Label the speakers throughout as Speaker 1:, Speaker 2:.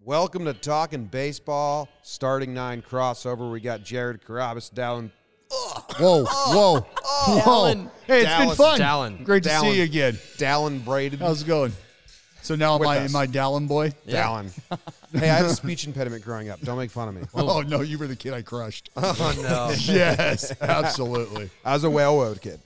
Speaker 1: Welcome to Talking Baseball, starting nine crossover. We got Jared Carabas, Dallin.
Speaker 2: Whoa, whoa, whoa.
Speaker 3: Dallin.
Speaker 2: Hey, it's
Speaker 1: Dallas,
Speaker 2: been fun.
Speaker 3: Dallin.
Speaker 2: Great to
Speaker 1: Dallin.
Speaker 2: see you again.
Speaker 1: Dallin Braden.
Speaker 2: How's it going? So now am
Speaker 1: With
Speaker 2: I,
Speaker 1: us.
Speaker 2: am I Dallin boy?
Speaker 3: Yeah.
Speaker 1: Dallin. hey, I had a speech impediment growing up. Don't make fun of me.
Speaker 2: Oh, no, you were the kid I crushed.
Speaker 3: Oh no.
Speaker 2: yes, absolutely.
Speaker 1: I was a railroad kid.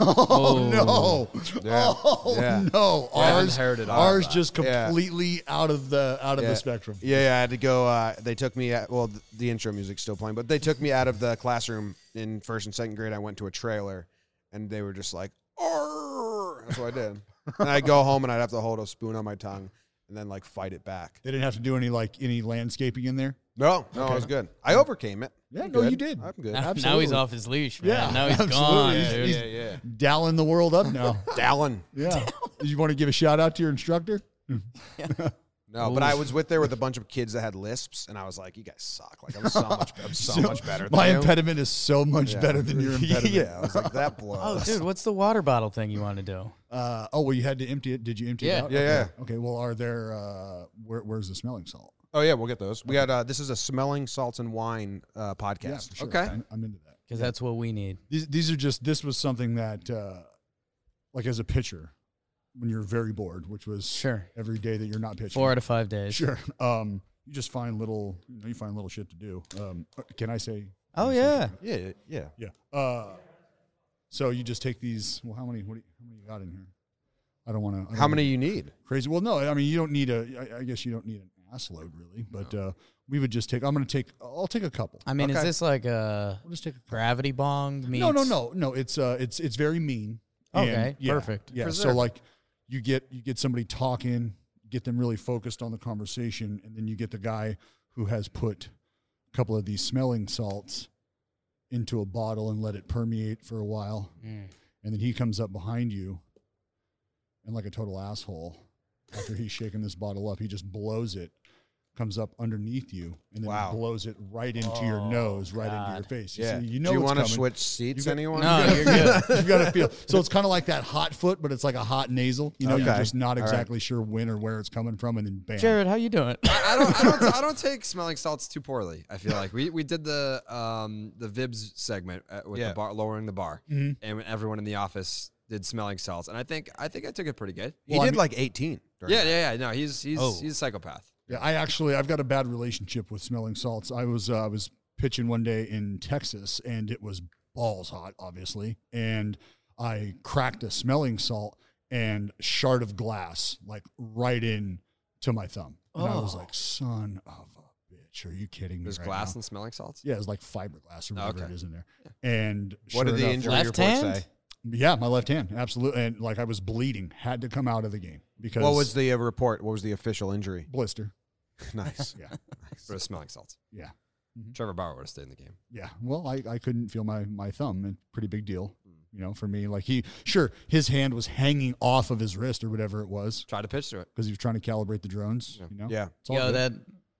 Speaker 2: Oh, no.
Speaker 1: Yeah,
Speaker 2: Oh,
Speaker 1: yeah.
Speaker 2: no.
Speaker 3: I haven't
Speaker 2: Ours,
Speaker 3: heard it all
Speaker 2: ours
Speaker 3: about
Speaker 2: just
Speaker 1: Yeah.
Speaker 2: completely out of the out of
Speaker 1: Yeah.
Speaker 2: the spectrum.
Speaker 1: Yeah, yeah, I had to go. Uh, they took me. At, well, th- the intro music's still playing, but they took me out of the classroom in first and second grade. I went to a trailer, and they were just like, "Arr!" That's what I did. and I'd go home, and I'd have to hold a spoon on my tongue, and then like fight it back.
Speaker 2: They didn't have to do any like any landscaping in there.
Speaker 1: No, no, I was good. I overcame it.
Speaker 2: Yeah,
Speaker 1: I'm
Speaker 2: no, you
Speaker 1: good.
Speaker 2: did.
Speaker 1: I'm good.
Speaker 3: Now, now
Speaker 2: Absolutely.
Speaker 3: he's off his leash, man.
Speaker 2: Yeah,
Speaker 3: now he's
Speaker 2: absolutely.
Speaker 3: gone.
Speaker 2: He's-
Speaker 3: dude.
Speaker 2: he's-
Speaker 1: yeah.
Speaker 2: Dallin the world up now.
Speaker 1: Dallin.
Speaker 2: yeah. Did you want to give a shout out to your instructor?
Speaker 1: No, but I was with there with a bunch of kids that had lisps, and I was like, "You guys suck! Like I'm so much, I'm so, much better."
Speaker 2: My
Speaker 1: than you."
Speaker 2: impediment is so much
Speaker 1: Yeah.
Speaker 2: better than your impediment.
Speaker 1: yeah, I was like, "That blows."
Speaker 3: Oh, dude, what's the water bottle thing you want to do?
Speaker 2: Uh, oh, well, you had to empty it. Did you empty it
Speaker 3: Yeah.
Speaker 2: out?
Speaker 1: Yeah,
Speaker 2: okay. Okay, well, are there, uh, where, where's the smelling salt?
Speaker 1: Oh yeah, we'll get those. We got uh, this is a smelling salts and wine uh, podcast.
Speaker 2: Yeah, for sure.
Speaker 1: Okay.
Speaker 2: I'm, I'm into that.
Speaker 3: Because that's what we need.
Speaker 2: These, these are just, this was something that, uh, like as a pitcher, when you're very bored, which was
Speaker 3: Sure.
Speaker 2: every day that you're not pitching.
Speaker 3: Four out of five days.
Speaker 2: Sure. Um, you just find little, you, know, you find little shit to do. Um, can I say?
Speaker 3: Oh yeah.
Speaker 1: Yeah, yeah.
Speaker 2: Yeah. Uh, so you just take these, well, how many, what do you, how many you got in here? I don't want to.
Speaker 1: How many you need?
Speaker 2: crazy. Well, no, I mean you don't need a. I, I guess you don't need an ass load really, but uh, we would just take. I'm going to take. I'll take a couple.
Speaker 3: I mean, is
Speaker 1: Okay.
Speaker 3: this like a
Speaker 2: We'll just take. A,
Speaker 3: gravity bong? Meets
Speaker 2: no, no, no, no. It's uh, it's it's very mean. And,
Speaker 3: Okay,
Speaker 2: yeah,
Speaker 3: perfect.
Speaker 2: Yeah. So
Speaker 1: Preserve.
Speaker 2: like, you get you get somebody talking, get them really focused on the conversation, and then you get the guy who has put a couple of these smelling salts into a bottle and let it permeate for a while,
Speaker 3: Mm.
Speaker 2: and then he comes up behind you, and like a total asshole, after he's shaking this bottle up, he just blows it, comes up underneath you, and then
Speaker 1: Wow.
Speaker 2: blows it right into your nose, right into
Speaker 3: God.
Speaker 2: your face. You
Speaker 1: Yeah.
Speaker 2: see, you know
Speaker 1: Do you
Speaker 2: it's
Speaker 1: wanna
Speaker 2: coming.
Speaker 1: switch seats?
Speaker 2: got-
Speaker 1: anyone?
Speaker 3: No, Oh, you're good.
Speaker 2: You've got to feel. So it's kind of like that hot foot, but it's like a hot nasal. You know, you're
Speaker 1: Okay.
Speaker 2: just not
Speaker 1: All right.
Speaker 2: exactly sure when or where it's coming from, and then bam.
Speaker 3: Jared, how you doing?
Speaker 4: I don't, I don't, I don't take smelling salts too poorly. I feel like we, we did the um the Vibs segment uh, with
Speaker 1: Yeah.
Speaker 4: the bar lowering the bar, and everyone in the office did smelling salts, and I think I think I took it pretty good.
Speaker 1: He did like 18. during
Speaker 4: Yeah,
Speaker 1: that.
Speaker 4: yeah, yeah. No, he's he's
Speaker 3: Oh.
Speaker 4: he's a psychopath.
Speaker 2: Yeah, I actually I've got a bad relationship with smelling salts. I was uh, I was pitching one day in Texas and it was balls hot, obviously, and I cracked a smelling salt and shard of glass like right in to my thumb, and I was
Speaker 3: Oh.
Speaker 2: like, "Son of a bitch, are you kidding me?"
Speaker 4: There's
Speaker 2: right
Speaker 4: glass
Speaker 2: now?"
Speaker 4: and smelling salts.
Speaker 2: Yeah, it's like fiberglass or
Speaker 4: Oh,
Speaker 2: whatever
Speaker 4: okay.
Speaker 2: it is in there. And
Speaker 1: What
Speaker 2: sure
Speaker 1: did the
Speaker 2: enough,
Speaker 1: injury
Speaker 3: Left
Speaker 1: report
Speaker 3: hand?
Speaker 1: say?
Speaker 2: Yeah, my left hand, absolutely, and like I was bleeding, had to come out of the game because
Speaker 1: What was the uh, report? What was the official injury?
Speaker 2: blister?
Speaker 1: nice.
Speaker 2: Yeah,
Speaker 4: For smelling salts.
Speaker 2: yeah.
Speaker 4: Trevor Bauer would have stayed in the game.
Speaker 2: Yeah. Well, I, I couldn't feel my, my thumb. and pretty big deal, you know, for me. Like he, sure, his hand was hanging off of his wrist or whatever it was
Speaker 4: Tried to pitch to it.
Speaker 2: because he was trying to calibrate the drones, you know?
Speaker 1: Yeah.
Speaker 2: It's all
Speaker 3: Yo,
Speaker 2: good.
Speaker 3: that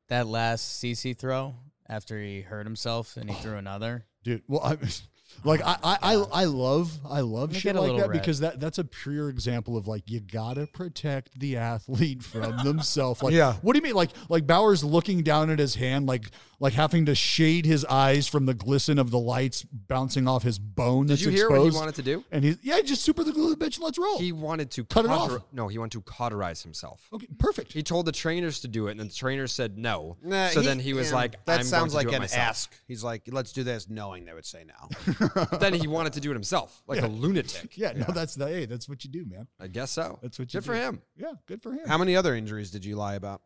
Speaker 3: that last CC throw after he hurt himself and he threw another.
Speaker 2: Dude, well, I, like I, I, I, I love, I love
Speaker 3: me
Speaker 2: shit
Speaker 3: get a
Speaker 2: like
Speaker 3: little
Speaker 2: that
Speaker 3: red.
Speaker 2: because that, that's a pure example of like, you gotta protect the athlete from themselves. Like,
Speaker 1: Yeah.
Speaker 2: what do you mean? Like, like Bauer's looking down at his hand, like, like having to shade his eyes from the glisten of the lights bouncing off his bone.
Speaker 4: Did
Speaker 2: that's
Speaker 4: you hear
Speaker 2: exposed.
Speaker 4: what he wanted to do?
Speaker 2: And he's yeah, just super the glue the bitch and let's roll.
Speaker 4: He wanted to
Speaker 2: Cut it off. Oh.
Speaker 4: No, he wanted to cauterize himself.
Speaker 2: okay, perfect.
Speaker 4: He told the trainers to do it, and then the trainers said no.
Speaker 1: Nah,
Speaker 4: so
Speaker 1: he-
Speaker 4: then he was
Speaker 1: yeah,
Speaker 4: like,
Speaker 1: "That
Speaker 4: I'm
Speaker 1: sounds
Speaker 4: going
Speaker 1: like
Speaker 4: to do it
Speaker 1: an
Speaker 4: myself.
Speaker 1: ask." He's like, "Let's do this," knowing they would say no.
Speaker 4: then he wanted to do it himself, like a lunatic.
Speaker 2: yeah, no, that's the hey, that's what you do, man.
Speaker 4: I guess so.
Speaker 2: That's what you
Speaker 4: Good for
Speaker 2: do.
Speaker 4: him.
Speaker 2: Yeah, good for him.
Speaker 1: How many other injuries did you lie about?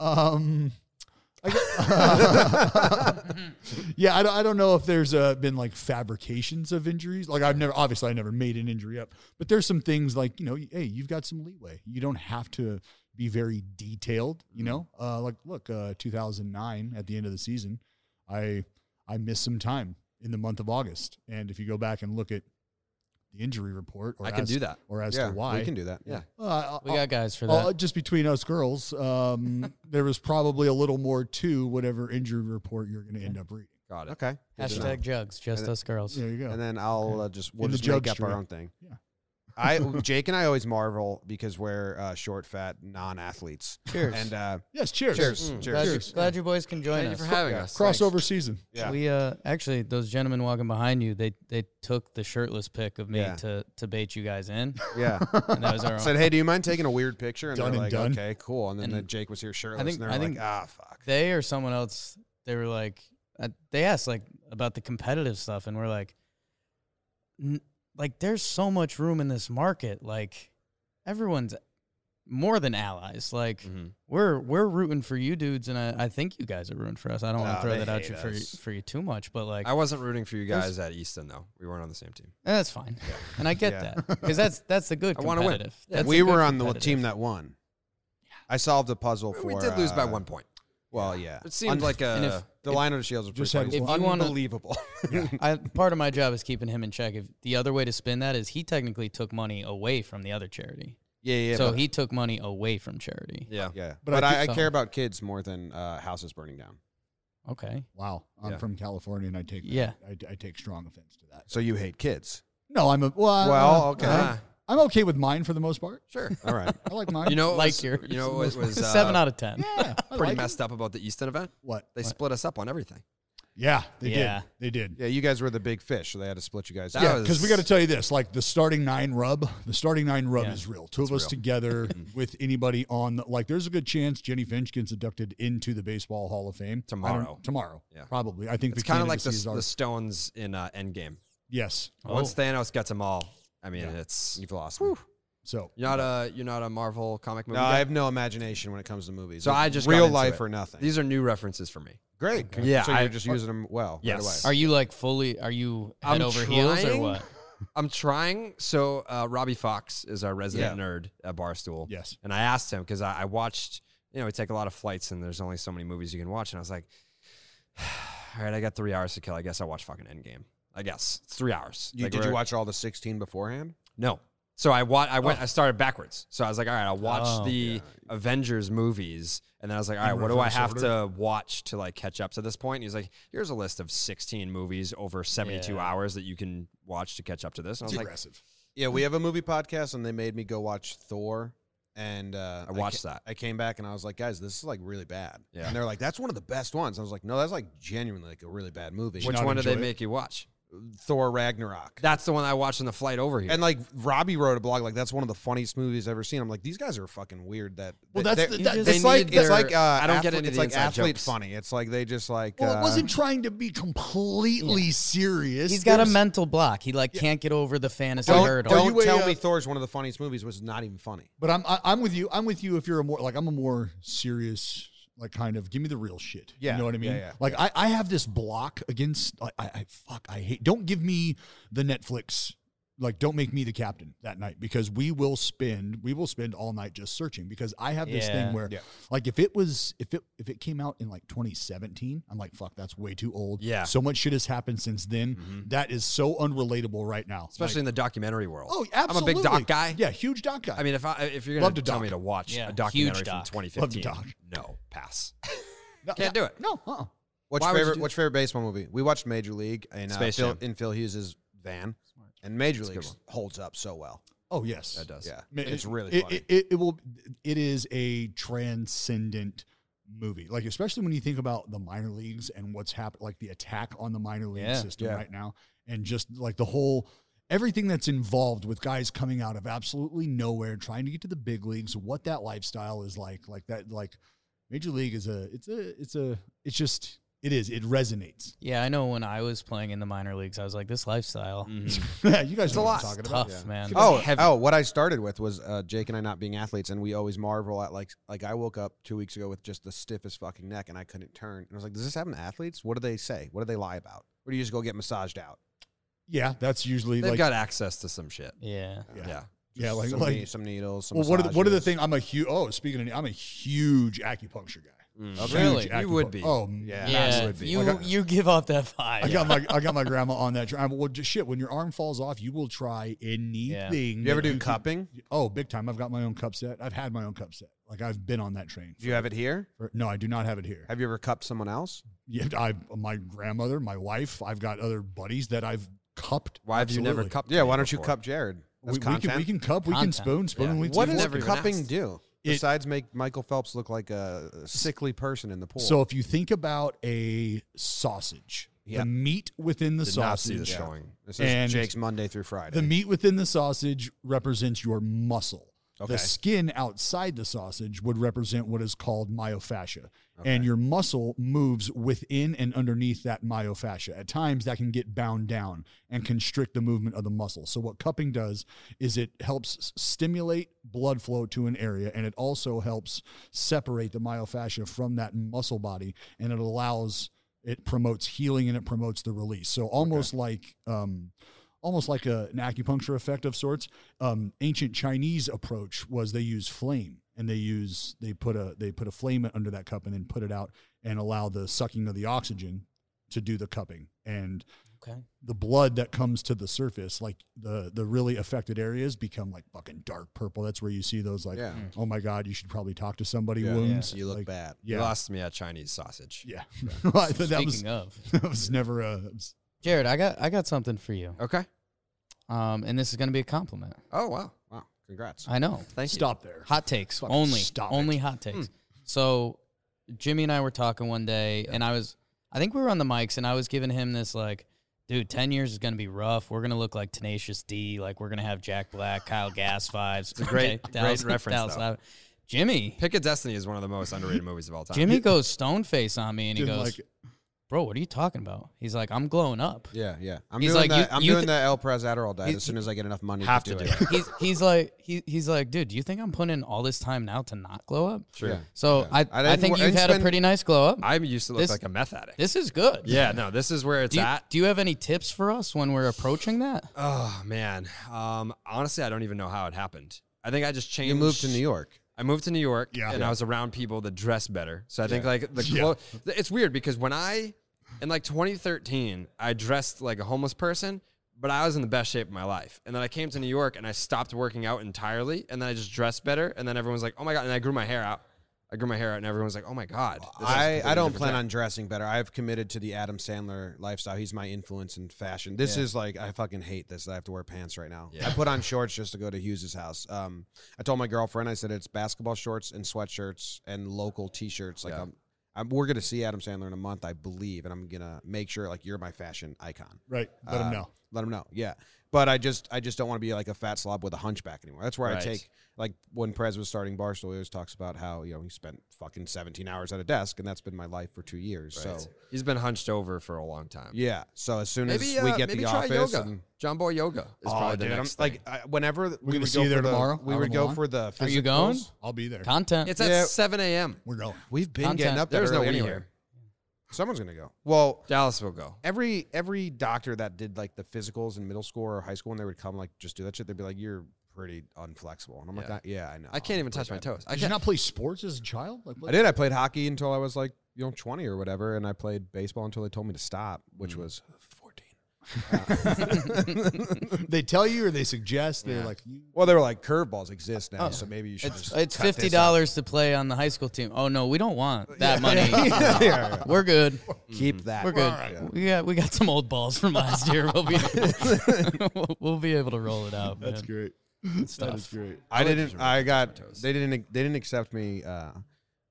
Speaker 2: um, I gu- yeah, I don't, I don't know if there's uh, been like fabrications of injuries. Like I've never, obviously, I never made an injury up, but there's some things like you know, hey, you've got some leeway. You don't have to be very detailed. You know, uh, like look, uh, 2009 at the end of the season, I I missed some time in the month of August, and if you go back and look at the injury report, or
Speaker 4: I can
Speaker 2: as-
Speaker 4: do that.
Speaker 2: or as
Speaker 1: yeah,
Speaker 2: to why
Speaker 1: we can do that.
Speaker 4: Yeah.
Speaker 2: Uh,
Speaker 3: We got guys for
Speaker 2: uh,
Speaker 3: that.
Speaker 2: just between us girls, um, there was probably a little more to whatever injury report you're going to end up reading.
Speaker 4: Got it.
Speaker 2: oh,
Speaker 1: Okay. Good to know.
Speaker 3: Hashtag jugs, just us girls.
Speaker 2: There you go.
Speaker 1: And then I'll uh, just we'll
Speaker 2: In the
Speaker 1: just make
Speaker 2: jug
Speaker 1: up our
Speaker 2: stream.
Speaker 1: own thing.
Speaker 2: Yeah.
Speaker 1: I Jake and I always marvel because we're uh, short, fat, non-athletes.
Speaker 3: Cheers.
Speaker 1: And uh,
Speaker 2: Yes, cheers.
Speaker 1: cheers,
Speaker 4: Mm.
Speaker 3: glad,
Speaker 1: cheers.
Speaker 3: you-
Speaker 2: Cheers.
Speaker 3: glad you boys can join
Speaker 4: Thank you
Speaker 3: us.
Speaker 4: for having us.
Speaker 2: Crossover season.
Speaker 1: Yeah.
Speaker 3: We uh actually those gentlemen walking behind you, they they took the shirtless pic of me
Speaker 1: Yeah.
Speaker 3: to to bait you guys in.
Speaker 1: Yeah.
Speaker 3: And that was our
Speaker 1: Said,
Speaker 3: own.
Speaker 1: hey, do you mind taking a weird picture? And
Speaker 2: Done
Speaker 1: they're
Speaker 2: and
Speaker 1: like,
Speaker 2: done.
Speaker 1: okay, cool. And then
Speaker 3: And
Speaker 1: the Jake was here shirtless,
Speaker 3: think-
Speaker 1: and they're
Speaker 3: I
Speaker 1: like,
Speaker 3: think-
Speaker 1: ah, fuck.
Speaker 3: they or someone else, they were like uh, they asked like about the competitive stuff and we're like "N- like there's so much room in this market. Like everyone's more than allies. Like
Speaker 1: Mm-hmm.
Speaker 4: Mhm.
Speaker 3: we're we're rooting for you dudes and I, I think you guys are rooting for us. I don't want
Speaker 1: Nah,
Speaker 3: to throw
Speaker 1: they
Speaker 3: that out
Speaker 1: hate
Speaker 3: you for,
Speaker 1: us.
Speaker 3: for you too much, but like
Speaker 4: I wasn't rooting for you
Speaker 3: There's-
Speaker 4: guys at Easton though. We weren't on the same team.
Speaker 3: And Eh, that's fine. And I get
Speaker 1: Yeah.
Speaker 3: that. Because that's that's the good
Speaker 4: I wanna win.
Speaker 3: competitive.
Speaker 4: Yeah.
Speaker 3: That's
Speaker 1: we
Speaker 3: the good
Speaker 1: were on the
Speaker 3: competitive.
Speaker 1: team that won. I solved the puzzle for.
Speaker 4: We did lose by
Speaker 1: uh,
Speaker 4: one point.
Speaker 1: Well, yeah.
Speaker 4: It seemed
Speaker 1: Un-
Speaker 4: like
Speaker 3: and
Speaker 4: a
Speaker 3: if-
Speaker 1: the line of the shields was
Speaker 2: Just
Speaker 1: just pretty
Speaker 2: had
Speaker 1: funny.
Speaker 3: one- If you wanna-
Speaker 1: unbelievable.
Speaker 3: I, part of my job is keeping him in check. If the other way to spin that is he technically took money away from the other charity.
Speaker 1: yeah, yeah.
Speaker 3: so
Speaker 1: but,
Speaker 3: he took money away from charity.
Speaker 4: yeah.
Speaker 1: yeah, but,
Speaker 2: But I
Speaker 1: I, I
Speaker 3: think-
Speaker 1: care about kids more than uh, houses burning down.
Speaker 3: Okay.
Speaker 2: Wow. I'm
Speaker 4: Yeah.
Speaker 2: from California and I take that.
Speaker 3: Yeah.
Speaker 2: I, I take strong offense to that.
Speaker 1: So you hate kids?
Speaker 2: No, I'm a well.
Speaker 1: Well,
Speaker 2: uh,
Speaker 1: okay.
Speaker 2: I'm- I'm okay with mine for the most part.
Speaker 4: Sure.
Speaker 1: All right.
Speaker 2: I like mine.
Speaker 4: Uh, You know, what
Speaker 3: Like
Speaker 4: was,
Speaker 3: yours.
Speaker 4: you know what was uh,
Speaker 3: Seven out of ten.
Speaker 2: yeah, I
Speaker 4: pretty
Speaker 2: like it.
Speaker 4: messed up about the Easton event.
Speaker 2: What?
Speaker 4: They split us up on everything.
Speaker 2: Yeah, they
Speaker 3: Yeah.
Speaker 2: did. They did.
Speaker 1: Yeah, you guys were the big fish, so they had to split you guys.
Speaker 4: That
Speaker 1: up.
Speaker 2: Yeah,
Speaker 4: was-
Speaker 2: because we got to tell you this: like the starting nine rub, the starting nine rub
Speaker 3: Yeah,
Speaker 2: is real. Two of us
Speaker 4: real.
Speaker 2: together with anybody on. The, like, there's a good chance Jenny Finch gets inducted into the Baseball Hall of Fame I don't-
Speaker 4: Tomorrow.
Speaker 2: Tomorrow,
Speaker 4: Yeah.
Speaker 2: probably. I think
Speaker 4: It's
Speaker 2: the
Speaker 4: kind of like the,
Speaker 2: candidacies are-
Speaker 4: the Stones in uh, Endgame.
Speaker 2: yes.
Speaker 3: Oh.
Speaker 4: Once Thanos gets them all, I mean, it's
Speaker 1: You've lost. me.
Speaker 2: So
Speaker 4: you're not a you're not a Marvel comic movie.
Speaker 1: No,
Speaker 4: guy?
Speaker 1: I have no imagination when it comes to movies.
Speaker 4: So
Speaker 1: It's
Speaker 4: I just got
Speaker 1: real
Speaker 4: into
Speaker 1: life
Speaker 4: it.
Speaker 1: or nothing.
Speaker 4: These are new references for me.
Speaker 1: Great. uh,
Speaker 4: Yeah,
Speaker 1: So you're
Speaker 4: I-
Speaker 1: just using them well. Right away.
Speaker 4: Yes.
Speaker 3: Are you like fully are you head
Speaker 4: I'm
Speaker 3: over heels or
Speaker 4: trying.
Speaker 3: what?
Speaker 4: I'm trying. So uh, Robbie Fox is our resident nerd at Barstool.
Speaker 2: yes,
Speaker 4: And I asked him because I, I watched, you know, we take a lot of flights and there's only so many movies you can watch. And I was like, all right, I got three hours to kill. I guess I'll watch fucking Endgame. I guess it's three hours.
Speaker 1: You,
Speaker 4: Like,
Speaker 1: did you
Speaker 4: we're-
Speaker 1: watch all the 16 beforehand?
Speaker 4: No. So I wa- I went. I started backwards. So I was like, all right, I'll watch
Speaker 3: Oh.
Speaker 4: the Avengers movies, and then I was like, all right, what do I
Speaker 2: reverse
Speaker 4: have
Speaker 2: order?
Speaker 4: to watch to like catch up to this point? And he's like, here's a list of 16 movies over 72
Speaker 3: Yeah.
Speaker 4: hours that you can watch to catch up to this. And I
Speaker 2: it's
Speaker 4: was like,
Speaker 2: aggressive.
Speaker 1: Yeah, we have a movie podcast, and they made me go watch Thor. And uh,
Speaker 4: I watched
Speaker 1: ca-
Speaker 4: that.
Speaker 1: I came back and I was like, guys, this is like really bad.
Speaker 4: Yeah.
Speaker 1: And they're like, that's one of the best ones. I was like, no, that's like genuinely like a really bad movie.
Speaker 4: which
Speaker 2: not
Speaker 4: one did they
Speaker 2: enjoy it?
Speaker 4: make you watch?
Speaker 1: Thor Ragnarok.
Speaker 4: That's the one I watched on the flight over here.
Speaker 1: and like Robbie wrote a blog, like that's one of the funniest movies I've ever seen. I'm like, these guys are fucking weird. That
Speaker 2: Well,
Speaker 1: they-
Speaker 2: that's
Speaker 1: they're-
Speaker 2: the, that,
Speaker 3: you
Speaker 1: it's
Speaker 2: that's like.
Speaker 4: just- they
Speaker 1: like
Speaker 4: need
Speaker 1: it's
Speaker 4: their-
Speaker 1: like uh,
Speaker 4: I don't get
Speaker 1: athlete-
Speaker 4: any of
Speaker 1: It's
Speaker 4: the
Speaker 1: like
Speaker 4: inside
Speaker 1: athlete
Speaker 4: jokes.
Speaker 1: funny. It's like they just like
Speaker 2: Well,
Speaker 1: uh,
Speaker 2: it wasn't trying to be completely serious.
Speaker 3: He's got a
Speaker 2: There's-
Speaker 3: mental block. He like can't get over the fantasy
Speaker 1: Don't,
Speaker 3: hurdle.
Speaker 2: Are
Speaker 1: don't
Speaker 2: you a,
Speaker 1: tell
Speaker 2: uh,
Speaker 1: me Thor's one of the funniest movies was not even funny.
Speaker 2: But I'm I, I'm with you. I'm with you. If you're a more like I'm a more serious like kind of give me the real shit.
Speaker 1: Yeah,
Speaker 2: you know what I mean.
Speaker 1: yeah, yeah.
Speaker 2: Like I, I have this block against like, I I fuck I hate. Don't give me the Netflix. Like don't make me the captain that night because we will spend we will spend all night just searching because I have this
Speaker 3: Yeah.
Speaker 2: thing where
Speaker 1: Yeah.
Speaker 2: like if it was if it if it came out in like 2017 I'm like fuck that's way too old
Speaker 4: Yeah. Mm-hmm.
Speaker 2: so much shit has happened since then That is so unrelatable right now
Speaker 4: especially in the documentary world.
Speaker 2: like, oh absolutely
Speaker 4: I'm a big doc guy.
Speaker 2: yeah huge doc guy
Speaker 4: I mean, if I if you're
Speaker 2: Love
Speaker 4: gonna
Speaker 2: to
Speaker 4: tell
Speaker 2: doc.
Speaker 4: me to watch
Speaker 3: Yeah,
Speaker 4: a
Speaker 3: huge
Speaker 4: documentary
Speaker 3: doc.
Speaker 4: from 2015,
Speaker 2: Love to
Speaker 4: no pass.
Speaker 2: No,
Speaker 4: Can't
Speaker 2: no,
Speaker 4: do it.
Speaker 2: no uh-uh.
Speaker 1: What's
Speaker 4: Why
Speaker 1: your
Speaker 4: would you
Speaker 1: favorite?
Speaker 4: do-
Speaker 1: What's your favorite baseball movie? We watched Major League in uh,
Speaker 4: Space
Speaker 1: Phil,
Speaker 4: Jam.
Speaker 1: in Phil Hughes's van, and Major
Speaker 4: a good
Speaker 1: League holds up so well.
Speaker 2: oh yes
Speaker 4: That does.
Speaker 1: Yeah,
Speaker 2: Ma-
Speaker 1: it's
Speaker 2: it-
Speaker 1: really
Speaker 2: it,
Speaker 1: funny.
Speaker 2: It, it, it will. It is a transcendent movie. Like especially when you think about the minor leagues and what's happened, like the attack on the minor league
Speaker 3: Yeah.
Speaker 2: system
Speaker 1: Yeah.
Speaker 2: right now, and just like the whole everything that's involved with guys coming out of absolutely nowhere trying to get to the big leagues, what that lifestyle is like, like that, like major league is a, it's a, it's a, it's just, it is, it resonates.
Speaker 3: yeah, I know when I was playing in the minor leagugues, I was like, this lifestyle
Speaker 2: yeah, you guys know what I'm
Speaker 4: lot.
Speaker 2: talking about.
Speaker 3: tough, man.
Speaker 1: oh,
Speaker 4: heavy.
Speaker 1: oh, what I started with was uh, Jake and I not being athletes, and we always marvel at like like I woke up two weeks ago with just the stiffest fucking neck, and I couldn't turn. And I was like, does this happen to athletes? What do they say? What do they lie about? Or do you just go get massaged out?
Speaker 2: Yeah, that's usually
Speaker 4: They've
Speaker 2: like
Speaker 4: got access to some shit.
Speaker 3: Yeah.
Speaker 2: Yeah.
Speaker 4: yeah.
Speaker 2: yeah, like
Speaker 1: some,
Speaker 2: like
Speaker 1: ne- some needles. Some
Speaker 2: Well, what are the, what are the
Speaker 1: massages.
Speaker 2: thing? I'm a huge. Oh, speaking of, I'm a huge acupuncture guy.
Speaker 4: Okay.
Speaker 2: Huge
Speaker 3: Really?
Speaker 2: acupunc-
Speaker 4: Oh, You would be.
Speaker 2: Oh
Speaker 1: Yeah.
Speaker 2: yeah.
Speaker 1: Max
Speaker 3: Yeah.
Speaker 1: would be.
Speaker 3: You
Speaker 1: Like a-
Speaker 3: you give off that vibe.
Speaker 2: I got my I got my grandma on that. Tra- well, just shit. When your arm falls off, you will try anything.
Speaker 1: You ever
Speaker 2: that
Speaker 1: do
Speaker 2: can-
Speaker 1: cupping?
Speaker 2: Oh, big time! I've got my own cup set. I've had my own cup set. Like I've been on that train.
Speaker 1: Do you have it here?
Speaker 2: For- no, I do not have it here.
Speaker 1: Have you ever cupped someone else?
Speaker 2: Yeah, I my grandmother, my wife. I've got other buddies that I've cupped.
Speaker 4: Why have you never
Speaker 2: Absolutely.
Speaker 4: cupped?
Speaker 1: Yeah, why
Speaker 4: me
Speaker 1: don't you
Speaker 4: before?
Speaker 1: cup Jared? That's
Speaker 2: we, we can we
Speaker 1: content.
Speaker 2: can cup, we can
Speaker 3: Content.
Speaker 2: spoon, spoon
Speaker 4: Yeah.
Speaker 2: and we
Speaker 1: What
Speaker 2: do
Speaker 1: does
Speaker 4: Never even
Speaker 1: cupping
Speaker 4: asked.
Speaker 1: do
Speaker 2: It-
Speaker 1: besides make Michael Phelps look like a sickly person in the pool?
Speaker 2: So if you think about a sausage,
Speaker 1: Yeah.
Speaker 2: the meat within the
Speaker 4: Did not see
Speaker 2: sausage,
Speaker 4: this
Speaker 1: Yeah.
Speaker 4: showing.
Speaker 1: this
Speaker 2: and
Speaker 1: is Jake's Monday through Friday.
Speaker 2: the meat within the sausage represents your muscle.
Speaker 1: Okay.
Speaker 2: The skin outside the sausage would represent what is called myofascia.
Speaker 1: Okay.
Speaker 2: And your muscle moves within and underneath that myofascia. At times, that can get bound down and constrict the movement of the muscle. So, what cupping does is it helps s- stimulate blood flow to an area and it also helps separate the myofascia from that muscle body and it allows it promotes healing and it promotes the release. So, almost like, um, almost like a, an acupuncture effect of sorts. Um, ancient Chinese approach was they use flame and they use they put a they put a flame under that cup and then put it out and allow the sucking of the oxygen to do the cupping and
Speaker 3: Okay.
Speaker 2: the blood that comes to the surface like the the really affected areas become like fucking dark purple that's where you see those like
Speaker 1: yeah.
Speaker 2: oh my god you should probably talk to somebody
Speaker 1: Yeah.
Speaker 2: wounds
Speaker 1: You look
Speaker 2: like,
Speaker 1: bad.
Speaker 4: You
Speaker 2: yeah
Speaker 4: lost me at Chinese sausage.
Speaker 2: yeah I thought that
Speaker 3: Speaking
Speaker 2: was
Speaker 3: of,
Speaker 2: that was never a
Speaker 3: Jared, I got I got something for you.
Speaker 4: Okay.
Speaker 3: Um, and this is gonna be a compliment.
Speaker 4: Oh wow.
Speaker 1: Wow. Congrats.
Speaker 4: Uh,
Speaker 3: I know.
Speaker 4: Thank
Speaker 2: stop there
Speaker 3: Hot takes
Speaker 2: Fucking
Speaker 3: only.
Speaker 2: stop
Speaker 3: only
Speaker 2: it.
Speaker 3: hot takes. So Jimmy and I were talking one day, and I was, I think we were on the mics, and I was giving him this like, dude, ten years is gonna be rough. We're gonna look like Tenacious D, like we're gonna have Jack Black, Kyle Gas vibes. It's a
Speaker 4: great- great reference, though.
Speaker 3: Jimmy,
Speaker 4: you. Pick a Destiny is one of the most underrated movies of all time.
Speaker 3: Jimmy goes stone face on me, and he
Speaker 2: Didn't
Speaker 3: goes,
Speaker 2: like it.
Speaker 3: "Bro, what are you talking about?" He's like, "I'm glowing up."
Speaker 1: Yeah, yeah. I'm
Speaker 3: He's
Speaker 1: doing
Speaker 3: like, you-
Speaker 1: that. I'm
Speaker 3: you
Speaker 1: doing
Speaker 3: thi-
Speaker 1: the El Pres Adderall diet
Speaker 3: He-
Speaker 1: as soon as I get enough money.
Speaker 4: Have
Speaker 1: to do
Speaker 4: to do
Speaker 1: it.
Speaker 3: He's he's like he, he's like, dude, do you think I'm putting in all this time now to not glow up?
Speaker 4: Sure.
Speaker 1: Yeah.
Speaker 3: So I,
Speaker 1: I
Speaker 3: I,
Speaker 1: didn't
Speaker 3: think
Speaker 1: wa- I
Speaker 3: you've
Speaker 1: didn't
Speaker 3: had a
Speaker 1: spend-
Speaker 3: pretty nice glow up.
Speaker 4: I used to look
Speaker 3: This-
Speaker 4: like a meth addict.
Speaker 3: this is good.
Speaker 4: yeah. No. This is where it's
Speaker 3: Do you,
Speaker 4: at.
Speaker 3: do you have any tips for us when we're approaching that?
Speaker 4: Oh man. Um. Honestly, I don't even know how it happened. I think I just changed.
Speaker 1: You moved to New York.
Speaker 4: I moved to New York,
Speaker 2: Yeah.
Speaker 4: and
Speaker 2: Yeah.
Speaker 4: I was around people that dress better. So I think
Speaker 1: Yeah.
Speaker 4: like the
Speaker 2: Yeah.
Speaker 4: clo- it's weird because when I in like 2013, I dressed like a homeless person, but I was in the best shape of my life. And then I came to New York and I stopped working out entirely, and then I just dressed better. And then everyone's like, "Oh my god!" And I grew my hair out. I grew my hair out, and everyone's like, "Oh my god!" this is a
Speaker 1: I,
Speaker 4: completely
Speaker 1: I don't
Speaker 4: different
Speaker 1: plan
Speaker 4: time."
Speaker 1: on dressing better. I've committed to the Adam Sandler lifestyle. He's my influence in fashion. This is like I fucking hate this. That I have to wear pants right now.
Speaker 4: Yeah.
Speaker 1: I put on shorts just to go to Hughes's house. Um, I told my girlfriend. I said it's basketball shorts and sweatshirts and local T-shirts. Like
Speaker 4: Yeah.
Speaker 1: I'm, I'm, we're gonna see Adam Sandler in a month, I believe, and I'm gonna make sure like you're my fashion icon.
Speaker 2: right let him
Speaker 1: Uh,
Speaker 2: know
Speaker 1: Let him know. Yeah. But I just I just don't want to be like a fat slob with a hunchback anymore. That's where I
Speaker 4: Right.
Speaker 1: take like when Prez was starting Barstool, he always talks about how, you know, he spent fucking 17 hours at a desk and that's been my life for 2 years.
Speaker 4: Right.
Speaker 1: So,
Speaker 4: he's been hunched over for a long time.
Speaker 1: yeah. So as soon
Speaker 4: Maybe
Speaker 1: as we
Speaker 4: uh,
Speaker 1: get
Speaker 4: maybe
Speaker 1: the
Speaker 4: try
Speaker 1: office
Speaker 4: yoga.
Speaker 1: and
Speaker 4: John Boy Yoga is probably the
Speaker 1: dude, I'm-
Speaker 4: next thing.
Speaker 1: like I, whenever we
Speaker 2: gonna
Speaker 1: would
Speaker 2: see
Speaker 1: go
Speaker 2: you there
Speaker 1: for the-
Speaker 2: tomorrow
Speaker 1: we
Speaker 2: out
Speaker 1: would
Speaker 2: on the
Speaker 1: go
Speaker 2: lawn?
Speaker 1: for the
Speaker 3: Are you
Speaker 1: physicals.
Speaker 3: going?
Speaker 2: I'll be there
Speaker 3: Content.
Speaker 4: it's at
Speaker 1: yeah.
Speaker 4: 7 a.m.
Speaker 2: we're going
Speaker 1: We've been
Speaker 3: Content.
Speaker 1: getting up
Speaker 4: There's
Speaker 1: there
Speaker 4: no
Speaker 1: early
Speaker 4: winning
Speaker 1: anyway.
Speaker 4: here.
Speaker 1: Someone's going to go. Well,
Speaker 4: Dallas will go.
Speaker 1: every every doctor that did like the physicals in middle school or high school and they would come like just do that shit, they'd be like, You're pretty unflexible. And I'm like,
Speaker 4: Yeah.
Speaker 1: "Nah, Yeah, I know.
Speaker 4: I can't
Speaker 1: I'm
Speaker 4: even
Speaker 1: pretty
Speaker 4: touch my
Speaker 1: bad."
Speaker 4: toes. I
Speaker 2: did you
Speaker 4: can't.
Speaker 2: not play sports as a child like what-
Speaker 1: I did. I played hockey until I was like, you know, 20 or whatever. And I played baseball until they told me to stop, which
Speaker 3: Mm.
Speaker 1: was 14.
Speaker 2: they tell you or they suggest they're like you
Speaker 1: Well, they were like, curveballs exist now. so maybe you should
Speaker 3: Oh. It's,
Speaker 1: just.
Speaker 3: it's
Speaker 1: cut
Speaker 3: fifty
Speaker 1: this out.
Speaker 3: dollars to play on the high school team. Oh no, we don't want that money.
Speaker 1: yeah, yeah, yeah.
Speaker 3: We're good.
Speaker 1: Keep that.
Speaker 3: Mm. We're good. We got we got some old balls from last year. We'll be we'll, we'll be able to roll it out.
Speaker 2: that's
Speaker 3: man.
Speaker 2: great
Speaker 3: Stuff.
Speaker 2: great
Speaker 1: I
Speaker 4: just
Speaker 1: didn't.
Speaker 4: remember
Speaker 1: I
Speaker 4: touching
Speaker 1: got.
Speaker 4: my toes.
Speaker 1: They didn't. They didn't accept me uh,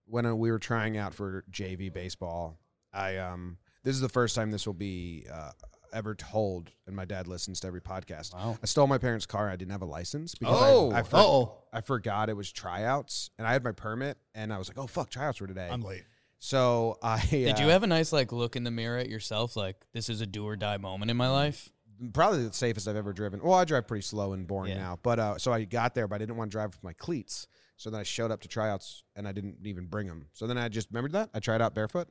Speaker 1: when uh, we were trying out for JV baseball. I um. This is the first time this will be uh, ever told, and my dad listens to every podcast.
Speaker 3: Wow.
Speaker 1: I stole my parents' car. I didn't have a license because
Speaker 4: Oh.
Speaker 1: I, I, for-
Speaker 2: Uh-oh.
Speaker 1: I forgot it was tryouts, and I had my permit, and I was like, "Oh fuck, tryouts were today."
Speaker 2: i'm late
Speaker 1: so I
Speaker 3: Did
Speaker 1: uh,
Speaker 3: you have a nice like look in the mirror at yourself? Like this is a do or die moment in my life.
Speaker 1: probably the safest I've ever driven. Well, I drive pretty slow and boring
Speaker 3: Yeah.
Speaker 1: now, but uh, so I got there, but I didn't want to drive with my cleats. So then I showed up to tryouts and I didn't even bring them. So then I just remembered that I tried out barefoot,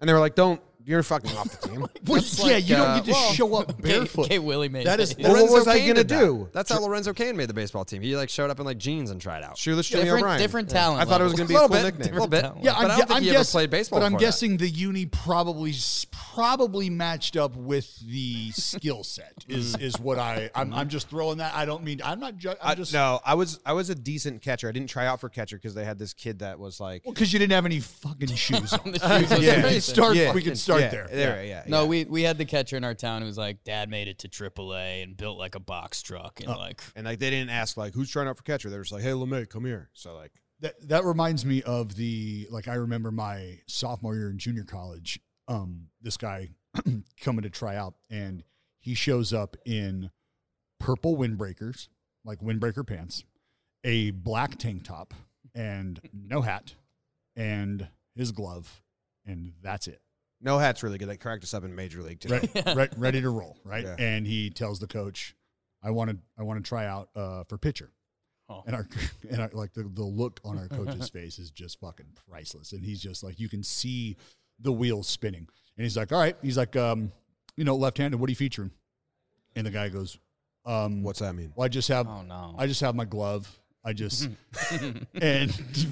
Speaker 1: and they were like, "don't you're fucking off the team."
Speaker 2: Well,
Speaker 4: That's
Speaker 2: yeah,
Speaker 4: like,
Speaker 2: you don't
Speaker 4: uh,
Speaker 2: get to
Speaker 4: well,
Speaker 2: show up barefoot.
Speaker 3: Okay, Willie made
Speaker 2: That is-
Speaker 3: it.
Speaker 1: Well, what was I
Speaker 4: Kane
Speaker 1: gonna
Speaker 4: did that.
Speaker 1: do?
Speaker 4: That's how Lorenzo Kane made the baseball team. He like showed up in like jeans and tried out.
Speaker 1: Shoeless Jimmy
Speaker 3: different
Speaker 1: O'Brien.
Speaker 3: different talent.
Speaker 1: I thought it was
Speaker 3: level.
Speaker 1: gonna be a
Speaker 4: Little
Speaker 1: cool
Speaker 4: bit,
Speaker 1: nickname.
Speaker 4: little bit.
Speaker 3: Yeah,
Speaker 4: but I don't think he ever
Speaker 2: guess-
Speaker 4: played baseball.
Speaker 2: But I'm
Speaker 4: before that.
Speaker 2: guessing the uni probably s- probably matched up with the skill set. Is is what I I'm, I'm just throwing that. I don't mean I'm not. Ju-
Speaker 1: I,
Speaker 2: I'm just
Speaker 1: no, I was I was a decent catcher. I didn't try out for catcher because they had this kid that was like,
Speaker 2: because you didn't have any fucking shoes on.
Speaker 3: The shoes was
Speaker 1: Yeah.
Speaker 2: We
Speaker 3: amazing.
Speaker 2: could start.
Speaker 1: Yeah.
Speaker 2: We could start
Speaker 1: yeah,
Speaker 2: there.
Speaker 1: there, yeah.
Speaker 3: No,
Speaker 1: yeah.
Speaker 3: we we had the catcher in our town who was like, Dad made it to AAA and built like a box truck
Speaker 1: Oh.
Speaker 3: and like
Speaker 1: and like they didn't ask like who's trying out for catcher. They were just like, hey, Lemay, come here. So like,
Speaker 2: That that reminds me of the like I remember my sophomore year in junior college. Um, this guy coming to try out, and he shows up in purple windbreakers, like windbreaker pants, a black tank top, and no hat, and his glove, and that's it.
Speaker 1: no hat's really good. They cracked us up in major league today.
Speaker 2: Re- re- ready to roll, right?
Speaker 1: Yeah.
Speaker 2: And he tells the coach, "I want to, I want to try out uh, for pitcher."
Speaker 3: Oh.
Speaker 2: And our, and our, like the, the look on our coach's face is just fucking priceless. And he's just like, you can see the wheels spinning. And he's like, "All right," he's like, um, "You know, left-handed. What are you featuring?" And the guy goes, um,
Speaker 1: What's that mean?
Speaker 2: Well, I just have,
Speaker 3: Oh no.
Speaker 2: I just have my glove. I just and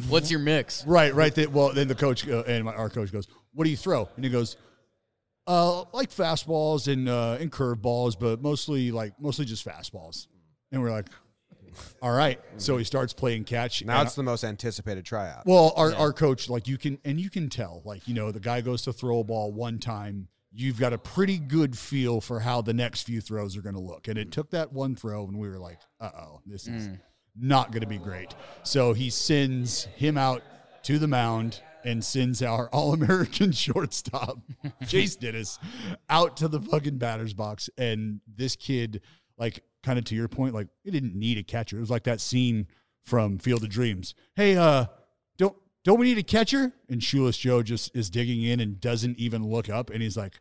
Speaker 3: What's your mix?
Speaker 2: Right, right. They, well, then the coach uh, and my, our coach goes, "What do you throw?" And he goes, "Uh, like fastballs and uh, and curveballs, but mostly like mostly just fastballs." And we're like, "All right." So he starts playing catch.
Speaker 1: Now
Speaker 2: and
Speaker 1: it's the most anticipated tryout.
Speaker 2: well, our, our coach, like you can, and you can tell, like, you know, the guy goes to throw a ball one time. You've got a pretty good feel for how the next few throws are going to look. And it took that one throw, and we were like, uh oh, this is
Speaker 1: Mm.
Speaker 2: not going to be great. So he sends him out to the mound and sends our All American shortstop, Chase Dennis, out to the fucking batter's box. And this kid, like, kind of to your point, like, he didn't need a catcher. It was like that scene from Field of Dreams. Hey, uh, don't don't we need a catcher? And Shoeless Joe just is digging in and doesn't even look up, and he's like,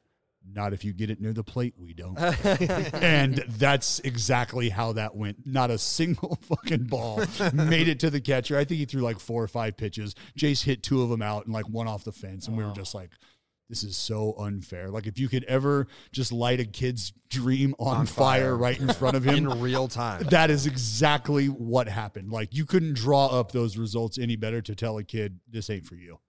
Speaker 2: "Not if you get it near the plate, we don't." and that's exactly how that went. Not a single fucking ball made it to the catcher. I think he threw like four or five pitches. Jace hit two of them out and like one off the fence, and we were just like. This is so unfair. Like if you could ever just light a kid's dream on,
Speaker 1: On
Speaker 2: fire.
Speaker 1: fire.
Speaker 2: right in front of him,
Speaker 4: in real time.
Speaker 2: that is exactly what happened. Like you couldn't draw up those results any better to tell a kid this ain't for you.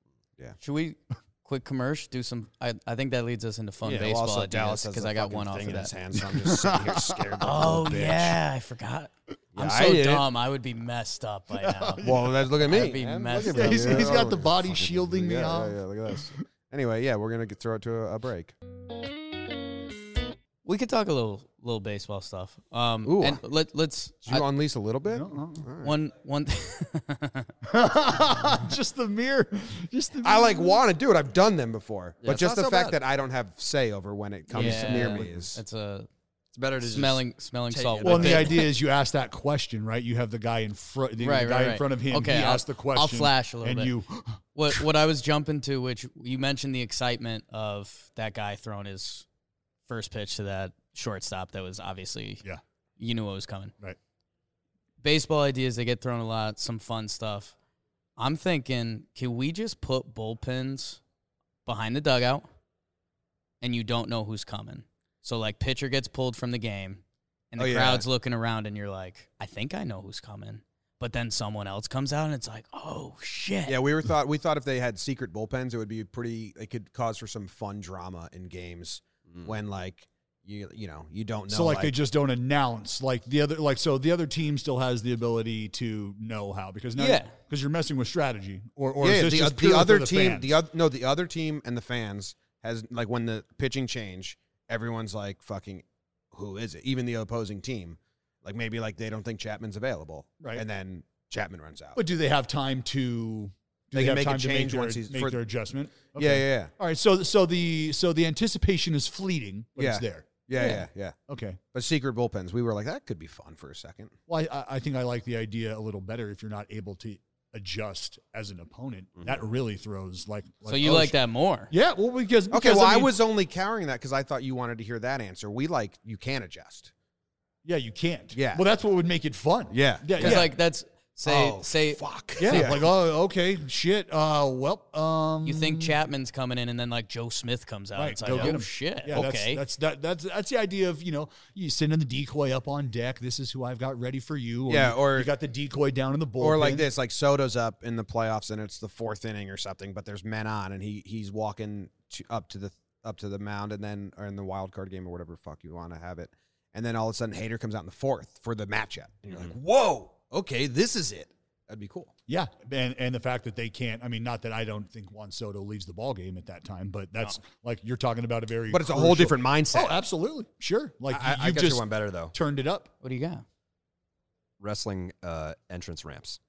Speaker 3: Should we quick commercial do some I, I think that leads us into fun
Speaker 1: Yeah, well,
Speaker 3: baseball
Speaker 1: also
Speaker 3: ideas
Speaker 1: has
Speaker 3: because
Speaker 1: the
Speaker 3: I got
Speaker 1: fucking
Speaker 3: one off
Speaker 1: thing
Speaker 3: of
Speaker 1: in his
Speaker 3: that.
Speaker 1: hand, so I'm just sitting here scared. Like a
Speaker 3: Oh
Speaker 1: little bitch.
Speaker 3: yeah, I forgot. I'm
Speaker 1: I
Speaker 3: so
Speaker 1: did.
Speaker 3: dumb. I would be messed up by now.
Speaker 1: Well, that's, look at me.
Speaker 3: I'd be
Speaker 1: man.
Speaker 3: messed
Speaker 1: Look at
Speaker 3: up.
Speaker 1: me.
Speaker 3: He's-
Speaker 2: he's got the
Speaker 1: Oh,
Speaker 2: body
Speaker 1: fucking-
Speaker 2: shielding me
Speaker 1: yeah,
Speaker 2: off.
Speaker 1: Yeah, yeah, look at this. Anyway, yeah, we're gonna get, throw it to a, a break.
Speaker 3: we could talk a little little baseball stuff. Um
Speaker 1: Ooh.
Speaker 3: and let let's
Speaker 1: Did you
Speaker 3: I-
Speaker 1: unleash a little bit? All right.
Speaker 3: one one
Speaker 2: just the mere, just the.
Speaker 1: I like want to do it. I've done them before,
Speaker 4: Yeah,
Speaker 1: but
Speaker 4: it's
Speaker 1: just
Speaker 4: not
Speaker 1: the
Speaker 4: so
Speaker 1: fact
Speaker 4: bad.
Speaker 1: that I don't have say over when it comes
Speaker 3: Yeah.
Speaker 1: near me is
Speaker 3: That's a
Speaker 4: It's better to
Speaker 3: smelling smelling
Speaker 4: take
Speaker 3: salt.
Speaker 4: it.
Speaker 2: Well,
Speaker 3: with
Speaker 2: and the
Speaker 3: it.
Speaker 2: idea is you ask that question, right? You have the guy in front, the,
Speaker 3: Right,
Speaker 2: the guy
Speaker 3: right,
Speaker 2: in
Speaker 3: right.
Speaker 2: front of him.
Speaker 3: Okay,
Speaker 2: he
Speaker 3: I'll-
Speaker 2: asked the
Speaker 3: I'll
Speaker 2: question.
Speaker 3: flash a little
Speaker 2: and
Speaker 3: bit.
Speaker 2: you
Speaker 1: Oh,
Speaker 3: what what I was jumping to, which you mentioned the excitement of that guy throwing his first pitch to that shortstop that was obviously
Speaker 2: Yeah.
Speaker 3: you knew what was coming.
Speaker 2: Right.
Speaker 3: Baseball ideas they get thrown a lot, some fun stuff. I'm thinking, can we just put bullpens behind the dugout and you don't know who's coming? So like pitcher gets pulled from the game and the
Speaker 1: Oh, yeah.
Speaker 3: crowd's looking around and you're like, I think I know who's coming. But then someone else comes out and it's like, oh shit.
Speaker 1: Yeah, we were thought we thought if they had secret bullpens, it would be pretty. It could cause for some fun drama in games
Speaker 3: Hmm.
Speaker 1: when like you you know you don't know.
Speaker 2: so like, they just don't announce like the other like so the other team still has the ability to know how because now
Speaker 3: Yeah.
Speaker 2: because you're messing with strategy or or
Speaker 1: yeah,
Speaker 2: is
Speaker 1: yeah,
Speaker 2: this
Speaker 1: the, uh,
Speaker 2: just
Speaker 1: the
Speaker 2: pure for
Speaker 1: other
Speaker 2: the
Speaker 1: team,
Speaker 2: fans?
Speaker 1: the other no, the other team and the fans has like when the pitching change, everyone's like fucking, who is it? Even the opposing team, like maybe like they don't think Chapman's available,
Speaker 2: Right.
Speaker 1: And then Chapman runs out.
Speaker 2: But do they have time to? Do
Speaker 1: They can
Speaker 2: have
Speaker 1: make a
Speaker 2: time to
Speaker 1: change
Speaker 2: make
Speaker 1: once
Speaker 2: their,
Speaker 1: he's-
Speaker 2: make
Speaker 1: for-
Speaker 2: their adjustment.
Speaker 1: yeah,
Speaker 2: Okay.
Speaker 1: yeah,
Speaker 2: All right. So so the so the anticipation is fleeting, but it's
Speaker 1: Yeah.
Speaker 2: there.
Speaker 1: yeah, yeah,
Speaker 3: Yeah.
Speaker 1: yeah, yeah.
Speaker 2: Okay.
Speaker 1: But secret bullpens, we were like that could be fun for a second.
Speaker 2: Well, I- I, I think I like the idea a little better if you're not able to adjust as an opponent.
Speaker 1: Mm-hmm.
Speaker 2: That really throws like.
Speaker 3: so you
Speaker 2: oh,
Speaker 3: like
Speaker 2: sh-
Speaker 3: that more?
Speaker 2: Yeah. Well, because,
Speaker 1: Okay,
Speaker 2: because,
Speaker 1: well, I
Speaker 2: mean,
Speaker 1: was only carrying that because I thought you wanted to hear that answer. We like you can adjust.
Speaker 2: Yeah, you can't.
Speaker 1: Yeah.
Speaker 2: Well, that's what would make it fun.
Speaker 1: Yeah.
Speaker 2: Yeah.
Speaker 3: Because
Speaker 2: Yeah.
Speaker 3: like that's say
Speaker 1: Oh,
Speaker 3: say
Speaker 1: fuck.
Speaker 2: yeah, Like oh, okay, shit. Uh, well, um,
Speaker 3: you think Chapman's coming in and then like Joe Smith comes out.
Speaker 2: Right,
Speaker 3: it's like
Speaker 2: go get
Speaker 3: oh
Speaker 2: him.
Speaker 3: shit.
Speaker 2: Yeah,
Speaker 3: okay.
Speaker 2: that's, that's that, that's that's the idea of you know you sending the decoy up on deck. This is who I've got ready for you.
Speaker 1: Yeah,
Speaker 2: you-
Speaker 1: or-
Speaker 2: you got the decoy down in the bullpen.
Speaker 1: Or like this, like Soto's up in the playoffs and it's the fourth inning or something, but there's men on and he he's walking to, up to the up to the mound, and then or in the wild card game or whatever fuck you want to have it, and then all of a sudden Hater comes out in the fourth for the matchup, and
Speaker 2: Mm-hmm.
Speaker 1: you're like, whoa, okay, this is it. That'd be cool.
Speaker 2: Yeah, and and the fact that they can't. I mean, not that I don't think Juan Soto leaves the ball game at that time, but that's like you're talking about a very.
Speaker 1: But it's a whole
Speaker 2: crucial-
Speaker 1: different mindset.
Speaker 2: Oh, absolutely, sure. Like
Speaker 4: I, I
Speaker 2: you
Speaker 4: got
Speaker 2: just
Speaker 4: you one better though.
Speaker 2: turned it up.
Speaker 3: What do you got?
Speaker 4: Wrestling uh, entrance ramps.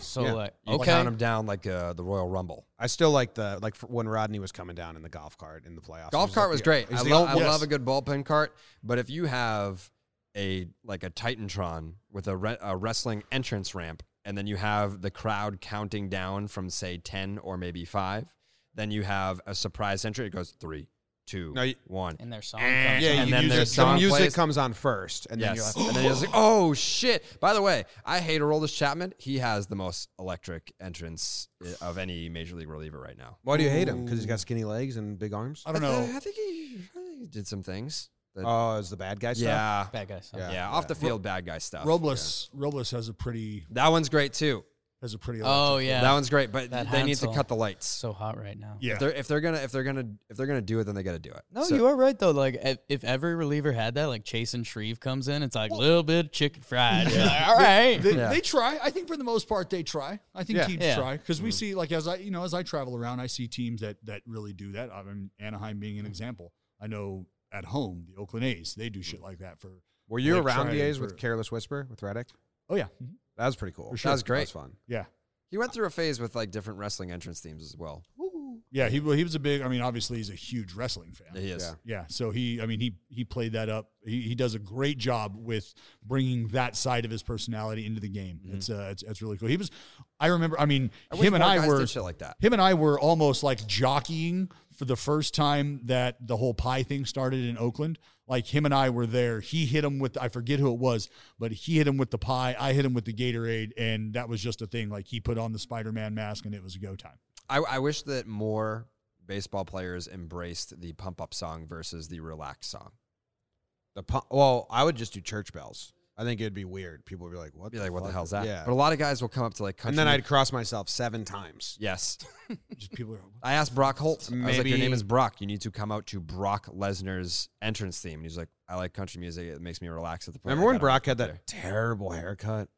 Speaker 3: So
Speaker 1: Yeah.
Speaker 3: like,
Speaker 4: You
Speaker 3: okay,
Speaker 4: count them down like uh, the Royal Rumble.
Speaker 1: I still like the like for when Rodney was coming down in the golf cart in the playoffs.
Speaker 4: Golf
Speaker 1: It
Speaker 4: cart
Speaker 1: like,
Speaker 4: was
Speaker 1: yeah,
Speaker 4: great.
Speaker 1: he's
Speaker 4: I,
Speaker 1: the
Speaker 4: lo-
Speaker 1: old-
Speaker 4: I
Speaker 2: Yes.
Speaker 4: love a good bullpen cart, but if you have a like a Titantron with a, re- a wrestling entrance ramp, and then you have the crowd counting down from say ten or maybe five, then you have a surprise entry. It goes three, two, one,
Speaker 1: No, you-
Speaker 3: and their song.
Speaker 1: yeah,
Speaker 3: comes
Speaker 1: you
Speaker 3: on.
Speaker 4: and then
Speaker 1: use
Speaker 4: their
Speaker 1: it- the
Speaker 4: song
Speaker 1: music
Speaker 4: plays.
Speaker 1: comes on first, and then
Speaker 4: yes.
Speaker 1: you're like,
Speaker 4: and then you're just like, oh shit. By the way, I hate Aroldis Chapman. He has the most electric entrance i- of any major league reliever right now.
Speaker 1: why do you hate him? Because he's got skinny legs and big arms.
Speaker 2: I don't
Speaker 4: I,
Speaker 2: know.
Speaker 4: th- I think he, I think he did some things. that-
Speaker 1: Oh, is the bad guy stuff?
Speaker 4: yeah.
Speaker 3: Bad guy song.
Speaker 1: Yeah.
Speaker 4: Yeah, off the field, bad guy stuff.
Speaker 2: Robles Robles has a pretty
Speaker 4: That one's great too.
Speaker 2: has a pretty.
Speaker 3: Oh yeah,
Speaker 4: That one's great, but
Speaker 3: That
Speaker 4: they need to
Speaker 3: Hansel.
Speaker 4: cut the lights.
Speaker 3: so hot right now.
Speaker 2: yeah.
Speaker 4: If they're if they're gonna if they're gonna if they're gonna do it, then they gotta do it.
Speaker 3: No,
Speaker 4: So-
Speaker 3: you are right though. Like if, if every reliever had that, like Chase and Shreve comes in, it's like a little bit of chicken fried. You're like, All right,
Speaker 2: They,
Speaker 4: Yeah.
Speaker 2: they try. I think for the most part they try. I think
Speaker 1: Yeah. Mm-hmm.
Speaker 2: teams
Speaker 3: Yeah.
Speaker 2: try because we see like as I you know as I travel around, I see teams that that really do that. I mean Anaheim being an
Speaker 1: Mm-hmm.
Speaker 2: example. I know at home the Oakland A's they do
Speaker 1: Mm-hmm.
Speaker 2: shit like that for.
Speaker 1: Were you
Speaker 2: Like
Speaker 1: around
Speaker 2: trying
Speaker 1: the
Speaker 2: to
Speaker 1: A's with
Speaker 2: improve.
Speaker 1: Careless Whisper with Reddick?
Speaker 2: Oh yeah,
Speaker 1: That was pretty cool.
Speaker 2: For sure.
Speaker 1: That was great. That was fun.
Speaker 2: yeah,
Speaker 4: He went through a phase with like different wrestling entrance themes as well.
Speaker 2: yeah. He well, he was a big. I mean, obviously he's a huge wrestling fan.
Speaker 4: He is.
Speaker 1: Yeah.
Speaker 2: Yeah, so he, I mean, he he played that up. He, he does a great job with bringing that side of his personality into the game. It's uh, it's, it's really cool. He was, I remember. I mean,
Speaker 4: Mm-hmm. I wish
Speaker 2: him and
Speaker 4: more
Speaker 2: I
Speaker 4: guys
Speaker 2: were
Speaker 4: did shit like that.
Speaker 2: him and I were almost like jockeying for the first time that the whole pie thing started in Oakland. Like him and I were there. He hit him with I forget who it was, but he hit him with the pie. I hit him with the Gatorade, and that was just a thing. Like he put on the Spider Man mask, and it was go time.
Speaker 4: I, I wish that more baseball players embraced the pump up song versus the relax song.
Speaker 1: The pump, well, I would just do church bells. I think it'd be weird. People would be like, "What?
Speaker 4: I'd be like, what the
Speaker 1: fuck?"
Speaker 4: hell's that?
Speaker 1: Yeah.
Speaker 4: But a lot of guys will come up to like country.
Speaker 1: and then I'd cross myself seven times.
Speaker 4: yes.
Speaker 2: Just people are.
Speaker 4: I asked Brock Holt. I was like, your
Speaker 1: Maybe-
Speaker 4: name is Brock. You need to come out to Brock Lesnar's entrance theme. And he's like, I like country music. It makes me relax at the point.
Speaker 1: Remember
Speaker 4: I
Speaker 1: when
Speaker 4: gotta
Speaker 1: Brock had
Speaker 4: up
Speaker 1: that
Speaker 4: there."
Speaker 1: terrible haircut?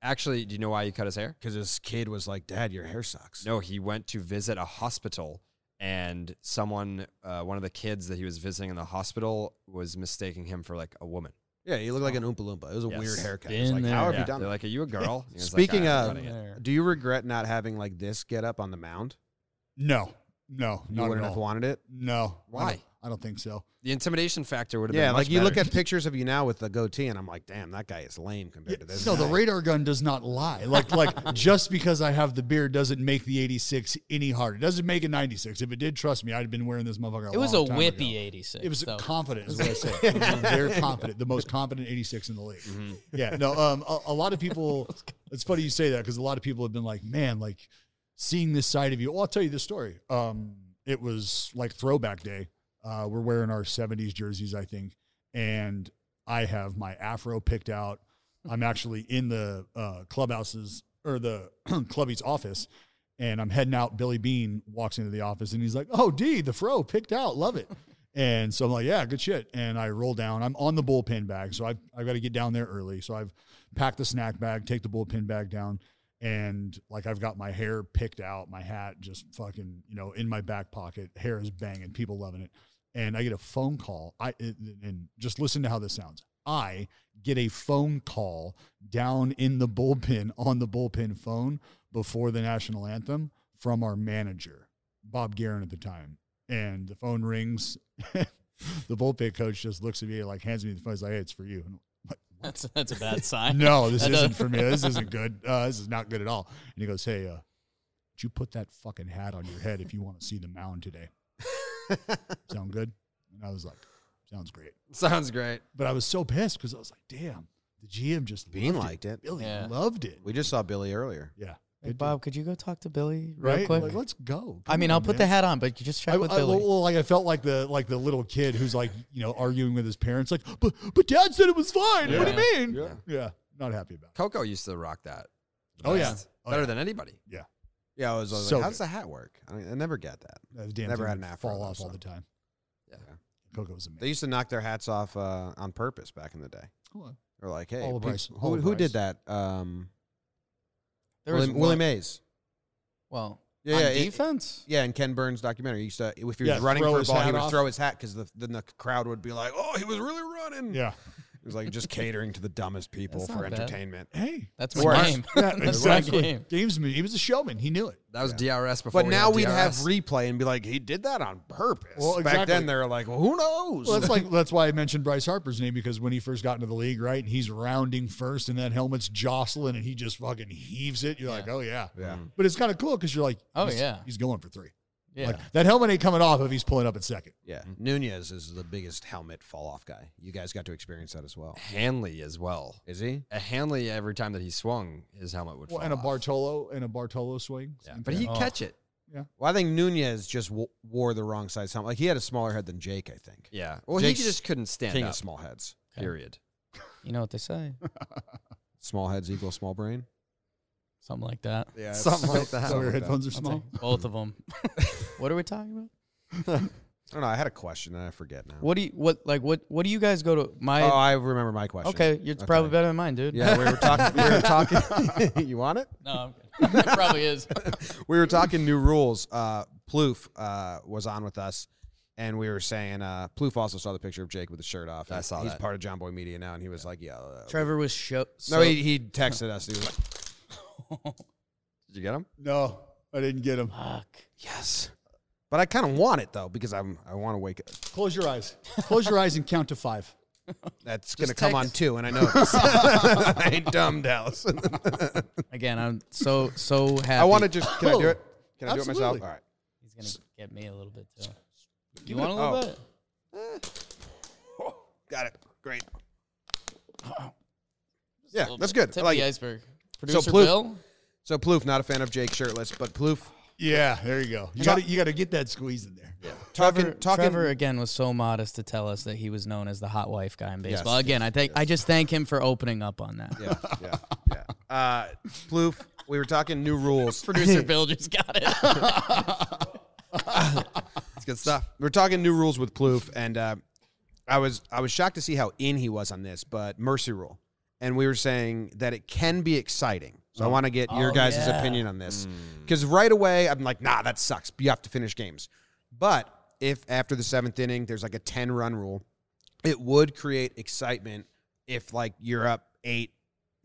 Speaker 4: Actually, do you know why he cut his hair?
Speaker 1: Because his kid was like, "Dad, your hair sucks."
Speaker 4: No, he went to visit a hospital, and someone, uh, one of the kids that he was visiting in the hospital, was mistaking him for like a woman.
Speaker 1: Yeah, he looked like an Oompa Loompa. It was a
Speaker 4: Yes.
Speaker 1: weird haircut.
Speaker 3: Been
Speaker 1: It's like,
Speaker 3: there.
Speaker 1: how have
Speaker 4: Yeah.
Speaker 1: you done
Speaker 4: They're
Speaker 1: that?
Speaker 4: like, "Are you a girl?" And he was like,
Speaker 1: Speaking
Speaker 4: "Ah, I'm
Speaker 1: of-
Speaker 4: cutting it."
Speaker 3: There.
Speaker 1: Do you regret not having like this get up on the mound?
Speaker 2: No, no,
Speaker 1: You
Speaker 2: not at
Speaker 1: wouldn't
Speaker 2: all.
Speaker 1: have wanted it.
Speaker 2: No, I
Speaker 4: Why?
Speaker 2: don't, I don't think so.
Speaker 4: the intimidation factor would have
Speaker 1: Yeah,
Speaker 4: been
Speaker 1: like
Speaker 4: much
Speaker 1: you look
Speaker 4: better.
Speaker 1: at pictures of you now with the goatee, and I'm like, damn, that guy is lame compared to this.
Speaker 2: No, the
Speaker 1: guy."
Speaker 2: radar gun does not lie. Like, like just because I have the beard doesn't make the '86 any harder. It doesn't make it '96. If it did, trust me, I'd have been wearing this motherfucker.
Speaker 3: it was a
Speaker 2: long time
Speaker 3: whippy
Speaker 2: ago.
Speaker 3: '86.
Speaker 2: It was
Speaker 3: though.
Speaker 2: confident, is what I say. It was Very confident, the most confident '86 in the league. Yeah, no. Um, a, a lot of people. It's funny you say that because a lot of people have been like, "Man, like seeing this side of you." Well, I'll tell you this story. Um, it was like Throwback Day. Uh, we're wearing our '70s jerseys, I think, and I have my afro picked out. I'm actually in the uh, clubhouses or the clubby's office, and I'm heading out. Billy Bean walks into the office, and he's like, "Oh, D, the fro picked out, love it." and so I'm like, "Yeah, good shit." And I roll down. I'm on the bullpen bag, so I've I've got to get down there early. So I've packed the snack bag, take the bullpen bag down, and like I've got my hair picked out, my hat just fucking you know in my back pocket. Hair is banging, people loving it. And I get a phone call. I and- and just listen to how this sounds. I get a phone call down in the bullpen on the bullpen phone before the national anthem from our manager, Bob Guerin at the time. And the phone rings. the bullpen coach just looks at me like hands me the phone. He's like, hey, it's for you. And I'm like, "What?"
Speaker 3: That's that's a bad sign.
Speaker 2: no, this
Speaker 3: That
Speaker 2: isn't
Speaker 3: does-
Speaker 2: for me. This isn't good. Uh, this is not good at all. And he goes, hey, uh, would you put that fucking hat on your head if you want to see the mound today? Sound good? And I was like, sounds great.
Speaker 4: Sounds great.
Speaker 2: But I was so pissed because I was like, damn, the GM just
Speaker 1: Bean
Speaker 2: loved
Speaker 1: liked it.
Speaker 2: Billy
Speaker 3: Yeah.
Speaker 2: loved it.
Speaker 1: We just saw Billy earlier.
Speaker 2: yeah.
Speaker 3: Hey,
Speaker 2: Good
Speaker 3: Bob, could you go talk to Billy
Speaker 2: dude.
Speaker 3: real
Speaker 2: right?
Speaker 3: quick?
Speaker 2: Like, let's go.
Speaker 3: I mean, I'll put the hat on, but you just check
Speaker 2: I,
Speaker 3: with
Speaker 2: I,
Speaker 3: Billy.
Speaker 2: well, like I felt like the like the little kid who's like you know arguing with his parents, like, but but Dad said it was fine. What do you
Speaker 3: Yeah.
Speaker 2: mean?
Speaker 1: Yeah.
Speaker 2: yeah, not happy about. it.
Speaker 4: Coco used to rock that. the
Speaker 2: Oh, yeah.
Speaker 4: best.
Speaker 2: Oh,
Speaker 4: better
Speaker 2: yeah.
Speaker 4: than anybody.
Speaker 2: Yeah.
Speaker 1: Yeah, I was, I was
Speaker 2: So
Speaker 1: like, how does
Speaker 2: good.
Speaker 1: the hat work? I, mean, I never get that.
Speaker 2: That Uh, damn
Speaker 1: Never
Speaker 2: thing
Speaker 1: had
Speaker 2: would
Speaker 1: an afro,
Speaker 2: fall
Speaker 1: though,
Speaker 2: off all
Speaker 1: so.
Speaker 2: the time.
Speaker 1: Yeah.
Speaker 2: Coco was
Speaker 1: They
Speaker 2: amazing.
Speaker 1: used to knock their hats off uh, on purpose back in the day.
Speaker 2: Cool.
Speaker 1: Or like, hey,
Speaker 2: All the
Speaker 1: peop-
Speaker 2: Bryce- all
Speaker 1: who,
Speaker 2: the
Speaker 1: who
Speaker 2: Bryce.
Speaker 1: did that? Um,
Speaker 3: There
Speaker 1: Willie,
Speaker 3: was
Speaker 1: Willie
Speaker 3: one-
Speaker 1: Mays.
Speaker 3: Well,
Speaker 1: Yeah,
Speaker 3: on
Speaker 1: yeah, it-
Speaker 3: defense.
Speaker 1: Yeah, in Ken Burns' documentary, he used to, if he was
Speaker 2: Yeah,
Speaker 1: running
Speaker 2: throw
Speaker 1: for a
Speaker 2: his
Speaker 1: ball, he
Speaker 2: hat
Speaker 1: would
Speaker 2: off.
Speaker 1: throw his hat because the, then the crowd would be like, "Oh, he was really running."
Speaker 2: Yeah.
Speaker 1: it was like just catering to the dumbest people
Speaker 3: That's
Speaker 1: for
Speaker 3: not bad.
Speaker 1: entertainment.
Speaker 2: Hey.
Speaker 3: That's my
Speaker 1: Worse.
Speaker 3: game.
Speaker 2: Yeah,
Speaker 3: my
Speaker 2: exactly.
Speaker 3: game.
Speaker 2: Gamesman. He was a showman. He knew it.
Speaker 4: That was DRS before.
Speaker 1: But now
Speaker 4: we
Speaker 1: we'd
Speaker 4: had
Speaker 1: have
Speaker 4: DRS.
Speaker 1: replay and be like, "He did that on purpose."
Speaker 2: Well,
Speaker 1: Back
Speaker 2: exactly.
Speaker 1: then, they were like, well, "Who knows?"
Speaker 2: Well, that's like that's why I mentioned Bryce Harper's name because when he first got into the league, right, and he's rounding first, and that helmet's jostling, and he just fucking heaves it. You're like, oh yeah,
Speaker 1: yeah,
Speaker 2: but it's kind of cool because you're like,
Speaker 3: Oh,
Speaker 2: he's-
Speaker 3: yeah.
Speaker 2: he's going for three.
Speaker 3: Yeah.
Speaker 2: Like that helmet ain't coming off if he's pulling up at second.
Speaker 1: yeah. Nunez is the biggest helmet fall off guy. You guys got to experience that as well.
Speaker 4: Hanley as well.
Speaker 1: Is he?
Speaker 4: A Hanley every time that he swung, his helmet would fall.
Speaker 2: Well, and a
Speaker 4: off.
Speaker 2: Bartolo and a Bartolo swing.
Speaker 4: Yeah, But he'd
Speaker 3: Oh.
Speaker 4: catch it.
Speaker 1: Well, I think Nunez just w- wore the wrong size helmet. Like he had a smaller head than Jake. I think.
Speaker 4: Yeah. Well,
Speaker 1: Jake's
Speaker 4: he just couldn't stand
Speaker 1: King
Speaker 4: up.
Speaker 1: of small heads.
Speaker 3: Okay.
Speaker 4: Period.
Speaker 3: You know what they say?
Speaker 1: Small heads equal small brain.
Speaker 3: Something like that.
Speaker 1: Yeah,
Speaker 4: Something like that.
Speaker 2: so your headphones are
Speaker 3: I'll
Speaker 2: small.
Speaker 3: take both of them. what are we talking about?
Speaker 1: I don't know. I had a question and I forget now.
Speaker 3: What do you what like what what do you guys go to my
Speaker 1: oh, I remember my question.
Speaker 3: Okay, it's probably
Speaker 1: Okay.
Speaker 3: better than mine, dude.
Speaker 1: Yeah, we were talking. We were talking. you want it?
Speaker 3: No, I'm kidding. it probably is.
Speaker 1: We were talking new rules. Uh, Plouf uh, was on with us, and we were saying uh, Plouf also saw the picture of Jake with the shirt off.
Speaker 4: I
Speaker 1: and
Speaker 4: saw
Speaker 1: He's
Speaker 4: that.
Speaker 1: part of John Boy Media now, and he was like, "Yeah." uh,
Speaker 3: Trevor was show.
Speaker 1: no, he, he texted us. He was like,
Speaker 4: Did you get him?
Speaker 2: No, I didn't get him.
Speaker 3: fuck.
Speaker 1: "Yes," but I kind of want it though because I'm I want to wake up.
Speaker 2: Close your eyes. Close your eyes and count to five.
Speaker 1: That's gonna
Speaker 4: take
Speaker 1: come on
Speaker 4: it.
Speaker 1: too, and I know this. I ain't dumb, Dallas.
Speaker 3: Again, I'm so so happy.
Speaker 1: I want to just. Can I do it? Can I do it myself?
Speaker 2: Absolutely.
Speaker 1: All right.
Speaker 3: He's gonna get me a little bit too. You want a little
Speaker 1: oh.
Speaker 3: bit?
Speaker 1: Got it. Great. Yeah, that's good. I
Speaker 3: Tip
Speaker 1: like
Speaker 3: the
Speaker 1: it.
Speaker 3: iceberg. Producer
Speaker 1: Plouffe-
Speaker 3: Bill.
Speaker 1: So Plouf, not a fan of Jake shirtless, but Plouf
Speaker 2: Yeah, there you go. You got to you got to get that squeeze in there.
Speaker 1: talking
Speaker 3: Trevor,
Speaker 1: talking
Speaker 3: Trevor again was so modest to tell us that he was known as the hot wife guy in baseball.
Speaker 1: Yes,
Speaker 3: again, I think I just thank him for opening up on that.
Speaker 1: Yeah, yeah, yeah. Uh Plouf, we were talking new rules.
Speaker 3: Producer Bill just got it.
Speaker 4: It's good stuff.
Speaker 1: we're talking new rules with Plouf, and uh, I was I was shocked to see how in he was on this, but mercy rule. And we were saying that it can be exciting. So I want to get your
Speaker 3: Oh,
Speaker 1: guys'
Speaker 3: yeah. Hmm.
Speaker 1: opinion on this. Because right away I'm like, nah, that sucks. You have to finish games. But if after the seventh inning there's like a 10 run rule, it would create excitement if like you're up eight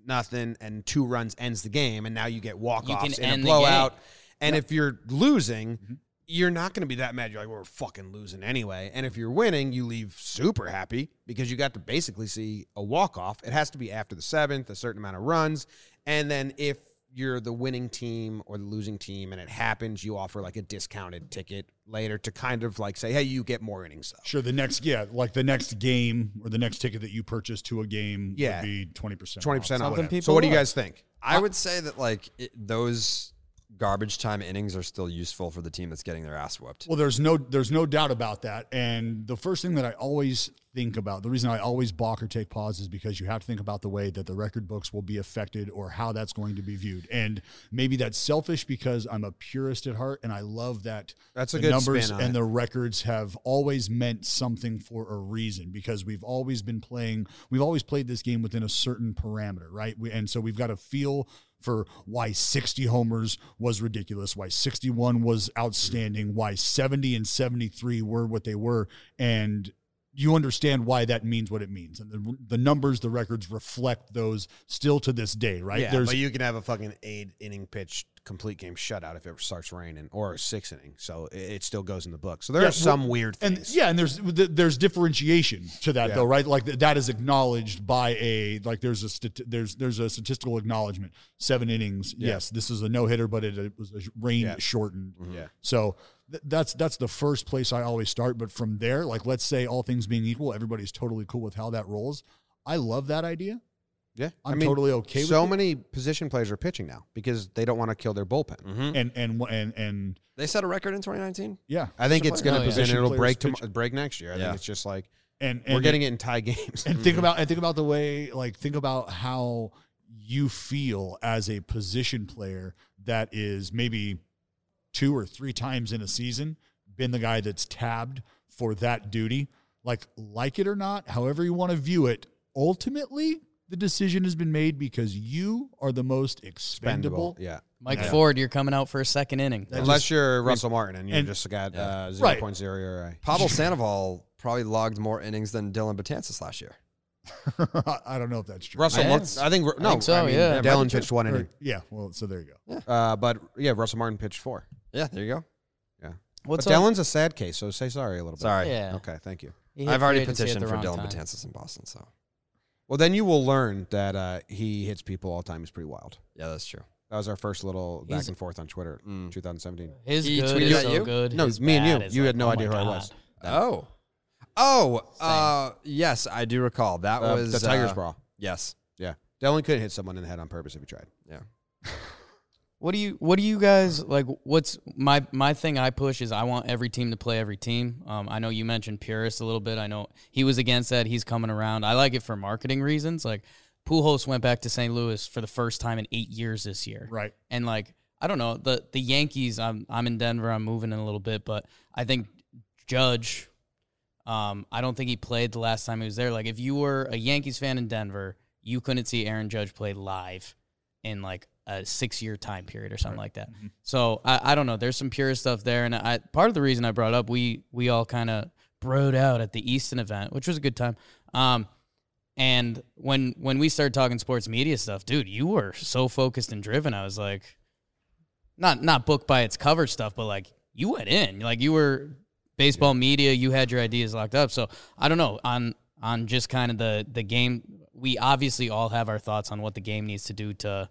Speaker 1: nothing and two runs ends the game and now you get walk offs
Speaker 3: can
Speaker 1: in
Speaker 3: end
Speaker 1: a
Speaker 3: the game.
Speaker 1: blowout. And if you're losing, you're not going to be that mad. You're like, we're fucking losing anyway. And if you're winning, you leave super happy because you got to basically see a walk off. It has to be after the seventh, a certain amount of runs. And then if you're the winning team or the losing team and it happens, you offer like a discounted ticket later to kind of like say, hey, you get more innings. Though.
Speaker 2: Sure, the next yeah, like the next game or the next ticket that you purchase to a game
Speaker 1: Yeah.
Speaker 2: would be twenty percent.
Speaker 1: 20% off.
Speaker 3: Something
Speaker 1: So,
Speaker 3: people
Speaker 1: what do you
Speaker 3: love.
Speaker 1: guys think?
Speaker 4: I would say that like it, those garbage time innings are still useful for the team that's getting their ass whooped.
Speaker 2: Well, there's no there's no doubt about that. And the first thing that I always think about, the reason I always balk or take pause is because you have to think about the way that the record books will be affected or how that's going to be viewed. And maybe that's selfish because I'm a purist at heart and I love that
Speaker 1: That's a
Speaker 2: the
Speaker 1: good
Speaker 2: numbers
Speaker 1: spin on
Speaker 2: and
Speaker 1: it.
Speaker 2: the records have always meant something for a reason because we've always been playing we've always played this game within a certain parameter, right? We, and so we've got to feel for why 60 homers was ridiculous, why 61 was
Speaker 1: Mm-hmm.
Speaker 2: outstanding, why 70 and 73 were what they were. And you understand why that means what it means. And the, the numbers, the records reflect those still to this day, right?
Speaker 1: Yeah, but you can have a fucking eight inning pitch complete game shutout if it starts raining, or a six inning. So it, it still goes in the book. So there
Speaker 2: Yeah,
Speaker 1: are some weird
Speaker 2: and
Speaker 1: things.
Speaker 2: yeah, and there's th- there's differentiation to that
Speaker 1: Yeah.
Speaker 2: though, right? Like th- that is acknowledged by a like there's a stat- there's there's a statistical acknowledgement. Seven innings,
Speaker 1: Yeah.
Speaker 2: yes, this is a no hitter, but it, it was a sh- rain
Speaker 1: Yeah. Mm.
Speaker 2: shortened.
Speaker 1: Yeah.
Speaker 2: So th- that's that's the first place I always start. But from there, like let's say all things being equal, everybody's totally cool with how that rolls. I love that idea.
Speaker 1: Yeah.
Speaker 2: I'm totally okay with
Speaker 1: So
Speaker 2: it.
Speaker 1: many position players are pitching now because they don't want to kill their bullpen.
Speaker 4: Mm. Mm-hmm.
Speaker 2: And and and and
Speaker 4: They set a record in 2019.
Speaker 2: yeah,
Speaker 1: I think it's going to
Speaker 3: player. Oh, yeah.
Speaker 1: position.
Speaker 2: Position
Speaker 1: It'll
Speaker 2: players
Speaker 1: break to,
Speaker 2: pitch-
Speaker 1: break next year. I
Speaker 4: Yeah.
Speaker 1: think it's just like
Speaker 2: and, and
Speaker 1: we're getting it in tie games.
Speaker 2: and think about and think about the way like think about how you feel as a position player that is maybe two or three times in a season been the guy that's tabbed for that duty. Like, like it or not, however you want to view it, ultimately the decision has been made because you are the most expendable.
Speaker 1: Yeah.
Speaker 3: Mike
Speaker 2: Yeah.
Speaker 3: Ford, you're coming out for a second inning.
Speaker 2: That
Speaker 1: Unless
Speaker 2: just-
Speaker 1: you're Russell Martin and you
Speaker 2: and-
Speaker 1: just got uh,
Speaker 2: Right.
Speaker 1: 0.0 ERA.
Speaker 4: Pablo Sandoval probably logged more innings than Dylan Betances last year.
Speaker 2: I don't know if that's true.
Speaker 1: Russell,
Speaker 3: Yeah.
Speaker 1: looked- I think no,
Speaker 3: think so,
Speaker 1: I mean,
Speaker 3: yeah. Yeah,
Speaker 1: Dallin pitched one
Speaker 2: Or-
Speaker 1: inning,
Speaker 2: yeah, well, so there you go.
Speaker 1: uh, but yeah, Russell Martin pitched four.
Speaker 4: Yeah, there you go.
Speaker 3: What's
Speaker 1: but
Speaker 3: up?
Speaker 1: Dylan's a sad case, so say sorry a little bit.
Speaker 4: Sorry.
Speaker 3: Yeah.
Speaker 1: Okay, thank you.
Speaker 3: He hit
Speaker 4: I've
Speaker 3: free
Speaker 4: already
Speaker 3: agency at
Speaker 4: petitioned
Speaker 3: the
Speaker 4: for
Speaker 3: wrong
Speaker 4: Dylan
Speaker 3: time.
Speaker 4: Betances in Boston, so
Speaker 1: Well, then you will learn that uh, he hits people all the time. He's pretty wild.
Speaker 4: yeah, that's true.
Speaker 1: That was our first little back
Speaker 3: He's-
Speaker 1: and forth on Twitter, in
Speaker 4: Mm.
Speaker 1: 2017.
Speaker 3: His
Speaker 4: He
Speaker 3: good
Speaker 4: tweeted
Speaker 3: is
Speaker 4: at
Speaker 3: so
Speaker 4: you?
Speaker 3: good.
Speaker 1: No,
Speaker 3: his
Speaker 1: me and
Speaker 3: bad
Speaker 1: you.
Speaker 3: is
Speaker 1: You had no
Speaker 3: oh
Speaker 1: idea
Speaker 3: my
Speaker 1: who I
Speaker 3: God.
Speaker 1: was.
Speaker 4: Oh. Oh, uh, yes, I do recall. That
Speaker 1: Uh,
Speaker 4: was
Speaker 1: the Tigers
Speaker 4: uh,
Speaker 1: brawl.
Speaker 4: Yes.
Speaker 1: Yeah, Dylan could hit someone in the head on purpose if he tried.
Speaker 3: What do you What do you guys like? What's my my thing? I push is I want every team to play every team. Um, I know you mentioned Purist a little bit. I know he was against that. He's coming around. I like it for marketing reasons. Like Pujols went back to St. Louis for the first time in eight years this year.
Speaker 2: Right.
Speaker 3: and like I don't know the the Yankees. I'm I'm in Denver. I'm moving in a little bit, but I think Judge. Um, I don't think he played the last time he was there. Like if you were a Yankees fan in Denver, you couldn't see Aaron Judge play live in like a six year time period or something like that.
Speaker 2: Mhm.
Speaker 3: So I, I don't know. There's some pure stuff there, and I part of the reason I brought up we we all kind of broed out at the Easton event, which was a good time. Um, and when when we started talking sports media stuff, dude, you were so focused and driven. I was like, not not book by its cover stuff, but like you went in, like you were baseball media. You had your ideas locked up. So I don't know on on just kind of the the game. We obviously all have our thoughts on what the game needs to do to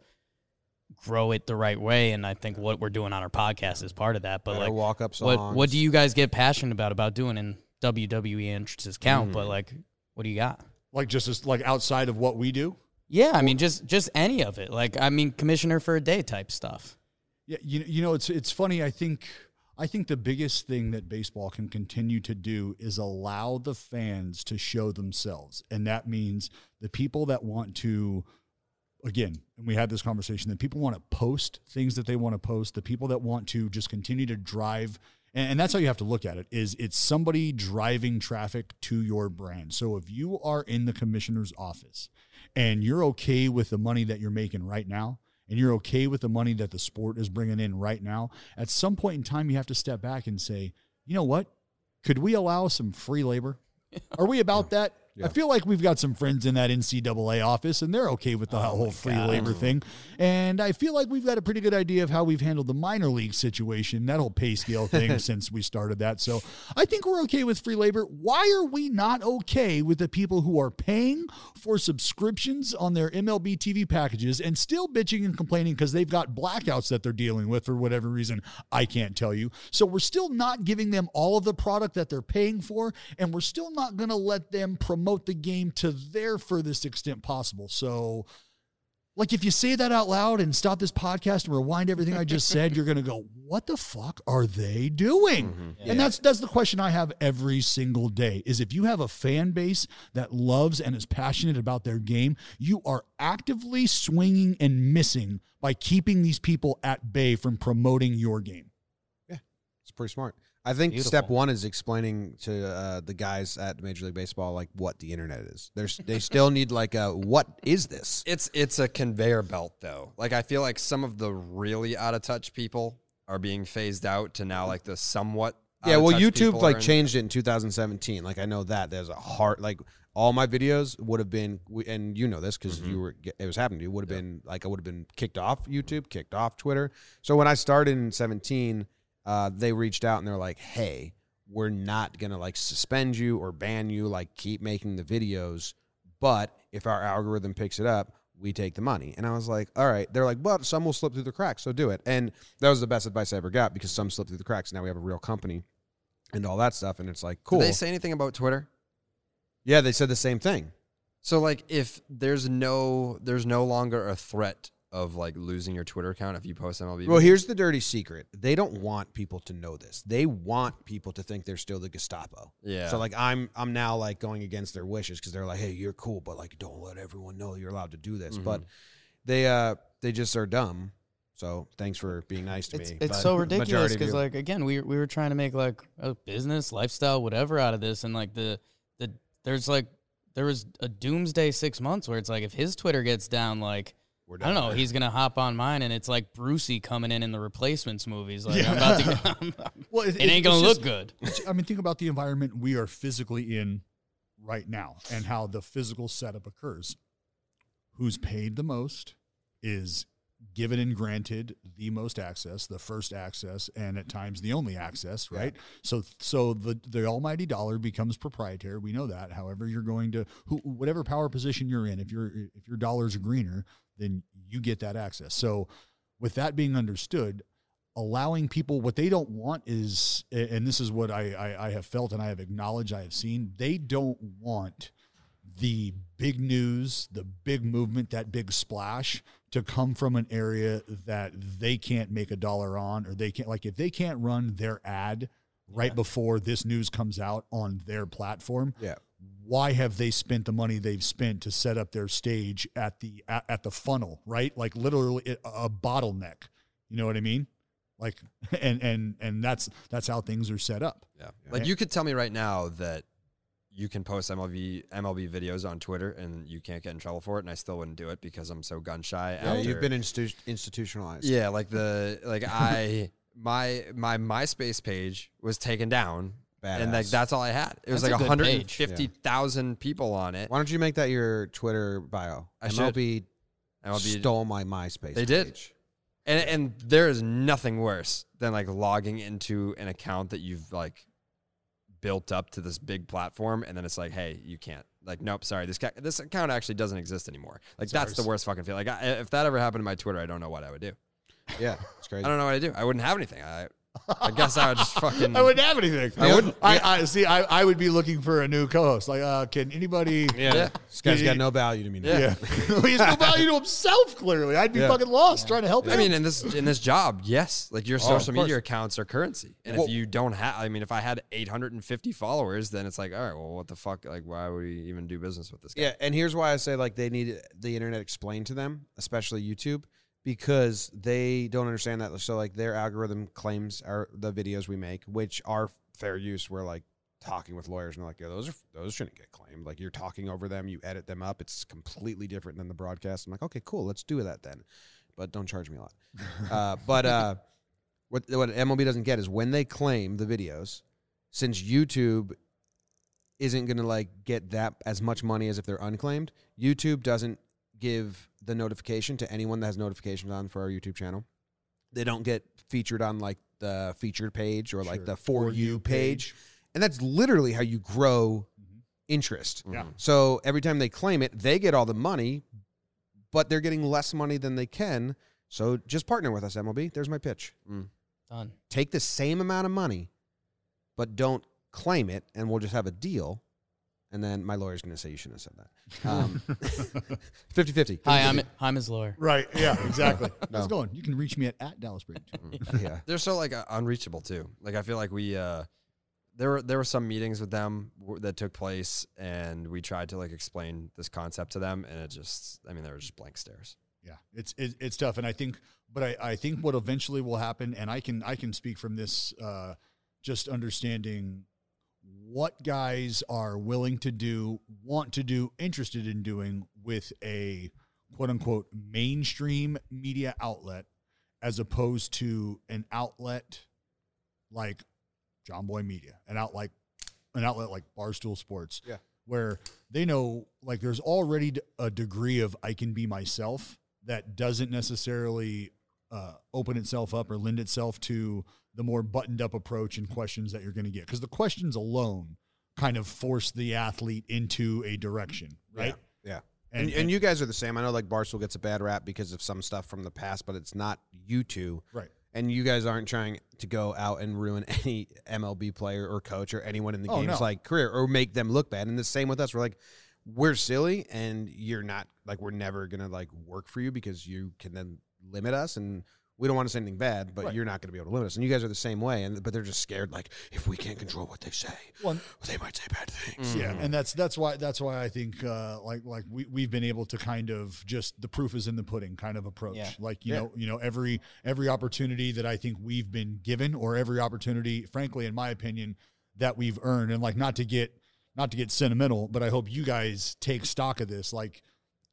Speaker 3: grow it the right way, and I think what we're doing on our podcast is part of that. But like,
Speaker 1: walk up songs.
Speaker 3: what what do you guys get passionate about about doing? And WWE entrances count, E but like, what do you got?
Speaker 2: Like just as, like outside of what we do.
Speaker 3: Yeah, I mean, just just any of it. Like, I mean, commissioner for a day type stuff.
Speaker 2: Yeah, you you know it's it's funny. I think I think the biggest thing that baseball can continue to do is allow the fans to show themselves, and that means the people that want to. Again, and we had this conversation that people want to post things that they want to post. The people that want to just continue to drive, and, and that's how you have to look at it: is it's somebody driving traffic to your brand. So if you are in the commissioner's office and you're okay with the money that you're making right now, and you're okay with the money that the sport is bringing in right now, at some point in time, you have to step back and say, you know what? Could we allow some free labor? Are we about that? I feel like we've got some friends in that NCAA office and they're okay with the whole free labor thing. And I feel like we've got a pretty good idea of how we've handled the minor league situation, that whole pay scale thing since we started that. So I think we're okay with free labor. Why are we not okay with the people who are paying for subscriptions on their MLB TV packages and still bitching and complaining because they've got blackouts that they're dealing with for whatever reason? I can't tell you. So we're still not giving them all of the product that they're paying for, and we're still not going to let them promote the game to their furthest extent possible. So. Like if you say that out loud and stop this podcast and rewind everything I just said, you're gonna go, "What the fuck are they doing?"
Speaker 3: Mm-hmm. Yeah.
Speaker 2: And that's that's the question I have every single day: is if you have a fan base that loves and is passionate about their game, you are actively swinging and missing by keeping these people at bay from promoting your game.
Speaker 1: It's pretty smart. I think step
Speaker 3: Beautiful.
Speaker 1: one is explaining to uh, the guys at Major League Baseball like what the internet is. There's they still need like a what is this?
Speaker 4: It's it's a conveyor belt though. Like I feel like some of the really out of touch people are being phased out to now like the somewhat
Speaker 1: Yeah, well,
Speaker 4: out-of-touch
Speaker 1: YouTube
Speaker 4: people are
Speaker 1: like
Speaker 4: in-
Speaker 1: changed it in 2017. Like I know that there's a hard like all my videos would have been we- and you know this because you
Speaker 4: Mm-hmm.
Speaker 1: were it was happening to you would have been like I would have been kicked off YouTube, kicked off Twitter. So when I started in 17, uh, they reached out and they're like, "Hey, we're not gonna like suspend you or ban you. Like keep making the videos, but if our algorithm picks it up." We take the money. And I was like, all right. They're like, but some will slip through the cracks, so do it. And that was the best advice I ever got because some slipped through the cracks. Now we have a real company and all that stuff. And it's like, cool.
Speaker 4: Did they say anything about Twitter?
Speaker 1: yeah, they said the same thing.
Speaker 4: So like if there's no there's no longer a threat of like losing your Twitter account if you post MLB.
Speaker 1: Well, here's the dirty secret they don't want people to know this, they want people to think they're still the Gestapo.
Speaker 4: yeah.
Speaker 1: So like I'm I'm now
Speaker 4: Mm-hmm.
Speaker 1: like going against their wishes because they're like, hey, you're cool, but like don't let everyone know you're allowed to do this. But They uh they just are dumb. So thanks for being nice to
Speaker 3: It's,
Speaker 1: me.
Speaker 3: it's
Speaker 1: but
Speaker 3: so
Speaker 1: majority
Speaker 3: ridiculous
Speaker 1: of
Speaker 3: because
Speaker 1: you-
Speaker 3: like again we we were trying to make like a business lifestyle whatever out of this and like the the there's like there was a doomsday six months where it's like if his Twitter gets down like
Speaker 1: we're
Speaker 3: I don't
Speaker 1: done
Speaker 3: know
Speaker 1: there.
Speaker 3: he's gonna hop on mine and it's like Brucey coming in in the replacements movies like I'm about to get,
Speaker 2: Well,
Speaker 3: it ain't gonna look good
Speaker 2: good. I mean, think about the environment we are physically in right now and how the physical setup occurs. Who's paid the most is given and granted the most access, the first access, and at times the only access, right? So so the the almighty dollar becomes proprietary. We know that. However, you're going to who, whatever power position you're in, if your if your dollars are greener, then you get that access. So with that being understood, allowing people what they don't want is and this is what I, I, I have felt and I have acknowledged, I have seen, they don't want the big news, the big movement, that big splash to come from an area that they can't make a dollar on or they can't like if they can't run their ad right
Speaker 3: Yeah.
Speaker 2: before this news comes out on their platform
Speaker 1: Yeah.
Speaker 2: why have they spent the money they've spent to set up their stage at the at, at the funnel right like literally a, a bottleneck you know what i mean like and and and that's that's how things are set up
Speaker 4: Yeah. Like you could tell me right now that you can post MLB MLB videos on Twitter and you can't get in trouble for it, and I still wouldn't do it because I'm so gun shy.
Speaker 1: Yeah,
Speaker 4: after-
Speaker 1: you've been institu- institutionalized.
Speaker 4: Yeah, like the like I my my MySpace page was taken down, and like
Speaker 1: Badass.
Speaker 4: that's all I had. It was
Speaker 3: That's a
Speaker 4: like
Speaker 3: good page.
Speaker 4: 150,000 people on it.
Speaker 1: Why don't you make that your Twitter bio?
Speaker 4: I should.
Speaker 1: MLB
Speaker 4: MLB
Speaker 1: stole my MySpace.
Speaker 4: They did.
Speaker 1: page.
Speaker 4: and and there is nothing worse than like logging into an account that you've like built up to this big platform and then it's like hey you can't like nope sorry this ca- this account actually doesn't exist anymore like that's the worst fucking feeling like I, if that ever happened to my twitter i don't know what i would do
Speaker 1: Yeah, it's
Speaker 4: i
Speaker 1: crazy.
Speaker 4: don't know what i do i wouldn't have anything i i guess i would just fucking
Speaker 2: i wouldn't have anything
Speaker 4: I wouldn't.
Speaker 2: i, I see I, I would be looking for a new co-host like uh can anybody
Speaker 4: yeah,
Speaker 1: This guy's got no value to me. Now.
Speaker 2: yeah he's no value to himself clearly i'd be
Speaker 1: Yeah.
Speaker 2: fucking lost trying to help him
Speaker 4: I mean, in this in this job, yes, like your
Speaker 1: Oh, of
Speaker 4: social media accounts are currency, and
Speaker 1: Well-
Speaker 4: if you don't have, I mean, if I had 850 followers, then it's like, all right, well, what the fuck? Like, why would we even do business with this guy?
Speaker 1: Yeah, and here's why I say like they need the internet explained to them, especially YouTube, because they don't understand that. So like their algorithm claims are the videos we make, which are fair use. We're like talking with lawyers and they're like, yeah, those are those shouldn't get claimed. Like you're talking over them, you edit them up. It's completely different than the broadcast. I'm like, okay, cool, let's do that then, but don't charge me a lot. Uh, but uh, what what MLB doesn't get is when they claim the videos, since YouTube isn't going to like get that as much money as if they're unclaimed. YouTube doesn't give the notification to anyone that has notifications on for our YouTube channel. They don't get featured on like the featured page or like
Speaker 2: Sure.
Speaker 1: the for,
Speaker 2: For
Speaker 1: you
Speaker 2: You
Speaker 1: page.
Speaker 2: page.
Speaker 1: And that's literally how you grow
Speaker 2: Mhm.
Speaker 1: interest.
Speaker 2: Yeah.
Speaker 1: So every time they claim it, they get all the money, but they're getting less money than they can. So just partner with us, MLB. There's my pitch.
Speaker 3: done
Speaker 1: Take the same amount of money, but don't claim it, and we'll just have a deal. And then my lawyer's going to say you shouldn't have said that. Um, 50 50.
Speaker 3: hi I'm I'm his lawyer
Speaker 2: right yeah exactly
Speaker 1: No.
Speaker 2: how's it going you can reach me at, at dallas bridge
Speaker 1: Yeah.
Speaker 4: Mm-hmm. They're so like uh, unreachable too. Like I feel like we uh, there were there were some meetings with them w- that took place, and we tried to like explain this concept to them, and it just, I mean, they were just blank stares.
Speaker 2: yeah it's it, it's tough and i think but I, I think what eventually will happen and i can i can speak from this uh just understanding what guys are willing to do want to do interested in doing with a quote unquote mainstream media outlet as opposed to an outlet like john boy media an outlet like an outlet like barstool sports
Speaker 1: Yeah.
Speaker 2: where they know like there's already d- a degree of I can be myself that doesn't necessarily uh, open itself up or lend itself to the more buttoned up approach and questions that you're going to get because the questions alone kind of force the athlete into a direction, right?
Speaker 1: Yeah.
Speaker 2: And,
Speaker 1: And, and you guys are the same. I know like Barstool gets a bad rap because of some stuff from the past, but it's not you two.
Speaker 2: right,
Speaker 1: And you guys aren't trying to go out and ruin any MLB player or coach or anyone in the
Speaker 2: Oh,
Speaker 1: game's
Speaker 2: no.
Speaker 1: like career or make them look bad. And the same with us. We're like, we're silly and you're not like we're never gonna like work for you because you can then limit us and we don't want to say anything bad, but
Speaker 2: Right.
Speaker 1: you're not going to be able to limit us. And you guys are the same way. And but they're just scared. Like if we can't control what they say,
Speaker 2: One,
Speaker 1: they might say bad things.
Speaker 2: yeah,
Speaker 4: Mhm.
Speaker 2: and that's that's why that's why I think uh, like like we we've been able to kind of just the proof is in the pudding kind of approach.
Speaker 3: Yeah.
Speaker 2: Like you
Speaker 1: Yeah.
Speaker 2: know you know every every opportunity that I think we've been given, or every opportunity, frankly, in my opinion, that we've earned, and like not to get not to get sentimental, but I hope you guys take stock of this. Like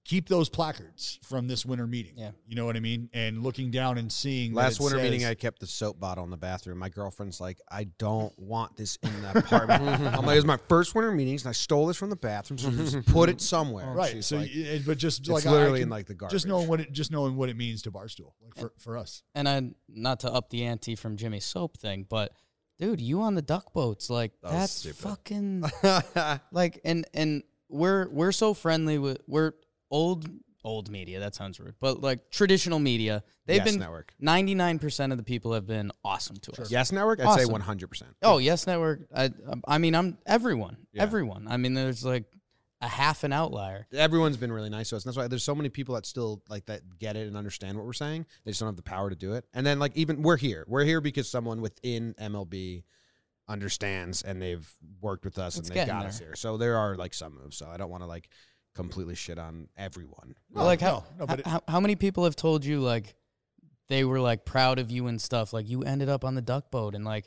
Speaker 2: keep those placards from this winter meeting.
Speaker 3: Yeah.
Speaker 2: you know what I mean. And looking down and seeing that
Speaker 1: Last
Speaker 2: it
Speaker 1: winter
Speaker 2: says-
Speaker 1: meeting, I kept the soap bottle in the bathroom. My girlfriend's like, I don't want this in the apartment. I'm like, it was my first winter meetings, and I stole this from the bathroom, so just put it somewhere.
Speaker 2: right.
Speaker 1: She's
Speaker 2: So,
Speaker 1: like,
Speaker 2: y- but just
Speaker 1: it's
Speaker 2: like I- I
Speaker 1: literally in
Speaker 2: can-
Speaker 1: like the garbage.
Speaker 2: just knowing what it just knowing what it means to Barstool, like for, for us.
Speaker 3: and I not to up the ante from Jimmy Soap thing, but dude, you on the duck boats like
Speaker 1: That was
Speaker 3: that's
Speaker 1: stupid.
Speaker 3: fucking
Speaker 1: what.
Speaker 3: like and and we're we're so friendly with we're old old media that sounds rude, but like traditional media they've
Speaker 1: yes
Speaker 3: been
Speaker 1: network.
Speaker 3: ninety nine percent of the people have been awesome to us.
Speaker 1: Yes network. I'd say
Speaker 3: Awesome.
Speaker 1: 100. percent
Speaker 3: Oh yes, network. I I mean I'm everyone
Speaker 1: Yeah.
Speaker 3: everyone. I mean there's like a half an outlier.
Speaker 1: Everyone's been really nice to us, and that's why there's so many people that still like that get it and understand what we're saying. They just don't have the power to do it. And then like even we're here. We're here because someone within MLB understands and they've worked with us
Speaker 3: It's
Speaker 1: and they got
Speaker 3: getting
Speaker 1: us
Speaker 3: there.
Speaker 1: here. So there are like some moves. So I don't want to like completely shit on everyone.
Speaker 2: No,
Speaker 3: like how,
Speaker 2: no, no, but
Speaker 3: h-
Speaker 2: it-
Speaker 3: how how many people have told you like they were like proud of you and stuff like you ended up on the duck boat and like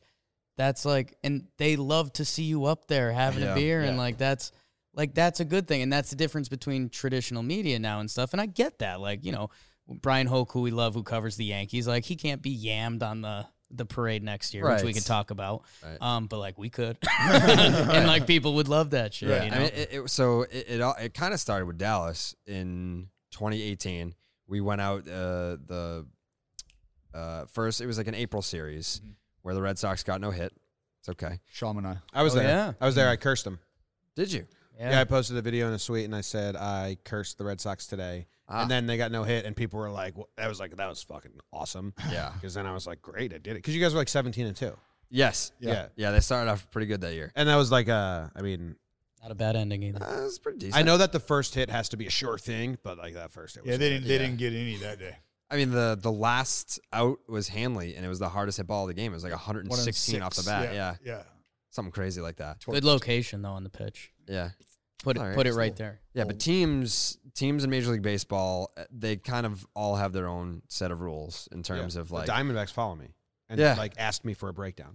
Speaker 3: that's like and they love to see you up there having
Speaker 4: Yeah,
Speaker 3: a beer and
Speaker 4: yeah.
Speaker 3: like that's like that's a good thing and that's the difference between traditional media now and stuff and I get that like you know Brian Hoke who we love who covers the Yankees like he can't be yammed on the the parade next year which we
Speaker 4: Right.
Speaker 3: could talk about
Speaker 4: Right.
Speaker 3: um but like we could and like people would love that shit
Speaker 2: Right.
Speaker 3: you know
Speaker 4: I mean, it, it, so it it, all- it kind of started with Dallas in 2018. We went out uh, the uh, first. It was like an April series where the Red Sox got no hit. It's okay.
Speaker 2: Shaman and I.
Speaker 1: I was
Speaker 3: Oh,
Speaker 1: there.
Speaker 3: yeah.
Speaker 1: I was there. I cursed them.
Speaker 4: Did you?
Speaker 1: Yeah. I posted a video in a suite and I said I cursed the Red Sox today,
Speaker 4: Ah.
Speaker 1: and then they got no hit, and people were like, "That was like that was fucking awesome."
Speaker 4: Yeah.
Speaker 1: Because then I was like, "Great, I did it." Because you guys were like 17 and two.
Speaker 4: Yes.
Speaker 2: Yeah.
Speaker 1: yeah.
Speaker 4: Yeah, they started off pretty good that year.
Speaker 1: And that was like, uh, I mean,
Speaker 3: not a bad ending either
Speaker 4: Uh, it was pretty decent.
Speaker 1: I know that the first hit has to be a sure thing, but like that first hit was
Speaker 2: Yeah, they didn't. They
Speaker 4: Yeah.
Speaker 2: didn't get any that day.
Speaker 4: I mean, the the last out was Hanley, and it was the hardest hit ball of the game. It was like 116 off the
Speaker 2: 106,
Speaker 4: bat. Yeah.
Speaker 2: yeah.
Speaker 4: something crazy like that.
Speaker 2: Twer-
Speaker 3: Good location though on the pitch.
Speaker 4: Yeah,
Speaker 3: Put it
Speaker 4: All right.
Speaker 3: put it right there.
Speaker 4: yeah. But teams teams in Major League Baseball, uh, they kind of all have their own set of rules in terms of
Speaker 1: The
Speaker 4: like.
Speaker 1: Diamondbacks follow me and
Speaker 4: Yeah.
Speaker 1: like asked me for a breakdown.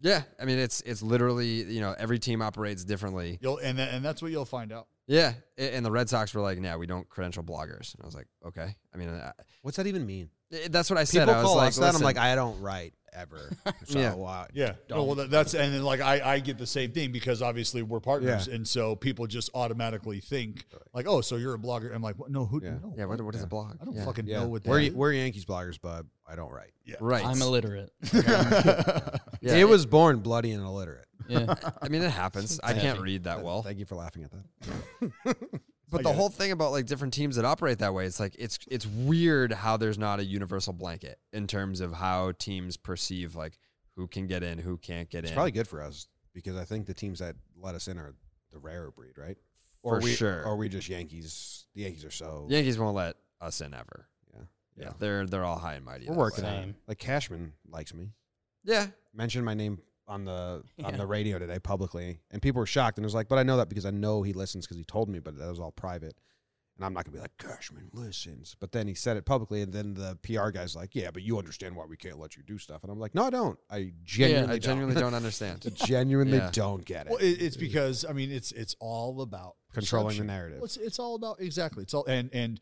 Speaker 4: yeah, I mean, it's it's literally you know every team operates differently.
Speaker 2: You'll and that, and that's what you'll find out.
Speaker 4: Yeah, a- and the Red Sox were like, "Yeah, we don't credential bloggers." And I was like, "Okay." I mean, uh, I,
Speaker 1: What's that even mean?
Speaker 4: I- that's what I said.
Speaker 1: People
Speaker 4: I was
Speaker 1: call
Speaker 4: like,
Speaker 1: us that. I'm
Speaker 4: "Listen,
Speaker 1: like, I don't write ever. So
Speaker 4: Yeah.
Speaker 1: uh,
Speaker 2: Yeah. No, well, that- that's and then like I I get the same thing because obviously we're partners,
Speaker 1: Yeah.
Speaker 2: and so people just automatically think like, oh, so you're a blogger. I'm like, what? No, who?
Speaker 1: Yeah.
Speaker 2: No,
Speaker 4: yeah, what, what is a blog?
Speaker 2: I don't
Speaker 4: Yeah.
Speaker 2: fucking
Speaker 1: yeah.
Speaker 2: know what
Speaker 1: we're,
Speaker 2: that.
Speaker 1: we're Yankees bloggers, but I don't write.
Speaker 4: right.
Speaker 3: I'm illiterate.
Speaker 4: Yeah.
Speaker 1: It was born bloody and illiterate.
Speaker 3: Yeah.
Speaker 4: I mean, it happens. I can't
Speaker 3: Sometimes.
Speaker 4: read that well.
Speaker 1: Thank you for laughing at that.
Speaker 4: But
Speaker 2: I
Speaker 4: the
Speaker 2: get it.
Speaker 4: whole thing about like different teams that operate that way, it's like it's it's weird how there's not a universal blanket in terms of how teams perceive like who can get in, who can't get
Speaker 1: It's
Speaker 4: in.
Speaker 1: probably good for us because I think the teams that let us in are the rarer breed, right? Or
Speaker 4: For
Speaker 1: we,
Speaker 4: sure.
Speaker 1: Or we just Yankees. The Yankees are so.
Speaker 4: Yankees won't let us in ever.
Speaker 1: Yeah.
Speaker 4: Yeah.
Speaker 1: Yeah.
Speaker 4: They're they're all high and mighty.
Speaker 1: We're
Speaker 4: that
Speaker 1: working
Speaker 4: way.
Speaker 1: on it.
Speaker 3: Same.
Speaker 1: Like Cashman likes me.
Speaker 4: Yeah.
Speaker 1: mentioned my name on the on
Speaker 3: Yeah.
Speaker 1: the radio today publicly, and people were shocked. And it was like, but I know that because I know he listens because he told me, but that was all private. And I'm not gonna be like Cashman listens, but then he said it publicly, and then the PR guy's like, "Yeah, but you understand why we can't let you do stuff." And I'm like, "No, I don't. I genuinely,
Speaker 4: I genuinely
Speaker 1: don't.
Speaker 4: don't understand.
Speaker 1: I genuinely
Speaker 4: Yeah.
Speaker 1: don't get it. Uh,
Speaker 2: Well, it, it's because I mean, it's it's all about
Speaker 1: Controlling the
Speaker 2: perception.
Speaker 1: narrative.
Speaker 2: Well, it's, it's all about exactly. It's all and and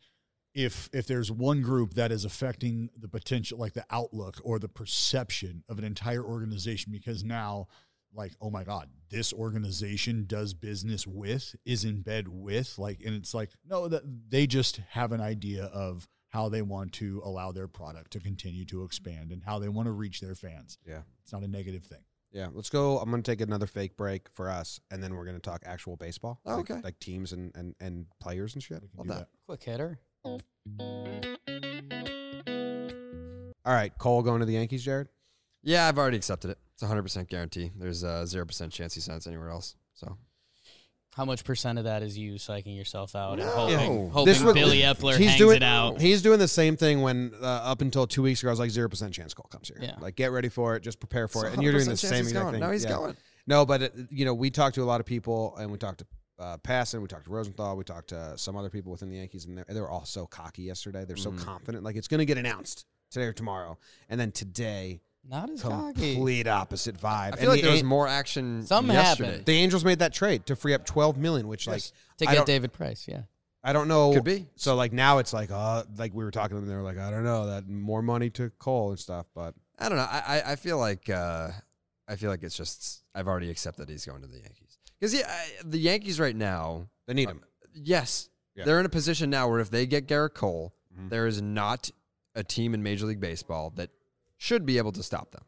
Speaker 2: if if there's one group that is affecting the potential, like the outlook or the perception of an entire organization, because now, like, oh my God, this organization does business with, is in bed with, like, and it's like no, that they just have an idea of how they want to allow their product to continue to expand and how they want to reach their fans.
Speaker 1: Yeah.
Speaker 2: it's not a negative thing.
Speaker 1: yeah, let's go. I'm gonna take another fake break for us, and then we're gonna talk actual baseball,
Speaker 4: Oh,
Speaker 1: like,
Speaker 4: okay.
Speaker 1: like teams and and and players and shit.
Speaker 2: We can
Speaker 4: Love
Speaker 2: do
Speaker 4: that.
Speaker 2: that.
Speaker 3: Quick hitter.
Speaker 1: All right, Cole going to the Yankees, Jared.
Speaker 4: yeah, I've already accepted it. It's 100% guarantee. There's a 0% chance he signs anywhere else. So,
Speaker 3: How much percent of that is you psyching yourself out
Speaker 1: No.
Speaker 3: and hoping,
Speaker 1: This
Speaker 3: hoping
Speaker 1: was-
Speaker 3: Billy Epler hangs
Speaker 1: doing
Speaker 3: it out?
Speaker 1: He's doing the same thing when uh, up until two weeks ago, I was like zero percent chance Cole comes here.
Speaker 3: Yeah.
Speaker 1: Like get ready for it, just prepare for
Speaker 4: It's
Speaker 1: it, and you're doing the
Speaker 4: 100% chance
Speaker 1: same
Speaker 4: he's
Speaker 1: exact
Speaker 4: going.
Speaker 1: thing.
Speaker 4: No, he's
Speaker 1: Yeah.
Speaker 4: going.
Speaker 1: No, but it, you know, we talked to a lot of people, and we talked to uh, Passon, we talked to Rosenthal, we talked to some other people within the Yankees, and they they were all so cocky yesterday. They're so
Speaker 3: Mm-hmm.
Speaker 4: Mhm.
Speaker 1: confident, like it's going to get announced today or tomorrow, and then today,
Speaker 3: Not as cocky.
Speaker 1: complete opposite vibe.
Speaker 4: I
Speaker 1: And
Speaker 4: feel like
Speaker 1: the
Speaker 4: there was
Speaker 1: An-
Speaker 4: more action
Speaker 3: Something
Speaker 4: yesterday.
Speaker 3: happened.
Speaker 1: the Angels made that trade to free up 12 million, which like
Speaker 3: To
Speaker 1: I
Speaker 3: get
Speaker 1: don't-
Speaker 3: David Price, yeah.
Speaker 1: I don't know.
Speaker 4: Could be.
Speaker 1: So like now it's like uh like we were talking to them, they were like I don't know that more money to Cole and stuff, but
Speaker 4: I don't know. I I, I feel like uh, I feel like it's just I've already accepted he's going to the Yankees because yeah, I, the Yankees right now.
Speaker 1: they need him.
Speaker 4: Yes,
Speaker 1: Yeah.
Speaker 4: they're in a position now where if they get Garrett Cole,
Speaker 1: Mhm.
Speaker 4: there is not a team in Major League Baseball that should be able to stop them.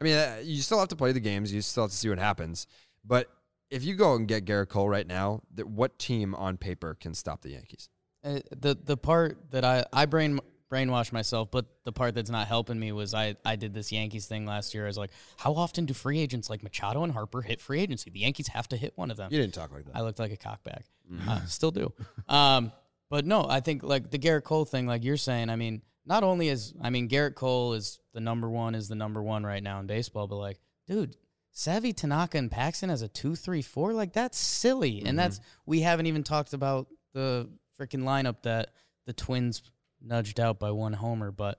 Speaker 4: I mean, uh, you still have to play the games. You still have to see what happens. But if you go and get Garrett Cole right now, that what team on paper can stop the Yankees?
Speaker 3: Uh, the the part that I I brain brainwashed myself, but the part that's not helping me was I I did this Yankees thing last year. I was like, how often do free agents like Machado and Harper hit free agency? The Yankees have to hit one of them.
Speaker 1: You didn't talk like that. Mm.
Speaker 3: I looked like a cockbag. Uh, still do. Um, but no, I think like the Garrett Cole thing, like you're saying. I mean, not only is I mean Garrett Cole is the number one is the number one right now in baseball, but like, dude, Savvy Tanaka and Paxton as a two three four, like that's silly. And that's
Speaker 1: Mm-hmm.
Speaker 3: we haven't even talked about the freaking lineup that the Twins nudged out by one homer, but.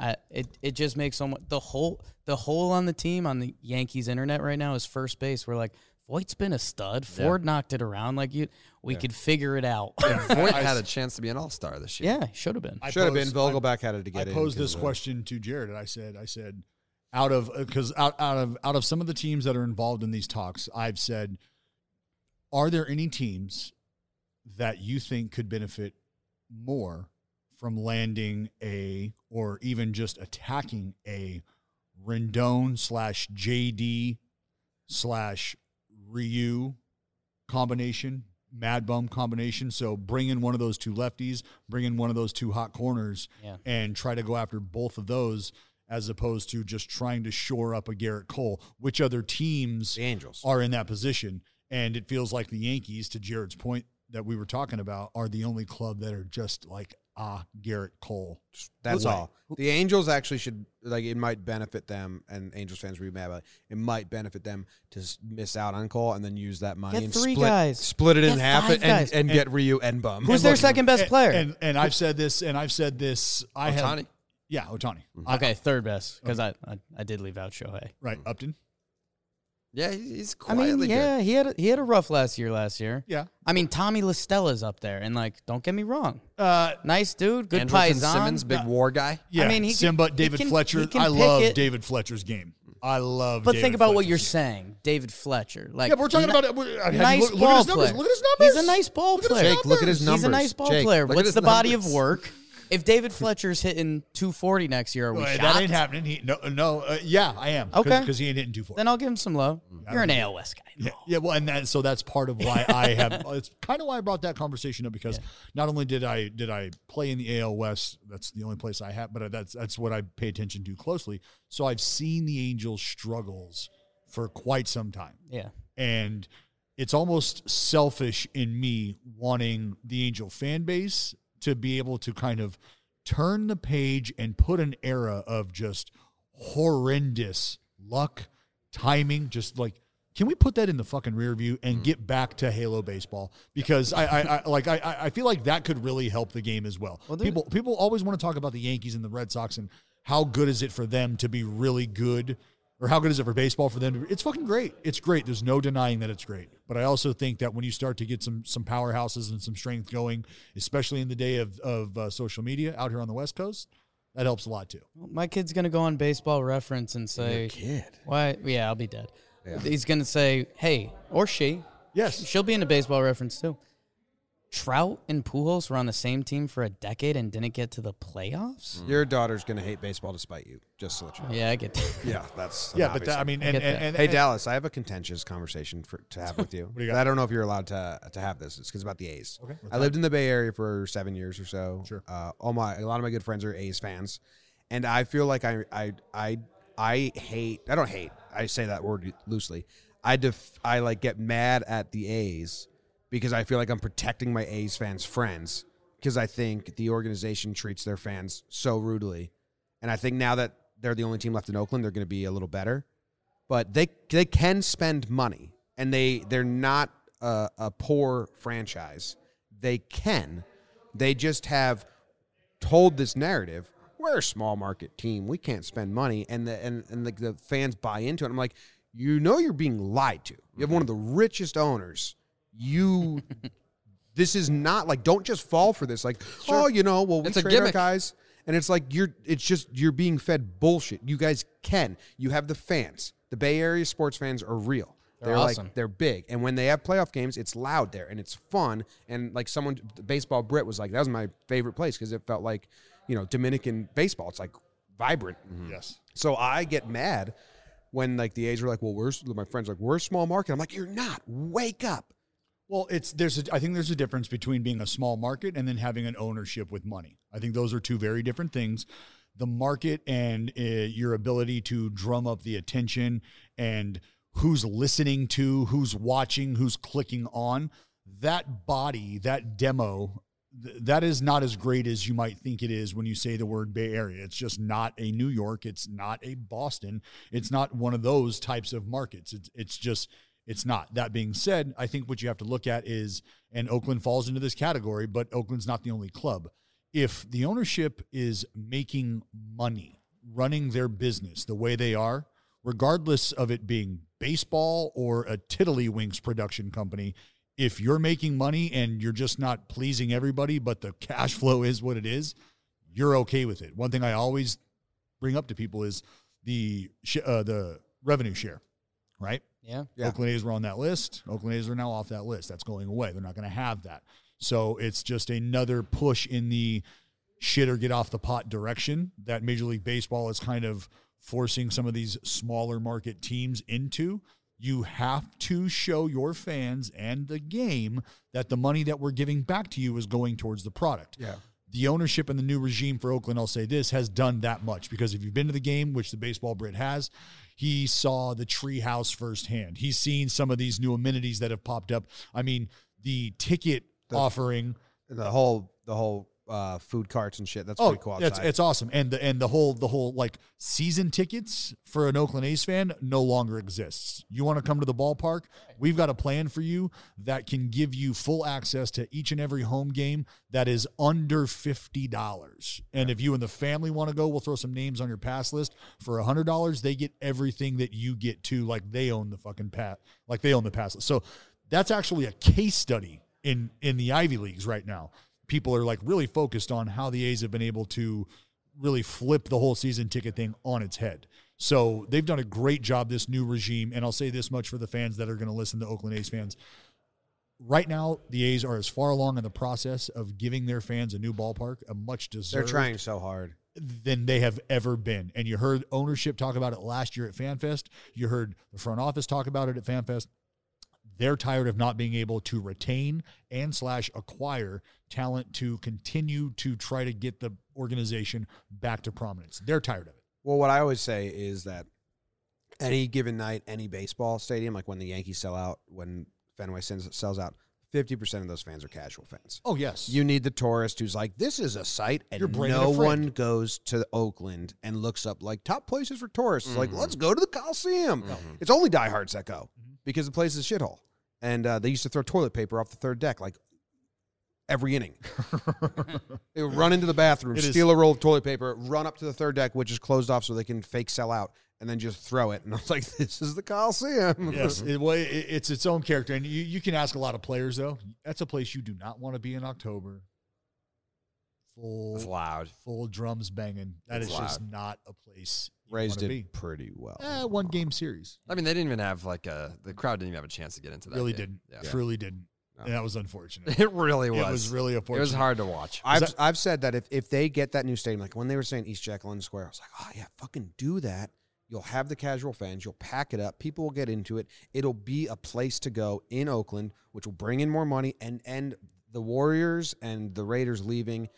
Speaker 3: I, it it just makes so much the whole the hole on the team on the Yankees internet right now is first base. We're like Voight's been a stud. Ford knocked it around like you. We could figure it out. Yeah,
Speaker 4: Voight had a chance to be an All Star this year.
Speaker 3: should have been.
Speaker 2: I
Speaker 1: Should have been
Speaker 2: posed- I-
Speaker 1: Vogelback had it to
Speaker 2: I
Speaker 1: get in
Speaker 2: posed
Speaker 1: 'cause
Speaker 2: this
Speaker 1: of-
Speaker 2: question to Jared, and I said, I said, out of because out, out of out of some of the teams that are involved in these talks, I've said, are there any teams that you think could benefit more from landing a or even just attacking a Rendon slash JD slash Ryu combination, Mad Bum combination? So bring in one of those two lefties, bring in one of those two hot corners
Speaker 3: Yeah,
Speaker 2: and try to go after both of those as opposed to just trying to shore up a Garrett Cole, which other teams
Speaker 1: The Angels.
Speaker 2: are in that position. And it feels like the Yankees, to Jared's point that we were talking about, are the only club that are just like, ah, Garrett Cole.
Speaker 1: That's
Speaker 2: Who-
Speaker 1: all. The Angels actually should like it might benefit them, and Angels fans would be mad about it. It might benefit them to s- miss out on Cole and then use that money
Speaker 3: Get
Speaker 1: and
Speaker 3: three
Speaker 1: split,
Speaker 3: guys.
Speaker 1: split it in
Speaker 3: Get
Speaker 1: half
Speaker 3: five
Speaker 1: and,
Speaker 3: guys.
Speaker 1: and, and get Ryu and Bum.
Speaker 3: Who's their second best
Speaker 2: And-
Speaker 3: player?
Speaker 2: And, and I've said this, and I've said this. I have,
Speaker 4: Ohtani.
Speaker 2: yeah, Otani.
Speaker 3: Mm-hmm. okay, third best because I, I I did leave out Shohei.
Speaker 2: Right, Upton.
Speaker 4: Yeah, he- he's
Speaker 3: I mean,
Speaker 4: quietly good.
Speaker 3: yeah, he had a, he had a rough last year. Last year,
Speaker 2: Yeah.
Speaker 3: I mean, Tommy Listella's up there, and like, don't get me wrong,
Speaker 2: Uh,
Speaker 3: nice dude, good
Speaker 4: Andrelton
Speaker 3: paisan.
Speaker 4: Simmons, big war guy.
Speaker 2: yeah,
Speaker 3: mean, he can-
Speaker 2: Simba,
Speaker 3: he
Speaker 2: David
Speaker 3: can- he
Speaker 2: Fletcher.
Speaker 3: can
Speaker 2: I
Speaker 3: pick
Speaker 2: love
Speaker 3: it.
Speaker 2: David Fletcher's game. I love.
Speaker 3: But
Speaker 2: David
Speaker 3: think about what
Speaker 2: Fletcher's
Speaker 3: you're
Speaker 2: game.
Speaker 3: saying, David Fletcher. Like,
Speaker 2: Yeah, but we're talking
Speaker 3: n-
Speaker 2: about. we're- I mean,
Speaker 3: nice
Speaker 2: look, look
Speaker 3: ball
Speaker 2: at his numbers.
Speaker 3: player.
Speaker 2: Look at his numbers.
Speaker 3: He's a nice ball
Speaker 2: Look at his
Speaker 3: player.
Speaker 1: Jake, look at his numbers.
Speaker 3: He's a nice ball
Speaker 1: Jake,
Speaker 3: player.
Speaker 4: look at
Speaker 3: What's
Speaker 4: his
Speaker 3: the body of
Speaker 4: numbers.
Speaker 3: work? If David Fletcher's hitting 240 next year, are we
Speaker 2: Well,
Speaker 3: shocked?
Speaker 2: that ain't happening. He, no, no. Uh, yeah, I am.
Speaker 3: Okay.
Speaker 2: because he ain't hitting two four.
Speaker 3: Then I'll give him some love. You're an AL West guy.
Speaker 2: Mm-hmm. Yeah, yeah, well, and that so that's part of why I have. It's kind of why I brought that conversation up because not only did I did I play in the AL West, that's the only place I have, but that's that's what I pay attention to closely. So I've seen the Angels struggles for quite some time,
Speaker 3: Yeah.
Speaker 2: and it's almost selfish in me wanting the Angel fan base to be able to kind of turn the page and put an era of just horrendous luck, timing, just like can we put that in the fucking rear view and get back to Halo baseball? Because I, I, I like I- I, I feel like that could really help the game as well.
Speaker 3: Well, there-
Speaker 2: people people always want to talk about the Yankees and the Red Sox and how good is it for them to be really good or how good is it for baseball for them to be it's fucking great. It's great. There's no denying that it's great. But I also think that when you start to get some some powerhouses and some strength going, especially in the day of, of uh, social media out here on the West Coast, that helps a lot too.
Speaker 3: Well, My kid's going to go on baseball reference and say,
Speaker 1: kid?
Speaker 3: why? Yeah, I'll be dead. He's going to say, hey, or she,
Speaker 2: Yes.
Speaker 3: she'll be into baseball reference too. Trout and Pujols were on the same team for a decade and didn't get to the playoffs?
Speaker 1: Your daughter's gonna hate baseball despite you. Just to let you know.
Speaker 3: Yeah, I get that.
Speaker 1: Yeah, that's an
Speaker 2: Yeah, but
Speaker 1: obvious
Speaker 2: that, I
Speaker 1: one.
Speaker 2: mean, and,
Speaker 3: get
Speaker 2: and,
Speaker 3: that.
Speaker 2: and-
Speaker 1: Hey
Speaker 2: and-
Speaker 1: Dallas, I have a contentious conversation for, to have with you.
Speaker 2: do you got?
Speaker 1: I don't know if you're allowed to to have this. It's 'cause about the A's.
Speaker 2: Okay.
Speaker 1: I lived in the Bay Area for seven years or so.
Speaker 2: Sure.
Speaker 1: Uh, all my a lot of my good friends are A's fans, and I feel like I I I I hate. I don't hate. I say that word loosely. I def I like get mad at the A's because I feel like I'm protecting my A's fans' friends because I think the organization treats their fans so rudely. And I think now that they're the only team left in Oakland, they're going to be a little better. But they they can spend money, and they they're not a, a poor franchise. They can. They just have told this narrative. We're a small market team. We can't spend money, and the and and the, the fans buy into it. I'm like, you know, you're being lied to. You have one of the richest owners. You, this is not like. Don't just fall for this. Like, oh, you know, well, we
Speaker 4: It's a
Speaker 1: trade our
Speaker 4: gimmick.
Speaker 1: guys, and it's like you're. It's just you're being fed bullshit. You guys can. You have the fans. The Bay Area sports fans are real. They're,
Speaker 3: They're awesome.
Speaker 1: like they're big, and when they have playoff games, it's loud there and it's fun. And like someone, baseball Brit was like, that was my favorite place because it felt like, you know, Dominican baseball. It's like vibrant.
Speaker 2: Yes.
Speaker 1: So I get mad when like the A's are like, well, we're my friends like we're a small market. I'm like, you're not. Wake up.
Speaker 2: Well, it's there's a, I think there's a difference between being a small market and then having an ownership with money. I think those are two very different things. The market and uh, your ability to drum up the attention and who's listening to, who's watching, who's clicking on that body, that demo. th- That is not as great as you might think it is when you say the word Bay Area. It's just not a New York. It's not a Boston. It's not one of those types of markets. It's it's just it's not. That being said, I think what you have to look at is, and Oakland falls into this category, but Oakland's not the only club. If the ownership is making money running their business the way they are, regardless of it being baseball or a Tiddlywinks production company, if you're making money and you're just not pleasing everybody, but the cash flow is what it is, you're okay with it. One thing I always bring up to people is the sh- uh, the revenue share, right?
Speaker 3: Yeah.
Speaker 1: Yeah.
Speaker 2: Oakland A's were on that list. Oakland A's are now off that list. That's going away. They're not going to have that. So it's just another push in the shit or get off the pot direction that Major League Baseball is kind of forcing some of these smaller market teams into. You have to show your fans and the game that the money that we're giving back to you is going towards the product
Speaker 1: Yeah.
Speaker 2: the ownership and the new regime for Oakland, I'll say this, has done that much because if you've been to the game, which the baseball Brit has, he saw the treehouse firsthand. He's seen some of these new amenities that have popped up. I mean, the ticket offering.
Speaker 1: The whole the whole uh, food carts and shit. That's
Speaker 2: Oh,
Speaker 1: pretty cool outside.
Speaker 2: it's, it's awesome. And the and the whole the whole like season tickets for an Oakland A's fan no longer exists. You want to come to the ballpark? We've got a plan for you that can give you full access to each and every home game that is under fifty dollars. And if you and the family want to go, we'll throw some names on your pass list for hundred dollars. They get everything that you get too. Like they own the fucking pat. Like they own the pass list. So that's actually a case study in in the Ivy leagues right now. People are like really focused on how the A's have been able to really flip the whole season ticket thing on its head. So they've done a great job this new regime, and I'll say this much for the fans that are going to listen to Oakland A's fans. Right now, the A's are as far along in the process of giving their fans a new ballpark, a much
Speaker 1: they're
Speaker 2: deserved
Speaker 1: trying so hard.
Speaker 2: than they have ever been. And you heard ownership talk about it last year at FanFest. You heard the front office talk about it at FanFest. They're tired of not being able to retain and slash acquire talent to continue to try to get the organization back to prominence. They're tired of it.
Speaker 1: Well, what I always say is that any given night, any baseball stadium, like when the Yankees sell out, when Fenway sends, sells out, fifty percent of those fans are casual fans.
Speaker 2: Oh yes,
Speaker 1: You need the tourist who's like, this is a site, and
Speaker 2: You're bringing
Speaker 1: no
Speaker 2: a friend.
Speaker 1: one goes to Oakland and looks up like top places for tourists. Like,
Speaker 4: Mhm.
Speaker 2: Mm.
Speaker 1: let's go to the Coliseum.
Speaker 4: Mhm.
Speaker 1: It's only diehards that go
Speaker 2: Mm-hmm.
Speaker 1: because the place is a shithole. And uh, they used to throw toilet paper off the third deck like every inning. they would run into the bathroom,
Speaker 2: It is-
Speaker 1: steal a roll of toilet paper, run up to the third deck, which is closed off so they can fake sell out, and then just throw it. And I was like, this is the Coliseum.
Speaker 2: yes. It, well, it, it's its own character, and you, you can ask a lot of players though. That's a place you do not want to be in October.
Speaker 4: It's
Speaker 2: Full,
Speaker 4: loud.
Speaker 2: full drums banging. That is
Speaker 4: It's
Speaker 2: just not a place. you
Speaker 1: Raised
Speaker 2: wanna
Speaker 1: it
Speaker 2: be.
Speaker 1: pretty well.
Speaker 2: Eh, one game series.
Speaker 4: I mean, they didn't even have like a. The crowd didn't even have a chance to get into that.
Speaker 2: Really
Speaker 4: game.
Speaker 2: didn't. Truly didn't.
Speaker 4: No.
Speaker 2: And that was unfortunate.
Speaker 4: Yeah. It really
Speaker 2: it
Speaker 4: was.
Speaker 2: was, really
Speaker 4: It
Speaker 2: unfortunate.
Speaker 4: was hard to watch.
Speaker 1: I've
Speaker 2: that-
Speaker 1: I've said that if if they get that new stadium, like when they were saying East Jack London Square, I was like, oh yeah, fucking do that. You'll have the casual fans. You'll pack it up. People will get into it. It'll be a place to go in Oakland, which will bring in more money and and the Warriors and the Raiders leaving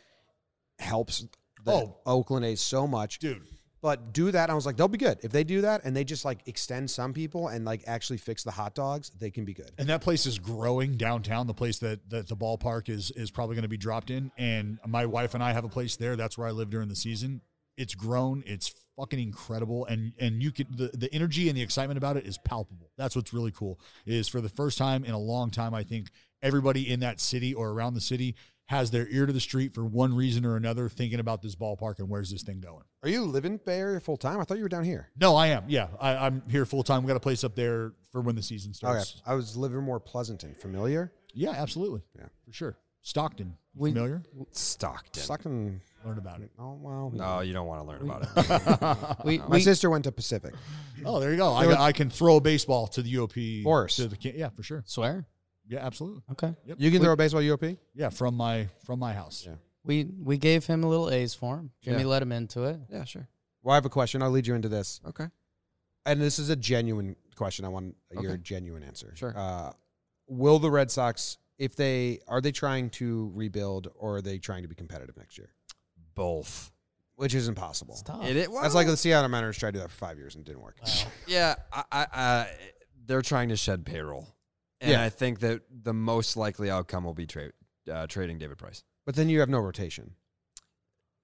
Speaker 1: helps the
Speaker 2: Oh.
Speaker 1: Oakland A's so much.
Speaker 2: Dude,
Speaker 1: But do that. I was like, they'll be good. If they do that and they just like extend some people and like actually fix the hot dogs, they can be good.
Speaker 2: And that place is growing downtown. The place that, that the ballpark is is probably going to be dropped in. And my wife and I have a place there. That's where I live during the season. It's grown. It's fucking incredible. And and you can the, the energy and the excitement about it is palpable. That's what's really cool. Is for the first time in a long time, I think everybody in that city or around the city has their ear to the street for one reason or another, thinking about this ballpark and where's this thing going.
Speaker 1: Are you living Bay Area full time? I thought you were down here.
Speaker 2: No, I am. Yeah, I, I'm here full time. We got a place up there for when the season
Speaker 1: Okay.
Speaker 2: starts.
Speaker 1: I was Livermore Pleasanton. Familiar?
Speaker 2: Yeah, absolutely.
Speaker 1: Yeah.
Speaker 2: for sure. Stockton,
Speaker 3: We-
Speaker 2: familiar?
Speaker 4: Stockton.
Speaker 1: Sucking.
Speaker 2: Learn about it.
Speaker 1: Oh, well.
Speaker 4: No, you don't want to learn about it.
Speaker 3: We,
Speaker 1: My
Speaker 3: we,
Speaker 1: sister went to Pacific.
Speaker 4: Mm-hmm.
Speaker 2: Oh, there you go. I,
Speaker 1: There was-
Speaker 2: I can throw a baseball to the UOP.
Speaker 1: Boris.
Speaker 2: To the, ca- yeah, for sure.
Speaker 3: swear.
Speaker 2: Yeah, absolutely.
Speaker 3: Okay.
Speaker 1: You can throw a baseball UOP?
Speaker 2: Yeah, from my from my house.
Speaker 1: Yeah.
Speaker 3: We we gave him a little A's for him. Jimmy
Speaker 4: Yeah.
Speaker 3: let him into it.
Speaker 4: yeah, sure.
Speaker 1: Well, I have a question. I'll lead you into this.
Speaker 4: Okay.
Speaker 1: And this is a genuine question. I want your
Speaker 4: Okay.
Speaker 1: genuine answer.
Speaker 4: Sure.
Speaker 1: Uh, will the Red Sox, if they are they trying to rebuild or are they trying to be competitive next year?
Speaker 4: Both.
Speaker 1: Which is impossible.
Speaker 3: It's tough.
Speaker 4: It, it,
Speaker 1: That's like the Seattle Mariners tried to do that for five years and it didn't work.
Speaker 4: Yeah, I, I, I, they're trying to shed payroll, and
Speaker 1: Yeah.
Speaker 4: I think that the most likely outcome will be tra- uh, trading David Price.
Speaker 1: But then you have no rotation.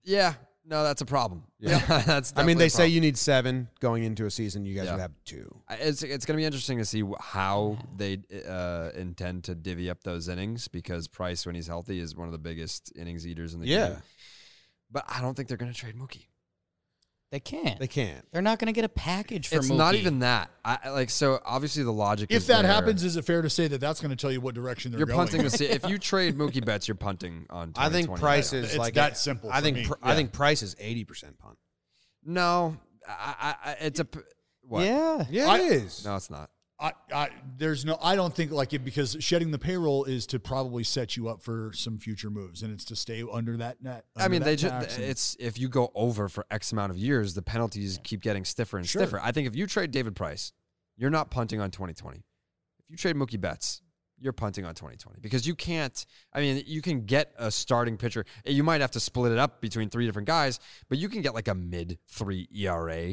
Speaker 4: Yeah, no, that's a problem.
Speaker 1: Yeah.
Speaker 4: Yeah, that's.
Speaker 1: I mean,
Speaker 4: definitely
Speaker 1: they
Speaker 4: a
Speaker 1: say
Speaker 4: problem.
Speaker 1: you need seven going into a season. You guys
Speaker 4: Yeah.
Speaker 1: would have two.
Speaker 4: I- It's it's going to be interesting to see wh- how they uh, intend to divvy up those innings because Price, when he's healthy, is one of the biggest innings eaters in the
Speaker 1: Yeah.
Speaker 4: game. But I don't think they're going to trade Mookie.
Speaker 3: They can't.
Speaker 1: They
Speaker 3: They,
Speaker 1: can't.
Speaker 3: are not going to get a package for
Speaker 4: it's
Speaker 3: Mookie.
Speaker 4: not even that. I I- like so obviously the logic.
Speaker 2: If
Speaker 4: is
Speaker 2: that
Speaker 4: there.
Speaker 2: happens, is it fair to say that that's going to tell you what direction they're
Speaker 4: you're
Speaker 2: going?
Speaker 4: punting. The, se- if you trade Mookie Betts, you're punting on.
Speaker 1: I think
Speaker 4: 2020.
Speaker 1: Price is
Speaker 2: It's
Speaker 1: like
Speaker 2: that simple
Speaker 1: I
Speaker 2: for
Speaker 1: think
Speaker 2: me.
Speaker 1: Pr- I think Price is eighty percent punt.
Speaker 4: No, I, I, I, it's a. p- What?
Speaker 3: Yeah.
Speaker 1: Yeah,
Speaker 2: I-
Speaker 1: it is.
Speaker 4: No, it's not.
Speaker 2: I, I there's no I don't think like it because shedding the payroll is to probably set you up for some future moves and it's to stay under that net.
Speaker 4: I
Speaker 2: under
Speaker 4: mean,
Speaker 2: that
Speaker 4: they
Speaker 2: tax
Speaker 4: just
Speaker 2: and-
Speaker 4: it's if you go over for X amount of years, the penalties keep getting stiffer and
Speaker 2: Sure.
Speaker 4: stiffer. I think if you trade David Price, you're not punting on 2020. If you trade Mookie Betts, you're punting on 2020 because you can't. I mean, you can get a starting pitcher. You might have to split it up between three different guys, but you can get like a mid three E ERA.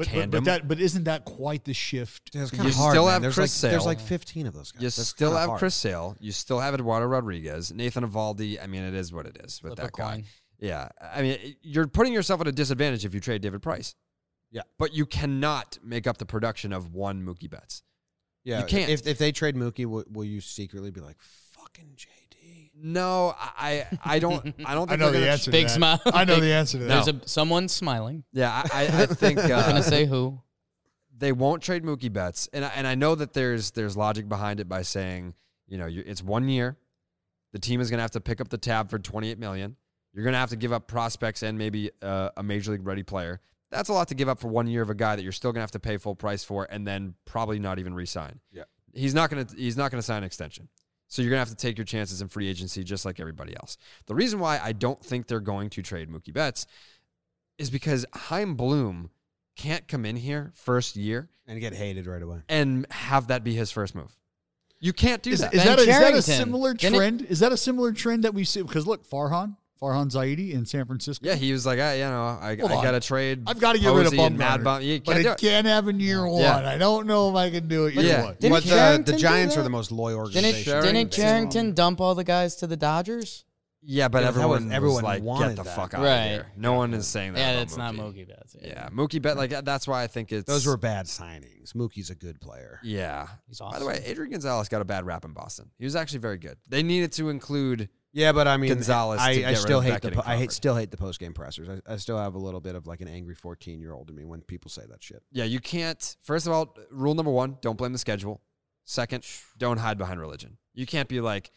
Speaker 2: but, but, but
Speaker 4: tandem.
Speaker 2: that but isn't that quite the shift?
Speaker 1: It's
Speaker 4: You still have
Speaker 1: There's
Speaker 4: Chris
Speaker 1: like, There's
Speaker 4: Sale.
Speaker 1: like fifteen of those guys.
Speaker 4: You
Speaker 1: That's
Speaker 4: still
Speaker 1: kinda
Speaker 4: have
Speaker 1: hard.
Speaker 4: Chris Sale. You still have Eduardo Rodriguez, Nathan Avaldi. I mean, it is what it is with
Speaker 3: Flip a
Speaker 4: that guy.
Speaker 3: coin.
Speaker 4: Yeah, I mean, you're putting yourself at a disadvantage if you trade David Price.
Speaker 1: Yeah.
Speaker 4: but you cannot make up the production of one Mookie Betts.
Speaker 1: Yeah,
Speaker 4: You can't.
Speaker 1: If, if they trade Mookie, will, will you secretly be like fucking JD?
Speaker 4: No, I, I I don't, I don't. Think
Speaker 2: I know
Speaker 4: they're
Speaker 2: the
Speaker 4: gonna-
Speaker 2: answer.
Speaker 3: Big
Speaker 2: to that.
Speaker 3: smile.
Speaker 2: I know the answer to that.
Speaker 3: There's a someone smiling.
Speaker 4: Yeah, I, I, I think
Speaker 3: Not going
Speaker 4: uh,
Speaker 3: to say who.
Speaker 4: they won't trade Mookie Betts, and I, and I know that there's there's logic behind it by saying, you know, you it's one year, the team is gonna have to pick up the tab for 28 million. You're gonna have to give up prospects and maybe uh, a major league ready player. That's a lot to give up for one year of a guy that you're still gonna have to pay full price for, and then probably not even re-sign.
Speaker 1: Yeah.
Speaker 4: he's not gonna he's not gonna sign an extension. So you're gonna have to take your chances in free agency, just like everybody else. The reason why I don't think they're going to trade Mookie Betts is because Heim Bloom can't come in here first year
Speaker 1: And get hated right away.
Speaker 4: and have that be his first move. You can't do
Speaker 2: Is,
Speaker 4: that.
Speaker 2: is
Speaker 3: Ben
Speaker 2: that a, is that a
Speaker 3: Charrington.
Speaker 2: similar
Speaker 3: Didn't it-
Speaker 2: trend? Is that a similar trend that we see? Because look, Farhan, Farhan Zaidi in San Francisco.
Speaker 4: yeah, he was like, I, you know, I, I
Speaker 2: Hold on.
Speaker 4: got to trade.
Speaker 2: I've got to get rid of
Speaker 4: Posey and Mad
Speaker 2: Bumgarner,
Speaker 4: Bum. You
Speaker 2: but
Speaker 4: can't
Speaker 2: it
Speaker 4: do it.
Speaker 2: can't happen year one.
Speaker 4: Yeah.
Speaker 2: I don't know if I can do it year
Speaker 4: Yeah.
Speaker 2: one.
Speaker 3: Didn't
Speaker 1: but the,
Speaker 3: Charrington
Speaker 1: the
Speaker 3: do
Speaker 1: Giants are
Speaker 3: that?
Speaker 1: the most loyal
Speaker 3: Didn't,
Speaker 1: organization.
Speaker 3: didn't
Speaker 4: Sherrington.
Speaker 3: Charrington dump all the guys to the Dodgers?
Speaker 4: Yeah, but
Speaker 1: Yeah, that was-
Speaker 4: everyone, was,
Speaker 1: everyone
Speaker 4: like,
Speaker 1: wanted
Speaker 4: get the
Speaker 1: that.
Speaker 4: fuck out
Speaker 3: Right.
Speaker 4: of here. No one is saying that.
Speaker 3: Yeah,
Speaker 4: about
Speaker 3: that's not
Speaker 4: Mookie.
Speaker 3: Mookie Betts.
Speaker 4: Yeah, Mookie bet like that's why I think it's
Speaker 1: Those were bad signings. Mookie's a good player.
Speaker 4: yeah.
Speaker 3: He's
Speaker 4: By the way, Adrian Gonzalez got a bad rap in Boston. He was actually very good. They needed to include.
Speaker 1: Yeah, but I mean,
Speaker 4: Gonzalez to
Speaker 1: I,
Speaker 4: get
Speaker 1: I
Speaker 4: rid
Speaker 1: still
Speaker 4: of
Speaker 1: hate
Speaker 4: Beckett
Speaker 1: the po-
Speaker 4: and
Speaker 1: I hate,
Speaker 4: Crawford.
Speaker 1: still hate the post game pressers. I, I still have a little bit of like an angry fourteen year old in me when people say that shit.
Speaker 4: Yeah, you can't. First of all, rule number one: don't blame the schedule. Second, don't hide behind religion. You can't be like,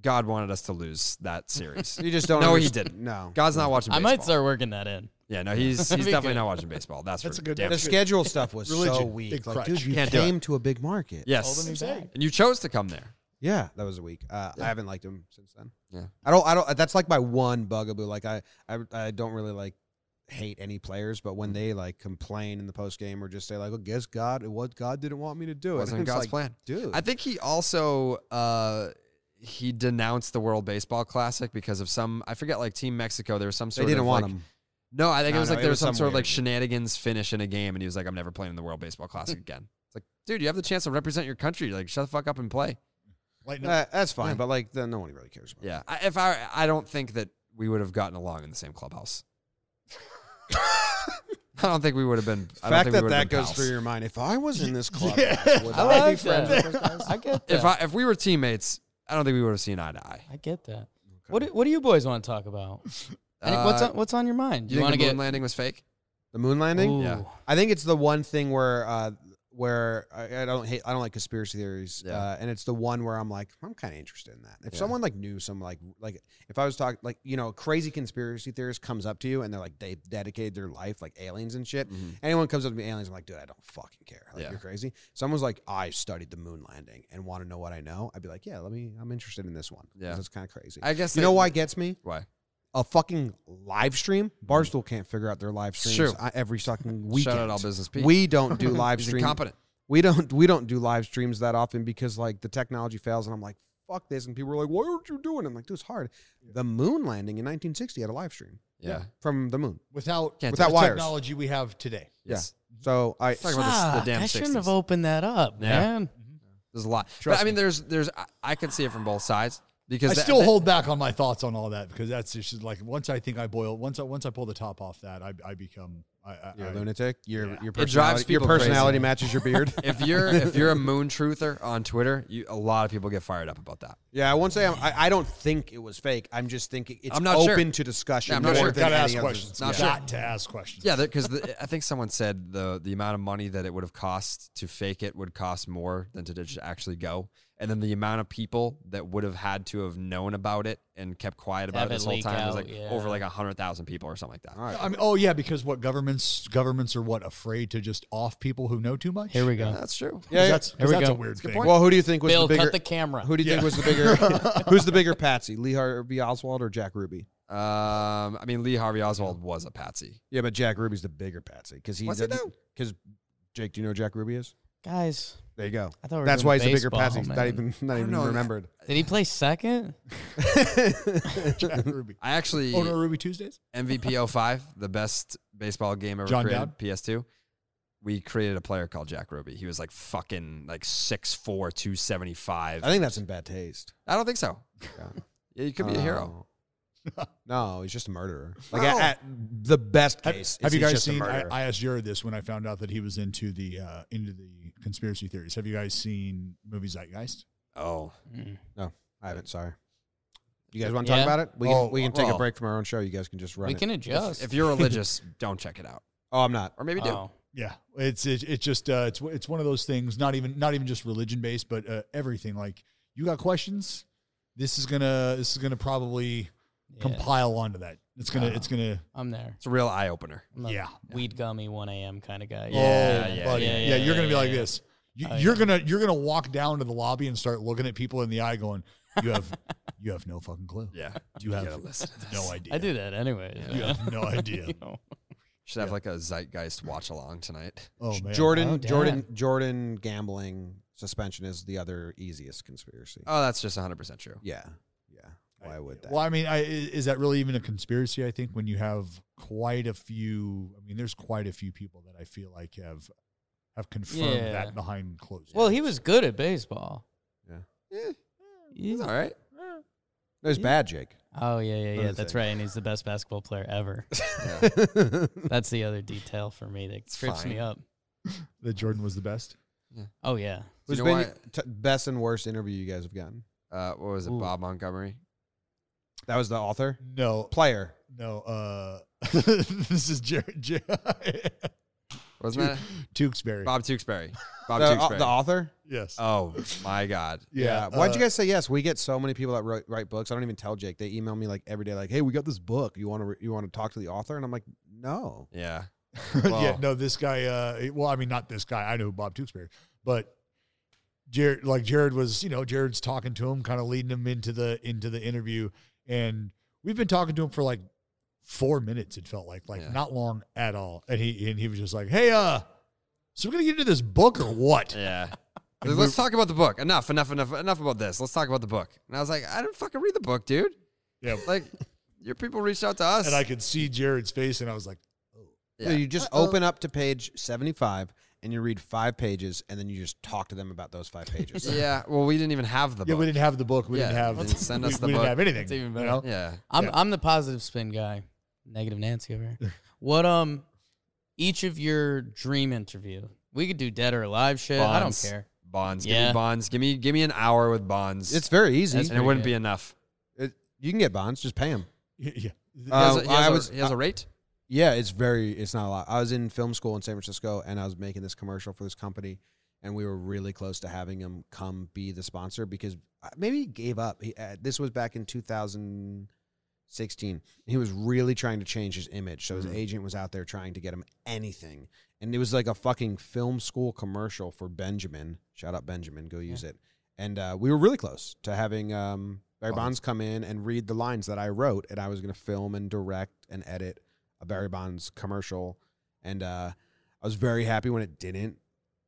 Speaker 4: God wanted us to lose that series.
Speaker 1: You just don't.
Speaker 4: No, he
Speaker 1: underst-
Speaker 4: didn't.
Speaker 1: No,
Speaker 4: God's not watching.
Speaker 3: I
Speaker 4: Baseball.
Speaker 3: might start working that in.
Speaker 4: Yeah, no, he's he's
Speaker 3: That'd be
Speaker 4: definitely
Speaker 3: good.
Speaker 4: not watching baseball. That's,
Speaker 2: That's
Speaker 4: for
Speaker 2: a good-
Speaker 4: damn
Speaker 1: the
Speaker 2: that's
Speaker 4: sure.
Speaker 1: schedule stuff was so
Speaker 2: Religion, big
Speaker 1: weak. Like,
Speaker 2: crutch.
Speaker 1: dude, you
Speaker 4: Can't do it.
Speaker 1: came to a big market.
Speaker 2: Hold him
Speaker 4: Yes,
Speaker 2: back.
Speaker 4: and you chose to come there.
Speaker 1: Yeah, that was a week. Uh, I haven't liked him since then.
Speaker 4: Yeah.
Speaker 1: I don't. I don't. That's like my one bugaboo. Like I, I, I don't really like hate any players, but
Speaker 4: Mm.
Speaker 1: when they like complain in the post game or just say like, "Well, guess God, what God didn't want me to do," it
Speaker 4: Wasn't
Speaker 1: It's
Speaker 4: God's
Speaker 1: like,
Speaker 4: plan.
Speaker 1: dude.
Speaker 4: I think he also uh, he denounced the World Baseball Classic because of some I forget like Team Mexico. There was some
Speaker 1: they
Speaker 4: sort
Speaker 1: didn't
Speaker 4: of
Speaker 1: want
Speaker 4: like,
Speaker 1: him.
Speaker 4: No, I think
Speaker 1: No,
Speaker 4: it was
Speaker 1: no,
Speaker 4: like
Speaker 1: it
Speaker 4: there
Speaker 1: was
Speaker 4: was, some
Speaker 1: some
Speaker 4: sort of
Speaker 1: weird-
Speaker 4: like shenanigans finish in a game, and he was like, "I'm never playing in the World Baseball Classic again." It's like, dude, you have the chance to represent your country. Like, shut the fuck up and play.
Speaker 2: Lighten up.
Speaker 1: That- Uh, that's fine, but like, then no one really cares about.
Speaker 4: Yeah. I, if I, I don't think that we would have gotten along in the same clubhouse. I don't think we would have been.
Speaker 1: it.
Speaker 4: I
Speaker 1: The
Speaker 4: don't
Speaker 1: fact
Speaker 4: think we
Speaker 1: that
Speaker 4: would have
Speaker 1: that
Speaker 4: been
Speaker 1: goes
Speaker 4: pals.
Speaker 1: through your mind. If I was in this club,
Speaker 2: Yeah.
Speaker 1: would
Speaker 3: I
Speaker 1: I be
Speaker 3: like
Speaker 1: friends
Speaker 3: that.
Speaker 1: with those guys?
Speaker 3: I get that.
Speaker 4: If I, if we were teammates, I don't think we would have seen eye to eye.
Speaker 3: I get that. What do, What do you boys want to talk about? Any- what's
Speaker 4: Uh,
Speaker 3: on What's on your mind?
Speaker 4: You,
Speaker 3: want
Speaker 4: think
Speaker 3: to
Speaker 4: the
Speaker 3: get?
Speaker 4: moon landing was fake?
Speaker 1: The moon landing.
Speaker 3: Ooh.
Speaker 4: Yeah.
Speaker 1: I think it's the one thing where uh, where I, I don't hate I don't like conspiracy theories,
Speaker 4: Yeah.
Speaker 1: uh, and it's the one where I'm like I'm kind of interested in that. If
Speaker 4: Yeah.
Speaker 1: someone like knew some like like if I was talking like you know a crazy conspiracy theorist comes up to you and they're like they dedicated their life like aliens and shit. Anyone comes up to me aliens, I'm like dude I don't fucking care. Like
Speaker 4: Yeah.
Speaker 1: you're crazy. Someone's like I studied the moon landing and want to know what I know. I'd be like yeah let me I'm interested in this one. 'cause
Speaker 4: Yeah.
Speaker 1: it's kind of crazy.
Speaker 4: I guess
Speaker 1: you
Speaker 4: they-
Speaker 1: know why it gets me?
Speaker 4: Why?
Speaker 1: A fucking live stream. Barstool can't figure out their live streams
Speaker 4: Mm-hmm. True.
Speaker 1: uh, every fucking weekend.
Speaker 4: Shout out all business people.
Speaker 1: We don't do live
Speaker 4: He's
Speaker 1: stream.
Speaker 4: incompetent.
Speaker 1: We don't we don't do live streams that often because like the technology fails and I'm like fuck this and people are like why aren't you doing? it? I'm like dude it's hard. The moon landing in 1960 had a live stream
Speaker 4: Yeah.
Speaker 1: from the moon.
Speaker 2: Without
Speaker 4: Can't
Speaker 1: Without
Speaker 2: the
Speaker 1: wires.
Speaker 2: technology we have today.
Speaker 4: Yes.
Speaker 1: So I
Speaker 4: Mm-hmm. Talk about the s- the
Speaker 3: Fuck,
Speaker 4: damn
Speaker 3: I shouldn't have
Speaker 4: 60s.
Speaker 3: opened that up,
Speaker 4: Yeah.
Speaker 3: man.
Speaker 4: There's a lot.
Speaker 2: Trust
Speaker 4: but I mean,
Speaker 2: me.
Speaker 4: there's there's I, I can see it from both sides because
Speaker 2: I
Speaker 4: that-
Speaker 2: still
Speaker 4: that-
Speaker 2: hold back on my thoughts on all that because that's just like once I think I boil once I once I pull the top off that I, I become I, I,
Speaker 1: you're a
Speaker 2: I-
Speaker 1: lunatic. Your
Speaker 2: Yeah.
Speaker 1: your
Speaker 4: drives
Speaker 1: personality, your
Speaker 4: people crazy.
Speaker 1: personality matches your beard.
Speaker 4: If you're if you're a moon truther on Twitter, you a lot of people get fired up about that.
Speaker 1: yeah, I won't say I'm, I I don't think it was fake. I'm just thinking it's
Speaker 4: I'm not sure.
Speaker 1: open to discussion.
Speaker 4: Yeah, I'm not
Speaker 1: more
Speaker 4: sure.
Speaker 1: than
Speaker 2: gotta
Speaker 1: any
Speaker 2: ask
Speaker 1: other-
Speaker 2: questions.
Speaker 4: Not
Speaker 2: got to ask questions.
Speaker 4: Yeah, because I think someone said the the amount of money that it would have cost to fake it would cost more than to just actually go, and then the amount of people that would have had to have known about it and kept quiet about
Speaker 3: Have
Speaker 4: it
Speaker 3: it
Speaker 4: this whole
Speaker 3: leak
Speaker 4: time was
Speaker 3: out,
Speaker 4: like
Speaker 3: yeah.
Speaker 4: over like hundred thousand people or something like that.
Speaker 1: All right.
Speaker 2: I mean, oh yeah, because what governments governments are what afraid to just off people who know too much.
Speaker 3: Here we go.
Speaker 4: That's true.
Speaker 1: Yeah, yeah.
Speaker 2: That's, 'cause
Speaker 3: Here we
Speaker 2: that's
Speaker 3: go.
Speaker 2: a weird thing.
Speaker 1: Well, who do you think was
Speaker 3: Bill,
Speaker 1: the bigger?
Speaker 3: cut the camera.
Speaker 1: who do you
Speaker 2: Yeah.
Speaker 1: think was the bigger? who's the bigger patsy, Lee Harvey Oswald or Jack Ruby?
Speaker 4: Um, I mean, Lee Harvey Oswald was a patsy.
Speaker 1: Yeah, but Jack Ruby's the bigger patsy because he
Speaker 4: What's he
Speaker 1: doesn't- Because Jake, do you know who Jack Ruby is?
Speaker 3: Guys,
Speaker 1: There you go.
Speaker 3: I thought we were
Speaker 1: That's
Speaker 3: doing
Speaker 1: why he's the bigger
Speaker 3: baseball,
Speaker 1: patsy. He's not
Speaker 3: man.
Speaker 1: even not
Speaker 4: don't
Speaker 1: even
Speaker 4: know.
Speaker 1: remembered.
Speaker 3: Did he play second?
Speaker 2: Jack Ruby.
Speaker 4: I actually
Speaker 2: Oh no, Ruby Tuesdays.
Speaker 4: MVP 05, the best baseball game ever
Speaker 2: John
Speaker 4: created,
Speaker 2: Dowd?
Speaker 4: PS2. We created a player called Jack Ruby. He was like fucking like 6'4, 275.
Speaker 1: I think that's in bad taste.
Speaker 4: I don't think so.
Speaker 1: Yeah.
Speaker 4: Yeah, you could be a hero.
Speaker 1: Oh. No, he's just a murderer. Like
Speaker 4: No.
Speaker 1: at, at the best
Speaker 2: Have,
Speaker 1: case,
Speaker 2: have
Speaker 1: is
Speaker 2: you
Speaker 1: he's
Speaker 2: guys
Speaker 1: just a
Speaker 2: seen? I,
Speaker 1: murderer.
Speaker 2: I asked Jared this when I found out that he was into the uh, into the conspiracy theories. Have you guys seen movie Zeitgeist?
Speaker 4: Oh.
Speaker 1: I haven't. Sorry. You guys want to talk
Speaker 3: Yeah.
Speaker 1: about it? We can,
Speaker 2: Oh,
Speaker 1: we can take a
Speaker 4: well.
Speaker 1: break from our own show. You guys can just run.
Speaker 3: We
Speaker 1: it.
Speaker 3: can adjust.
Speaker 4: If, if you're religious, don't check it out.
Speaker 1: Oh, I'm not.
Speaker 4: Or maybe do.
Speaker 3: Oh.
Speaker 2: Yeah, it's it, it's just uh, it's it's one of those things. Not even not even just religion based, but uh, everything. Like you got questions, this is gonna this is gonna probably
Speaker 3: Yeah,
Speaker 2: compile onto that. It's gonna it's gonna
Speaker 3: I'm there.
Speaker 4: It's a real eye opener.
Speaker 3: I'm a
Speaker 2: Yeah.
Speaker 3: Weed gummy 1 a.m. kind of guy.
Speaker 4: Yeah,
Speaker 2: oh,
Speaker 4: yeah,
Speaker 2: buddy.
Speaker 3: yeah,
Speaker 2: Yeah,
Speaker 3: yeah,
Speaker 2: you're gonna be
Speaker 3: yeah,
Speaker 2: like
Speaker 3: yeah.
Speaker 2: this. You,
Speaker 3: Oh,
Speaker 2: you're
Speaker 3: yeah.
Speaker 2: gonna you're gonna walk down to the lobby and start looking at people in the eye, going, "You have you have no fucking clue.
Speaker 4: Yeah.
Speaker 2: You have
Speaker 4: gotta listen to this.
Speaker 2: no idea.
Speaker 3: I do that anyway.
Speaker 4: Yeah.
Speaker 2: You have no idea.
Speaker 4: Should have like a zeitgeist watch along tonight.
Speaker 2: Oh man,
Speaker 1: Jordan,
Speaker 3: Oh, damn.
Speaker 1: Jordan, Jordan gambling suspension is the other easiest conspiracy.
Speaker 4: Oh, that's just 100% true.
Speaker 1: yeah, yeah. Why would that?
Speaker 2: Well, I mean, I, i- is that really even a conspiracy? I think when you have quite a few, I mean, there's quite a few people that I feel like have have confirmed
Speaker 3: Yeah.
Speaker 2: that behind closed.
Speaker 3: Well,
Speaker 2: doors.
Speaker 3: he was good at baseball.
Speaker 1: Yeah.
Speaker 4: It's Eh. all right.
Speaker 1: It was bad, Jake.
Speaker 3: Oh, yeah, yeah, yeah.
Speaker 1: Another
Speaker 3: That's
Speaker 1: thing.
Speaker 3: right. And he's the best basketball player ever.
Speaker 4: Yeah.
Speaker 3: That's the other detail for me that trips
Speaker 4: fine.
Speaker 3: me up.
Speaker 2: that Jordan was the best.
Speaker 3: Oh, yeah.
Speaker 1: Who's
Speaker 4: know
Speaker 1: been
Speaker 4: why-
Speaker 1: your t- best and worst interview you guys have gotten?
Speaker 4: Uh, what was it?
Speaker 3: Ooh.
Speaker 4: Bob Montgomery?
Speaker 1: That was the author,
Speaker 2: No,
Speaker 1: player.
Speaker 2: no. Uh, this is Jared. Jer-
Speaker 4: Wasn't that?
Speaker 2: Tewksbury.
Speaker 4: Bob Tewksbury. Bob
Speaker 1: the, au-
Speaker 4: Tewksbury.
Speaker 1: the author?
Speaker 2: Yes.
Speaker 4: oh, my God.
Speaker 1: Yeah. Why'd you
Speaker 2: uh,
Speaker 1: guys say yes? We get so many people that write, write books. I don't even tell Jake. They email me like every day, like, "Hey, we got this book. You want to re- you want to talk to the author?" And I'm like, "No."
Speaker 4: Yeah.
Speaker 2: yeah,
Speaker 4: Well-
Speaker 2: no, this guy. Uh, well, I mean, not this guy. I know who Bob Tewksbury, but Jared, like Jared was, you know, Jared's talking to him, kind of leading him into the into the interview, and we've been talking to him for like four minutes. It felt like, like
Speaker 4: Yeah.
Speaker 2: not long at all, and he and he was just like, "Hey, uh, so we're gonna get into this book or what?"
Speaker 4: Yeah. Let's talk about the book. Enough, enough, enough, enough about this. Let's talk about the book. And I was like, I didn't fucking read the book, dude.
Speaker 2: Yeah,
Speaker 4: Like, your people reached out to us.
Speaker 2: And I could see Jared's face, and I was like,
Speaker 1: So
Speaker 4: Yeah.
Speaker 1: you just open up to page 75 and you read five pages and then you just talk to them about those five pages.
Speaker 4: yeah. Well, we didn't even have the
Speaker 2: "Yeah,
Speaker 4: book.
Speaker 2: we didn't have the book. We didn't
Speaker 4: Yeah,
Speaker 2: have.
Speaker 4: they didn't send us
Speaker 2: we,
Speaker 4: the
Speaker 2: we didn't
Speaker 4: book.
Speaker 2: have anything.
Speaker 4: It's even
Speaker 2: you know?
Speaker 4: Yeah.
Speaker 3: I'm
Speaker 2: Yeah.
Speaker 3: I'm the positive spin guy. Negative Nancy over here. what um each of your dream interview. We could do dead or alive shit. I don't
Speaker 4: Bonds.
Speaker 3: care.
Speaker 4: Bonds. Give
Speaker 3: Yeah.
Speaker 4: me bonds. Give me give me an hour with bonds.
Speaker 1: It's very easy.
Speaker 3: That's
Speaker 4: and it wouldn't
Speaker 3: pretty
Speaker 4: be enough.
Speaker 1: It- you can get bonds, just pay them.
Speaker 2: Yeah.
Speaker 4: He has,
Speaker 1: Uh,
Speaker 4: a, he has
Speaker 1: I
Speaker 4: a-
Speaker 1: was-
Speaker 4: he has a rate.
Speaker 1: Yeah, it's very. It's not a lot. I was in film school in San Francisco, and I was making this commercial for this company, and we were really close to having him come be the sponsor because uh, maybe he gave up. He, uh, this was back in 2016. He was really trying to change his image, so his
Speaker 4: Mhm.
Speaker 1: agent was out there trying to get him anything, and it was like a fucking film school commercial for Benjamin. Shout out Benjamin, go use it. And uh, we were really close to having um, Barry Bonds come in and read the lines that I wrote, and I was going to film and direct and edit a Barry Bonds commercial, and uh, I was very happy when it didn't.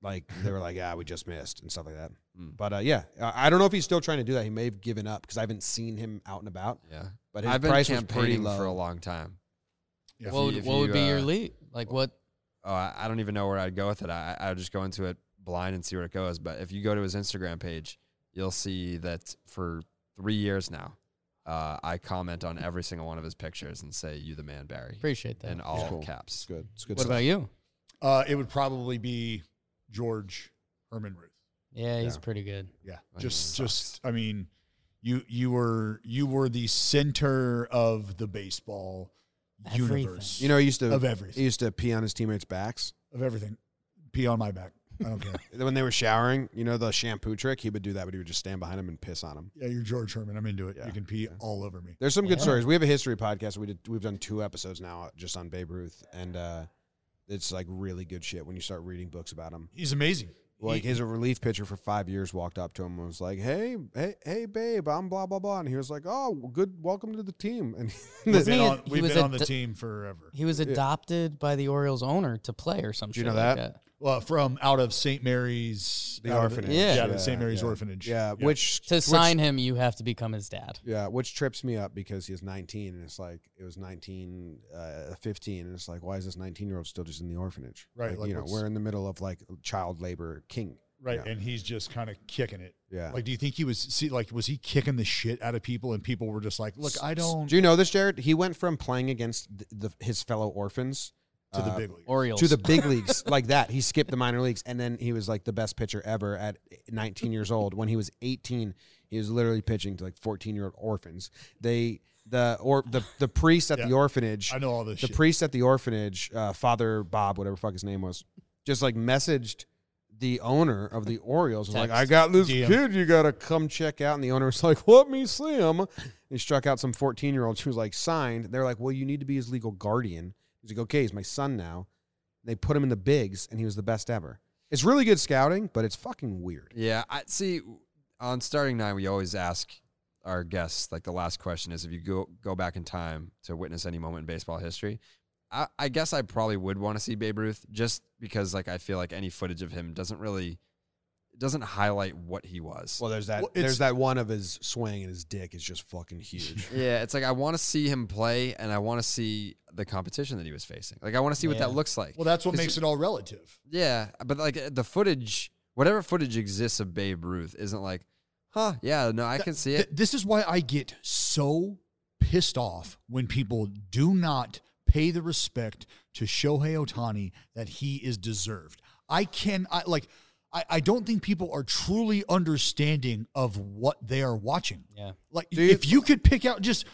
Speaker 1: Like they were like, "Yeah, we just missed" and stuff like that.
Speaker 4: Mm.
Speaker 1: But uh, yeah, I I don't know if he's still trying to do that. He may have given up because I haven't seen him out and about.
Speaker 4: Yeah.
Speaker 1: But his
Speaker 4: I've been
Speaker 1: price was pretty
Speaker 4: campaigning
Speaker 1: low.
Speaker 4: for a long time.
Speaker 2: If
Speaker 3: what would,
Speaker 4: you- if
Speaker 3: what would
Speaker 4: you,
Speaker 3: be your
Speaker 4: uh,
Speaker 3: lead? Like what
Speaker 4: Oh, I, I don't even know where I'd go with it. I, I would just go into it blind and see where it goes. But if you go to his Instagram page, you'll see that for three years now, uh, I comment on every single one of his pictures and say, "You the man, Barry,"
Speaker 3: appreciate that.
Speaker 4: in all
Speaker 1: cool. It's
Speaker 4: caps.
Speaker 1: good. It's good.
Speaker 3: What
Speaker 1: stuff.
Speaker 3: about you?
Speaker 2: Uh, it would probably be George Herman Ruth.
Speaker 3: Yeah, he's
Speaker 1: Yeah.
Speaker 3: pretty good.
Speaker 2: Yeah,
Speaker 4: Like,
Speaker 2: just
Speaker 4: it sucks.
Speaker 2: just I mean, you you were you were the center of the baseball
Speaker 3: Everything.
Speaker 2: universe.
Speaker 1: You know, he used to
Speaker 2: of
Speaker 1: he
Speaker 2: everything,
Speaker 1: used to pee on his teammates' backs
Speaker 2: of everything. Pee on my back. I don't care.
Speaker 1: when they were showering. You know the shampoo trick. He would do that, but he would just stand behind him and piss on him.
Speaker 2: yeah, you're George Herman. I'm into it.
Speaker 1: Yeah,
Speaker 2: You can pee
Speaker 1: yeah.
Speaker 2: all over me.
Speaker 1: There's some good
Speaker 3: Yeah.
Speaker 1: stories. We have a history podcast. We did. We've done two episodes now uh, just on Babe Ruth, and uh, it's like really good shit when you start reading books about him.
Speaker 2: He's amazing.
Speaker 1: Like
Speaker 2: He-
Speaker 1: his relief pitcher for five years walked up to him and was like, "Hey, hey, hey, babe, I'm blah blah blah," and he was like, "Oh, good, welcome to the team." And do
Speaker 2: we've been
Speaker 3: Wasn't he-
Speaker 2: on,
Speaker 3: he
Speaker 2: we've
Speaker 3: was
Speaker 2: been
Speaker 3: a
Speaker 2: on the
Speaker 3: d-
Speaker 2: team forever.
Speaker 3: He was adopted by the Orioles owner to play or something.
Speaker 1: Do you know
Speaker 3: Like that?
Speaker 2: Well, from out of St. Mary's,
Speaker 1: The
Speaker 2: out of
Speaker 1: orphanage.
Speaker 2: yeah,
Speaker 3: Yeah.
Speaker 2: the St. Mary's
Speaker 1: yeah.
Speaker 2: orphanage.
Speaker 1: yeah, which
Speaker 3: To
Speaker 1: which-
Speaker 3: sign him, you have to become his dad.
Speaker 1: yeah, which trips me up because he's 19 and it's like it was 19, uh, 15, and it's like, why is this 19 year old still just in the orphanage?
Speaker 2: Right,
Speaker 1: Like,
Speaker 2: like,
Speaker 1: you know,
Speaker 2: what's-
Speaker 1: we're in the middle of like child labor king.
Speaker 2: right.
Speaker 1: Yeah.
Speaker 2: And he's just kind of kicking it.
Speaker 1: Yeah.
Speaker 2: Like, do you think he was see like was he kicking the shit out of people and people were just like, look, I don't
Speaker 1: Do you know this, Jared? He went from playing against th- the, his fellow orphans
Speaker 2: to the
Speaker 1: uh,
Speaker 2: big league.
Speaker 3: Orioles.
Speaker 1: to the big leagues like that. He skipped the minor leagues, and then he was like the best pitcher ever at 19 years old. When he was 18, he was literally pitching to like 14 year old orphans. They the or the the priest at
Speaker 2: Yeah.
Speaker 1: the orphanage,
Speaker 2: I know all this
Speaker 1: the
Speaker 2: shit.
Speaker 1: priest at the orphanage, uh, Father Bob, whatever fuck his name was, just like messaged the owner of the Orioles was like,
Speaker 3: Text.
Speaker 1: "I got this
Speaker 2: DM.
Speaker 1: kid, you gotta come check out." And the owner was like, "Let me see him." And he struck out some fourteen year old. She was like signed. They're like, "Well, you need to be his legal guardian." He's like, "Okay, he's my son now." They put him in the bigs, and he was the best ever. It's really good scouting, but it's fucking weird.
Speaker 4: Yeah, I see. On starting nine, we always ask our guests like the last question is if you go go back in time to witness any moment in baseball history. I, I guess I probably would want to see Babe Ruth just because like I feel like any footage of him doesn't really it doesn't highlight what he was.
Speaker 1: Well, there's that.
Speaker 2: Well, it's-
Speaker 1: there's that one of his swing, and his dick is just fucking huge.
Speaker 4: yeah, it's like I want to see him play and I want to see the competition that he was facing. Like I want to see what that
Speaker 3: Yeah.
Speaker 4: looks like.
Speaker 2: Well, that's what
Speaker 4: 'Cause
Speaker 2: makes it all relative.
Speaker 4: Yeah, but like the footage, whatever footage exists of Babe Ruth isn't like, huh? Yeah, no, I can see
Speaker 2: Th-
Speaker 4: it.
Speaker 2: this is why I get so pissed off when people do not pay the respect to Shohei Otani that he is deserved. I can I like I, I don't think people are truly understanding of what they are watching.
Speaker 3: yeah.
Speaker 2: Like
Speaker 1: Do you-
Speaker 2: if you could pick out just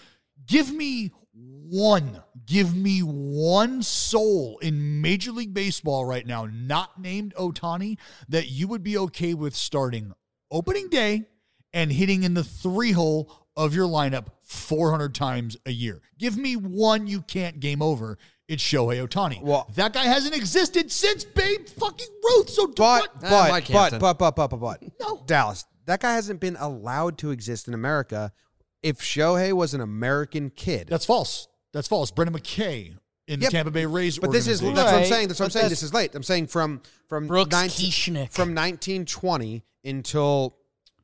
Speaker 2: give me one, give me one soul in Major League Baseball right now, not named Otani, that you would be okay with starting opening day and hitting in the three hole of your lineup 400 times a year. Give me one you can't game over. It's Shohei Otani.
Speaker 1: Well-
Speaker 2: that guy hasn't existed since Babe fucking Ruth. So do
Speaker 1: But
Speaker 2: what?
Speaker 4: Eh,
Speaker 1: but,
Speaker 4: Mike
Speaker 1: but
Speaker 4: Hampton.
Speaker 1: but but but but but
Speaker 2: No.
Speaker 1: Dallas. That guy hasn't been allowed to exist in America. If Shohei was an American kid,
Speaker 2: That's false. That's false. Brendan McKay in the
Speaker 1: Yep.
Speaker 2: Tampa Bay Rays.
Speaker 1: but this is
Speaker 2: organization.
Speaker 1: that's what I'm
Speaker 3: Right,
Speaker 1: saying. That's what I'm
Speaker 3: but
Speaker 1: saying.
Speaker 3: that's-
Speaker 1: This is late. I'm saying from from
Speaker 3: Brooks
Speaker 1: 19
Speaker 3: Kieschnick.
Speaker 1: from 1920 until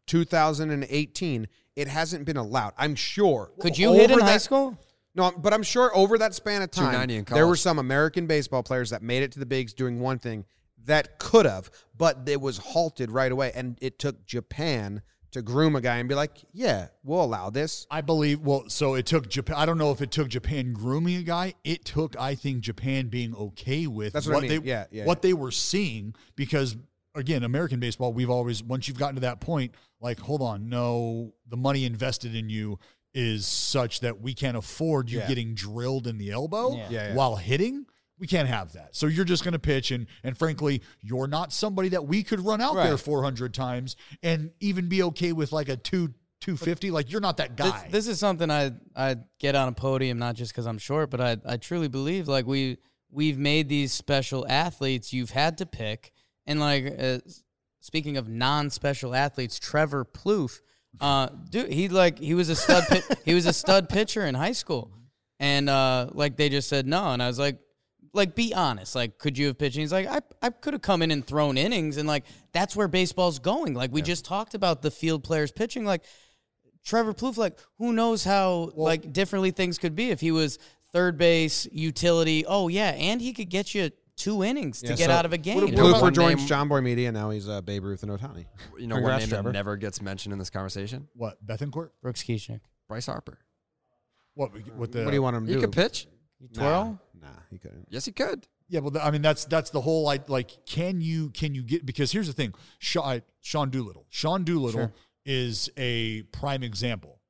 Speaker 1: 2018, it hasn't been allowed. I'm sure.
Speaker 3: Could you hit in
Speaker 1: Over
Speaker 3: high
Speaker 1: that-
Speaker 3: school?
Speaker 1: No, but I'm sure over that span of time,
Speaker 4: 290 in
Speaker 1: there were
Speaker 4: college.
Speaker 1: some American baseball players that made it to the bigs doing one thing that could have, but it was halted right away. And it took Japan to groom a guy and be like, yeah, we'll allow this.
Speaker 2: I believe. Well, so it took Japan. I don't know if it took Japan grooming a guy. It took, I think, Japan being okay with
Speaker 1: That's what I mean.
Speaker 2: they
Speaker 1: Yeah, yeah,
Speaker 2: what they were seeing because again, American baseball, we've always once you've gotten to that point, like, hold on, no, the money invested in you is such that we can't afford you
Speaker 1: Yeah.
Speaker 2: getting drilled in the elbow
Speaker 3: Yeah.
Speaker 1: Yeah, yeah.
Speaker 2: while hitting. We can't have that. So you're just going to pitch, and and frankly, you're not somebody that we could run out there
Speaker 1: Right.
Speaker 2: 400 times and even be okay with like a two 250. Like you're not that
Speaker 3: This,
Speaker 2: guy.
Speaker 3: this is something I I get on a podium not just because I'm short, but I I truly believe like we we've made these special athletes you've had to pick, and like uh, speaking of non-special athletes, Trevor Plouffe, uh, dude, he like he was a stud pit, he was a stud pitcher in high school, and uh, like they just said no, and I was like. Like, be honest. Like, could you have pitched? And he's like, I, I could have come in and thrown innings, and like, that's where baseball's going. Like, we just talked about the field players pitching. Like, Trevor Plouffe, like who knows how like differently things could be if he was third base utility. Oh yeah, and he could get you two innings to
Speaker 1: Yeah,
Speaker 3: get
Speaker 1: so-
Speaker 3: out of a game.
Speaker 4: what
Speaker 1: Blue
Speaker 4: about-
Speaker 1: for George
Speaker 4: name-
Speaker 1: John Boy Media, now he's uh, Babe Ruth and Otani.
Speaker 4: You know,
Speaker 1: Congrats,
Speaker 4: one name
Speaker 1: Trevor.
Speaker 4: that never gets mentioned in this conversation:
Speaker 2: what Bethencourt?
Speaker 3: Brooks Kechnik.
Speaker 4: Bryce Harper.
Speaker 2: What with the?
Speaker 1: what do you want him to
Speaker 4: He
Speaker 1: do?
Speaker 4: could pitch.
Speaker 1: Nah,
Speaker 3: twirl?
Speaker 1: Nah, he couldn't.
Speaker 4: Yes, he could.
Speaker 2: Yeah, well, th- I mean that's that's the whole like like can you can you get because here's the thing, Sean, Sean Doolittle, Sean Doolittle
Speaker 3: Sure.
Speaker 2: is a prime example.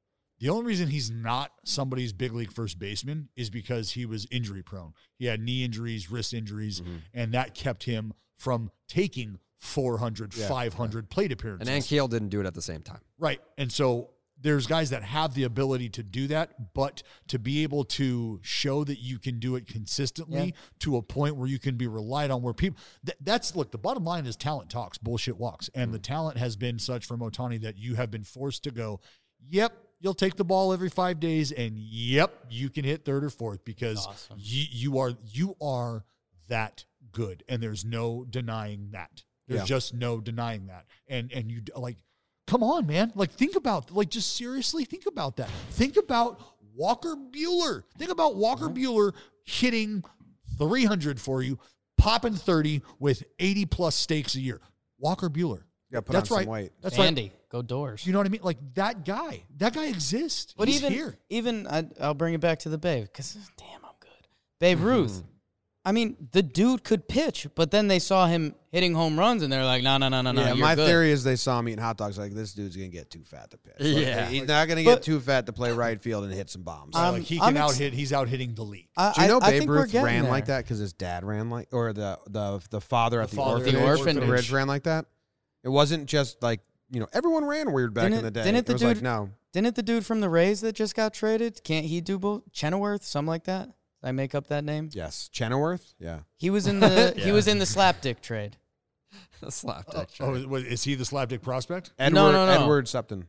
Speaker 2: The only reason he's not somebody's big league first baseman is because he was injury prone. He had knee injuries, wrist injuries,
Speaker 1: Mm-hmm.
Speaker 2: and that kept him from taking 400,
Speaker 1: Yeah,
Speaker 2: 500 plate appearances.
Speaker 4: And Ankiel didn't do it at the same time.
Speaker 2: Right. And so there's guys that have the ability to do that, but to be able to show that you can do it consistently
Speaker 3: Yeah.
Speaker 2: to a point where you can be relied on, where people that, that's look, the bottom line is talent talks, bullshit walks. And
Speaker 3: Mm.
Speaker 2: the talent has been such from Otani that you have been forced to go, yep, you'll take the ball every five days, and yep, you can hit third or fourth because
Speaker 3: Awesome.
Speaker 2: you, you are you are that good and there's no denying that there's
Speaker 1: Yeah.
Speaker 2: just no denying that and and you d- like come on man like think about like just seriously think about that think about walker bueller think about walker bueller hitting 300 for you popping 30 with 80 plus stakes a year walker bueller
Speaker 1: Yeah, put
Speaker 2: that's
Speaker 1: on
Speaker 2: right
Speaker 1: some weight.
Speaker 2: that's right
Speaker 3: Andy, go doors.
Speaker 2: you know what i mean like that guy that guy exists
Speaker 3: But
Speaker 2: He's
Speaker 3: even
Speaker 2: here
Speaker 3: even I, I'll bring it back to the Babe because damn, I'm good. Babe
Speaker 1: Mm-hmm.
Speaker 3: Ruth. I mean, the dude could pitch, but then they saw him hitting home runs, and they're like, no, no, no, no, no.
Speaker 1: yeah,
Speaker 3: you're
Speaker 1: my
Speaker 3: good.
Speaker 1: theory is they saw him eating hot dogs. Like this dude's gonna get too fat to pitch. Like,
Speaker 4: Yeah.
Speaker 1: he's not gonna get
Speaker 3: But-
Speaker 1: too fat to play right field and hit some bombs.
Speaker 3: Um,
Speaker 2: like he
Speaker 3: I'm
Speaker 2: can out
Speaker 3: ex-
Speaker 2: hit he's out hitting the league
Speaker 3: I,
Speaker 1: Do you know
Speaker 3: I, I
Speaker 1: Babe
Speaker 3: think we're
Speaker 1: Ruth
Speaker 3: getting
Speaker 1: ran
Speaker 3: there.
Speaker 1: like that because his dad ran like, or the the the father at the,
Speaker 2: father at
Speaker 1: orphanage,
Speaker 3: the orphanage.
Speaker 1: Ridge ran like that? It wasn't just like you know everyone ran weird back
Speaker 3: Didn't
Speaker 1: in
Speaker 3: it-
Speaker 1: the day.
Speaker 3: didn't
Speaker 1: it
Speaker 3: the
Speaker 1: was like
Speaker 3: dude-
Speaker 1: no,
Speaker 3: Didn't the dude from the Rays that just got traded? Can't he do both? Chenoweth, something like that. Did I make up that name.
Speaker 1: yes, Chenoweth, yeah,
Speaker 3: He was in the he
Speaker 4: Yeah.
Speaker 3: was in the slapdick trade.
Speaker 4: Slapdick.
Speaker 2: oh is- what, is he the slapdick prospect
Speaker 1: Edward
Speaker 3: no, no.
Speaker 1: Edward Septon.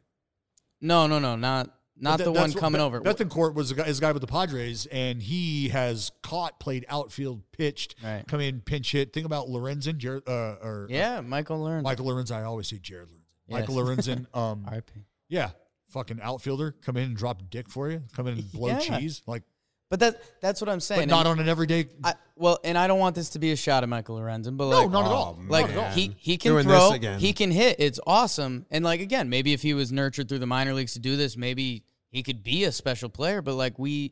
Speaker 3: No, no, no, not not
Speaker 2: But that-
Speaker 3: the one
Speaker 2: that's what-
Speaker 3: coming
Speaker 2: Be-
Speaker 3: over.
Speaker 2: Bethencourt was a guy, is a guy with the Padres, and he has caught, played outfield, pitched,
Speaker 3: Right.
Speaker 2: come in, pinch hit. Think about Lorenzen, Jared, uh, or
Speaker 3: yeah, Michael
Speaker 2: uh,
Speaker 3: Learns.
Speaker 2: Michael Lorenzen. I always say Jared Lorenzen.
Speaker 3: Yes.
Speaker 2: Michael Lorenzen. Um,
Speaker 3: R.I.P.
Speaker 2: yeah, fucking outfielder, come in and drop a dick for you, come in and blow
Speaker 3: Yeah.
Speaker 2: cheese, like,
Speaker 3: But that that's what I'm saying.
Speaker 2: but not on
Speaker 3: and
Speaker 2: an everyday.
Speaker 3: I, well, and I don't want this to be a shot at Michael Lorenzen, but
Speaker 2: no,
Speaker 3: like
Speaker 2: not at
Speaker 1: oh,
Speaker 2: all.
Speaker 1: man.
Speaker 3: like
Speaker 2: not at all.
Speaker 3: he he can
Speaker 1: Doing this
Speaker 3: throw,
Speaker 1: again.
Speaker 3: he can hit. It's awesome. And like again, maybe if he was nurtured through the minor leagues to do this, maybe he could be a special player. But like we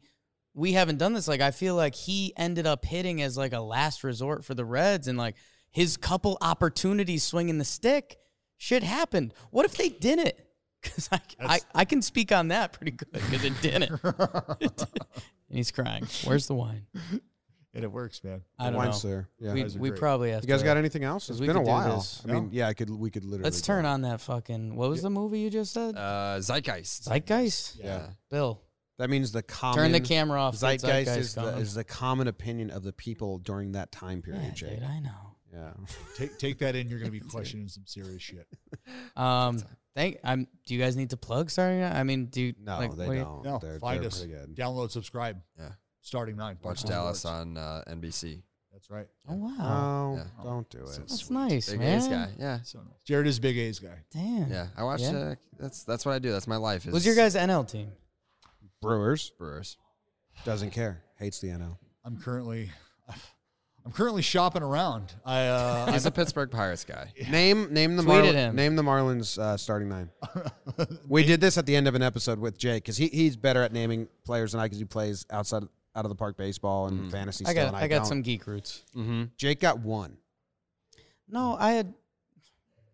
Speaker 3: we haven't done this. Like I feel like he ended up hitting as like a last resort for the Reds, and like his couple opportunities swinging the stick, shit happened. What if they didn't? Because I, I
Speaker 2: That's-
Speaker 3: I can speak on that pretty good because it didn't. It didn't. and he's crying. Where's the wine?
Speaker 2: and it works, man.
Speaker 3: I don't
Speaker 1: Wine's
Speaker 3: know.
Speaker 1: there. Yeah,
Speaker 3: We,
Speaker 1: you
Speaker 2: guys are
Speaker 3: we
Speaker 2: great.
Speaker 3: probably have.
Speaker 1: guys
Speaker 3: to-
Speaker 1: got anything else? It's
Speaker 3: we
Speaker 1: been a
Speaker 3: could do
Speaker 1: while.
Speaker 3: this.
Speaker 1: I mean, yeah, I could we could literally.
Speaker 3: Let's
Speaker 1: go.
Speaker 3: turn on that fucking. What was the movie you just said?
Speaker 4: Uh, Zeitgeist.
Speaker 3: Zeitgeist.
Speaker 1: Yeah.
Speaker 3: Bill,
Speaker 1: That means the common
Speaker 3: turn the camera off.
Speaker 1: Zeitgeist, is, the,
Speaker 3: coming.
Speaker 1: is the common opinion of the people during that time period.
Speaker 3: yeah,
Speaker 1: Jake.
Speaker 3: dude, I know.
Speaker 1: Yeah.
Speaker 2: Take take that in. You're going to be questioning some serious shit.
Speaker 3: Um, thank. I'm. Do you guys need to plug starting? now? I mean, do you-
Speaker 1: No,
Speaker 3: like,
Speaker 1: they
Speaker 3: what do you-
Speaker 1: don't.
Speaker 2: No,
Speaker 1: they're
Speaker 2: find
Speaker 1: they're
Speaker 2: us.
Speaker 1: pretty good.
Speaker 2: Download, subscribe.
Speaker 4: Yeah.
Speaker 2: Starting nine.
Speaker 4: Watch
Speaker 1: Oh,
Speaker 2: Podcast
Speaker 4: Dallas
Speaker 2: Awards.
Speaker 4: on uh, NBC.
Speaker 1: uh,
Speaker 2: That's right.
Speaker 3: Oh wow,
Speaker 1: No,
Speaker 4: Yeah.
Speaker 1: Um, don't do it.
Speaker 3: that's
Speaker 4: sweet.
Speaker 3: nice,
Speaker 4: Big A's
Speaker 3: man.
Speaker 4: guy. Yeah.
Speaker 2: So nice. Jared is big A's guy.
Speaker 3: Damn.
Speaker 4: Yeah. I watched.
Speaker 3: Yeah.
Speaker 4: Uh, that's that's what I do. That's my life. Is
Speaker 3: Who's your guys' NL team?
Speaker 1: Brewers.
Speaker 4: Brewers?
Speaker 1: Doesn't care. Hates the NL.
Speaker 2: I'm currently, I'm currently shopping around. I uh,
Speaker 4: He's a Pittsburgh Pirates guy.
Speaker 1: Name name the
Speaker 3: Tweeted
Speaker 1: Marlin-
Speaker 3: him.
Speaker 1: name the Marlins uh, starting nine. we did this at the end of an episode with Jake because he, he's better at naming players than I because he plays outside out of the park baseball and fantasy.
Speaker 3: Mm. I
Speaker 1: still,
Speaker 3: got
Speaker 1: and
Speaker 3: I, got
Speaker 1: don't.
Speaker 3: some geek roots.
Speaker 4: Mm-hmm.
Speaker 1: Jake got one,
Speaker 3: No, I had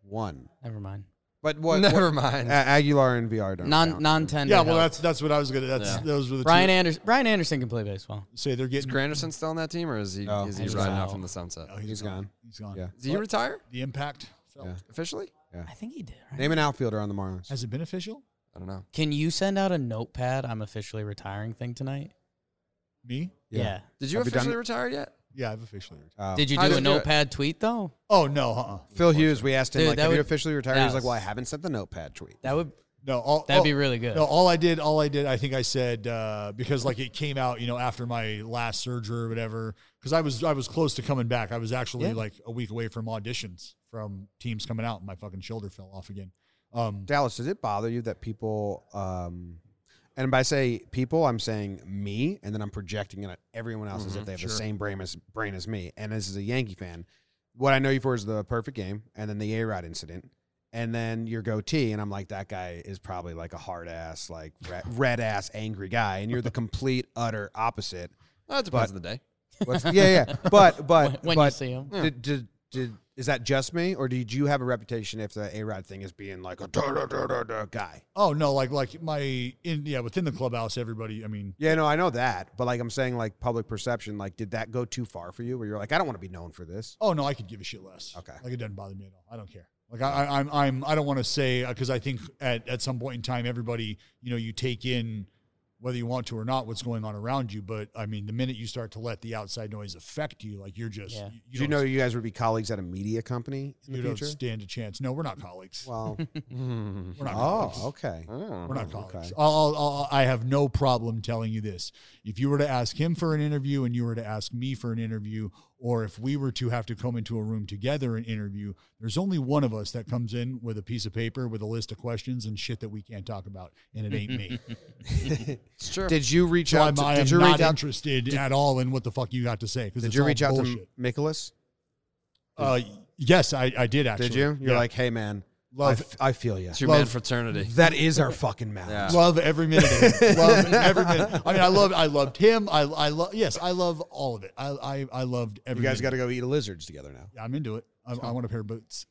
Speaker 1: one.
Speaker 3: never mind.
Speaker 1: But what?
Speaker 4: Never
Speaker 1: what- Uh,
Speaker 4: mind.
Speaker 1: A- Aguilar and VR don't
Speaker 3: Non
Speaker 1: count.
Speaker 3: non tender.
Speaker 2: yeah, well, that's that's what I was gonna. That's
Speaker 4: Yeah.
Speaker 2: those were the
Speaker 3: Brian
Speaker 2: two.
Speaker 3: Anderson. Brian Anderson can play baseball.
Speaker 2: Say they're
Speaker 4: Is
Speaker 2: getting.
Speaker 4: Granderson still on that team, or is he
Speaker 1: No,
Speaker 4: is he
Speaker 3: he's
Speaker 4: riding
Speaker 3: gone.
Speaker 4: off in the sunset?
Speaker 2: Oh, he's,
Speaker 1: He's
Speaker 2: gone.
Speaker 1: gone.
Speaker 2: He's gone.
Speaker 1: Yeah.
Speaker 4: Did he retire
Speaker 2: The impact. felt.
Speaker 1: Yeah.
Speaker 4: officially?
Speaker 3: I think he did. Right?
Speaker 1: Name an outfielder on the Marlins.
Speaker 2: Has it been official?
Speaker 4: I don't know.
Speaker 3: Can you send out a notepad? I'm officially retiring thing tonight.
Speaker 2: Me?
Speaker 3: Yeah.
Speaker 4: Did you
Speaker 1: Have you done
Speaker 4: officially
Speaker 1: it?
Speaker 4: retire yet?
Speaker 2: Yeah, I've officially retired.
Speaker 1: Oh.
Speaker 3: Did you
Speaker 4: How
Speaker 3: do
Speaker 4: did
Speaker 3: a
Speaker 4: you do it?
Speaker 3: notepad tweet though?
Speaker 2: Oh no, uh-uh.
Speaker 1: Phil Hughes, we asked him,
Speaker 3: Dude,
Speaker 1: like,
Speaker 3: that
Speaker 1: have you
Speaker 3: would-
Speaker 1: officially retired?
Speaker 3: that
Speaker 1: He's like,
Speaker 3: was-
Speaker 1: well, I haven't sent the notepad tweet.
Speaker 3: That would
Speaker 2: no. All,
Speaker 3: that'd
Speaker 2: all-
Speaker 3: be really good.
Speaker 2: No, all I did, all I did, I think I said uh, because like it came out, you know, after my last surgery or whatever. Because I was I was close to coming back. I was actually
Speaker 1: Yeah.
Speaker 2: like a week away from auditions from teams coming out. and My fucking shoulder fell off again. Um,
Speaker 1: Dallas, does it bother you that people, um, and by say people, I'm saying me, and then I'm projecting it on everyone else
Speaker 3: Mm-hmm,
Speaker 1: as if they have the
Speaker 2: sure.
Speaker 1: same brain as, brain as me. And this is a Yankee fan. What I know you for is the perfect game, and then the A Rod incident, and then your goatee. And I'm like, that guy is probably like a hard ass, like red, red ass, angry guy. And you're the complete, utter opposite.
Speaker 4: Oh, it depends on the day.
Speaker 1: What's, yeah, yeah. But, but,
Speaker 3: when you
Speaker 1: but,
Speaker 3: see him.
Speaker 1: Did, did, did, is that just me, or did you have a reputation if the A Rod thing is being like a da, da, da, da, da guy?
Speaker 2: oh no, like like my in yeah within the clubhouse, everybody. I mean,
Speaker 1: Yeah, no, I know that, but like I'm saying, like public perception, like did that go too far for you? Where you're like, I don't want to be known for this.
Speaker 2: oh no, I could give a shit less.
Speaker 1: Okay.
Speaker 2: like it doesn't bother me at all. I don't care. Like I, I I'm I'm I don't want to say because I think at at some point in time, everybody, you know, you take in whether you want to or not what's going on around you. But I mean, the minute you start to let the outside noise affect you, like you're just
Speaker 3: Yeah.
Speaker 1: Did you know you guys would be colleagues at a media company in
Speaker 2: you
Speaker 1: the
Speaker 2: don't
Speaker 1: future?
Speaker 2: stand a chance. No, we're not colleagues.
Speaker 1: Well,
Speaker 4: Mm.
Speaker 2: We're not. colleagues.
Speaker 1: oh, okay.
Speaker 2: We're not
Speaker 1: okay.
Speaker 2: colleagues. I'll, I'll, I'll, I have no problem telling you this. If you were to ask him for an interview and you were to ask me for an interview, or if we were to have to come into a room together and interview, there's only one of us that comes in with a piece of paper with a list of questions and shit that we can't talk about, and it ain't me.
Speaker 4: It's true.
Speaker 1: Did you reach
Speaker 2: So
Speaker 1: out?
Speaker 2: I'm,
Speaker 1: To,
Speaker 2: I am
Speaker 1: did you
Speaker 2: not
Speaker 1: reach out?
Speaker 2: interested at all in what the fuck you got to say. 'cause
Speaker 1: Did
Speaker 2: it's
Speaker 1: you
Speaker 2: all
Speaker 1: reach out
Speaker 2: bullshit.
Speaker 1: to Nicholas?
Speaker 2: Uh, yes, I, I did actually.
Speaker 1: Did you? You're
Speaker 2: Yeah.
Speaker 1: like, hey man, I,
Speaker 2: Love-
Speaker 1: f- I feel you.
Speaker 4: It's your man
Speaker 2: Love-
Speaker 4: fraternity.
Speaker 1: That is our fucking mouth.
Speaker 4: Yeah.
Speaker 2: Love every minute. Of it. Love every minute. I mean, I love. I loved him. I. I love. Yes, I love all of it. I. I. I loved every.
Speaker 1: You guys got
Speaker 2: minute.
Speaker 1: to go eat lizards together now.
Speaker 2: I'm into it. I, I want a pair of boots.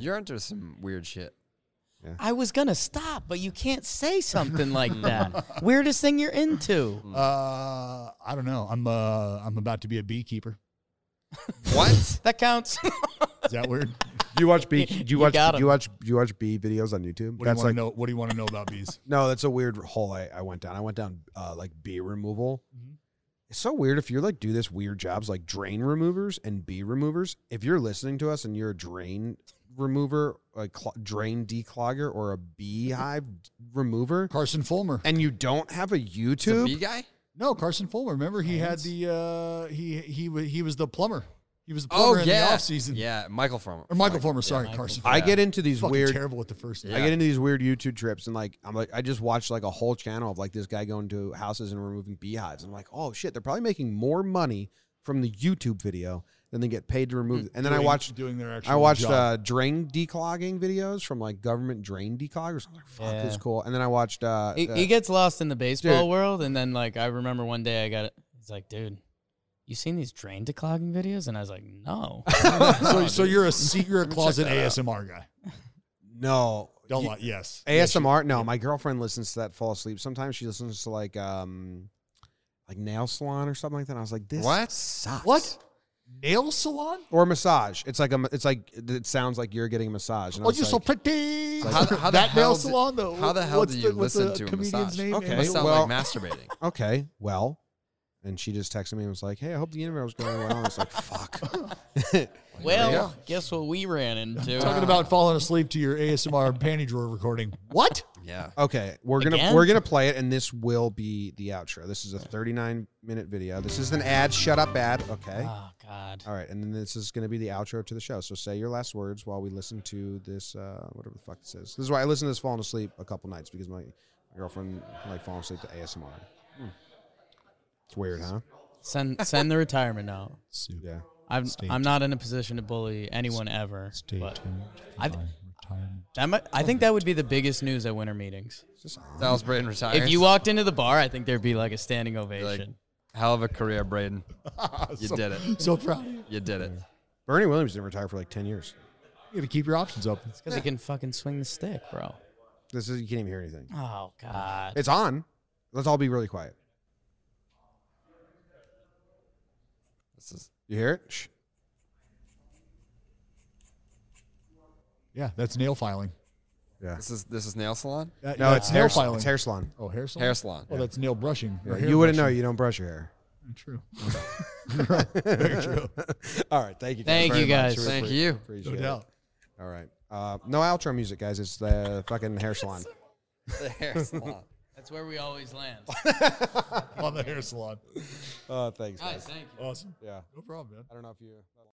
Speaker 4: You're into some weird shit.
Speaker 3: I was gonna stop, but you can't say something like that. Weirdest thing you're into.
Speaker 2: Uh, I don't know. I'm. Uh, I'm about to be a beekeeper.
Speaker 4: What?
Speaker 3: That counts.
Speaker 2: Is that weird?
Speaker 1: Do you watch B? Do you,
Speaker 3: You
Speaker 1: watch?
Speaker 3: got
Speaker 1: Do
Speaker 3: 'em.
Speaker 1: you watch? Do you watch B videos on YouTube?
Speaker 2: What do you
Speaker 1: That's
Speaker 2: want to
Speaker 1: like
Speaker 2: know? What do you want to know about bees?
Speaker 1: No, that's a weird hole I, I went down. I went down uh, like bee removal. It's so weird if you're like do this weird jobs like drain removers and bee removers. If you're listening to us and you're a drain remover, a cl- drain declogger, or a beehive d- remover,
Speaker 2: Carson Fulmer.
Speaker 1: and you don't have a
Speaker 4: It's a
Speaker 1: YouTube,
Speaker 4: bee guy?
Speaker 2: No, Carson Fulmer. Remember, he had the. Uh, he. He. wa- He was the plumber. He was the
Speaker 4: Oh
Speaker 2: plumber in
Speaker 4: yeah.
Speaker 2: the off season.
Speaker 4: Yeah, Michael Fulmer.
Speaker 2: Or Michael Fulmer. Sorry,
Speaker 3: Michael.
Speaker 2: Carson.
Speaker 1: I get into these
Speaker 2: Fucking
Speaker 1: weird.
Speaker 2: terrible at the first.
Speaker 1: I
Speaker 4: Yeah.
Speaker 1: get into these weird YouTube trips and like I'm like I just watched like a whole channel of like this guy going to houses and removing beehives. I'm like, oh shit, they're probably making more money from the YouTube video than they get paid to remove. And then I
Speaker 2: Doing-
Speaker 1: watched
Speaker 2: doing their actual.
Speaker 1: I watched
Speaker 2: job.
Speaker 1: uh, drain declogging videos from like government drain decloggers. I'm like, fuck,
Speaker 3: Yeah.
Speaker 1: this is cool. And then I watched. Uh,
Speaker 2: E,
Speaker 3: he,
Speaker 1: uh,
Speaker 3: he gets lost in the baseball
Speaker 1: Dude.
Speaker 3: world, and then like I remember one day I got it. He's like, dude, you seen these drain declogging videos? And I was like, no.
Speaker 1: uh,
Speaker 2: so, so you're a secret closet
Speaker 4: that out.
Speaker 2: ASMR guy.
Speaker 1: no,
Speaker 2: Don't
Speaker 1: Ye-
Speaker 2: lie. Yes.
Speaker 1: ASMR. No, my girlfriend listens to that fall asleep. Sometimes she listens to like um, like nail salon or something like that. And I was like, this
Speaker 4: What?
Speaker 1: sucks.
Speaker 2: What? Nail salon?
Speaker 1: Or massage. It's like a. ma- It's like it sounds like you're getting a massage. And I
Speaker 2: Oh,
Speaker 1: was
Speaker 2: you're so
Speaker 1: like,
Speaker 2: pretty.
Speaker 4: It's like- How- how the
Speaker 2: that
Speaker 4: hell
Speaker 2: nail
Speaker 4: did-
Speaker 2: salon, though.
Speaker 4: how the hell
Speaker 2: What's
Speaker 4: do you
Speaker 2: the, what's
Speaker 4: listen
Speaker 2: the
Speaker 4: to a
Speaker 2: comedian's
Speaker 4: massage?
Speaker 2: Name?
Speaker 1: Okay.
Speaker 4: It must sound
Speaker 1: Well-
Speaker 4: like masturbating.
Speaker 1: okay, well. And she just texted me and was like, "Hey, I hope the interview was going well." And I was like, "Fuck."
Speaker 3: well, guess what we ran into.
Speaker 2: Talking about falling asleep to your ASMR panty drawer recording. What?
Speaker 4: Yeah.
Speaker 1: Okay, we're gonna
Speaker 3: Again?
Speaker 1: we're gonna play it, and this will be the outro. This is a 39 minute video. This is an ad. Shut up, ad. Okay.
Speaker 2: Ah.
Speaker 3: oh God.
Speaker 1: All right, and then this is gonna be the outro to the show. So say your last words while we listen to this. Uh, whatever the fuck this is. This is why I listen to this
Speaker 2: Hmm.
Speaker 1: falling asleep a couple nights because my, my girlfriend like falling asleep to ASMR. It's weird, huh?
Speaker 3: Send send the retirement out.
Speaker 2: Soup.
Speaker 1: Yeah.
Speaker 3: I'm
Speaker 2: Stay
Speaker 3: I'm not in a position to bully anyone ever.
Speaker 2: Stay
Speaker 3: but
Speaker 2: tuned. For
Speaker 3: I-
Speaker 2: my retirement.
Speaker 3: that might, I think that would be the biggest news at winter meetings.
Speaker 1: It's just odd.
Speaker 4: Dallas Braden retires.
Speaker 3: If you walked into the bar, I think there'd be like a standing
Speaker 4: like,
Speaker 3: ovation.
Speaker 4: hell of a career, Braden. You
Speaker 2: so,
Speaker 4: did it.
Speaker 2: So proud. of You
Speaker 4: You did it.
Speaker 1: Bernie Williams didn't retire for like ten years.
Speaker 2: You gotta keep your options open.
Speaker 3: Because he can fucking swing the stick, bro.
Speaker 1: This is you can't even hear anything.
Speaker 3: Oh God.
Speaker 1: It's on. Let's all be really quiet.
Speaker 4: This is
Speaker 1: You hear it? Shh.
Speaker 2: Yeah, that's nail filing.
Speaker 1: Yeah.
Speaker 4: this is this is nail salon,
Speaker 2: That-
Speaker 1: No,
Speaker 2: that's
Speaker 1: it's
Speaker 2: nail
Speaker 1: hair.
Speaker 2: filing.
Speaker 1: It's hair salon.
Speaker 2: Oh, hair salon.
Speaker 4: hair salon.
Speaker 2: Oh, that's nail brushing. or
Speaker 1: Yeah,
Speaker 2: hair
Speaker 1: you wouldn't know.
Speaker 2: brushing.
Speaker 1: You don't brush your hair.
Speaker 2: True.
Speaker 1: All right. Thank you.
Speaker 3: Thank
Speaker 1: very
Speaker 3: you,
Speaker 1: much.
Speaker 3: guys.
Speaker 1: We
Speaker 4: Thank
Speaker 1: appre-
Speaker 4: you.
Speaker 1: appreciate
Speaker 2: No
Speaker 1: it.
Speaker 2: doubt.
Speaker 1: All right. Uh, no outro music, guys. It's the fucking hair salon.
Speaker 4: The hair salon.
Speaker 3: That's where we always land.
Speaker 2: On the hair salon.
Speaker 1: Oh, thanks,
Speaker 3: Guys,
Speaker 1: Uh, guys.
Speaker 3: thank you.
Speaker 2: Awesome.
Speaker 1: Yeah.
Speaker 2: No problem, man.
Speaker 1: I don't know if you.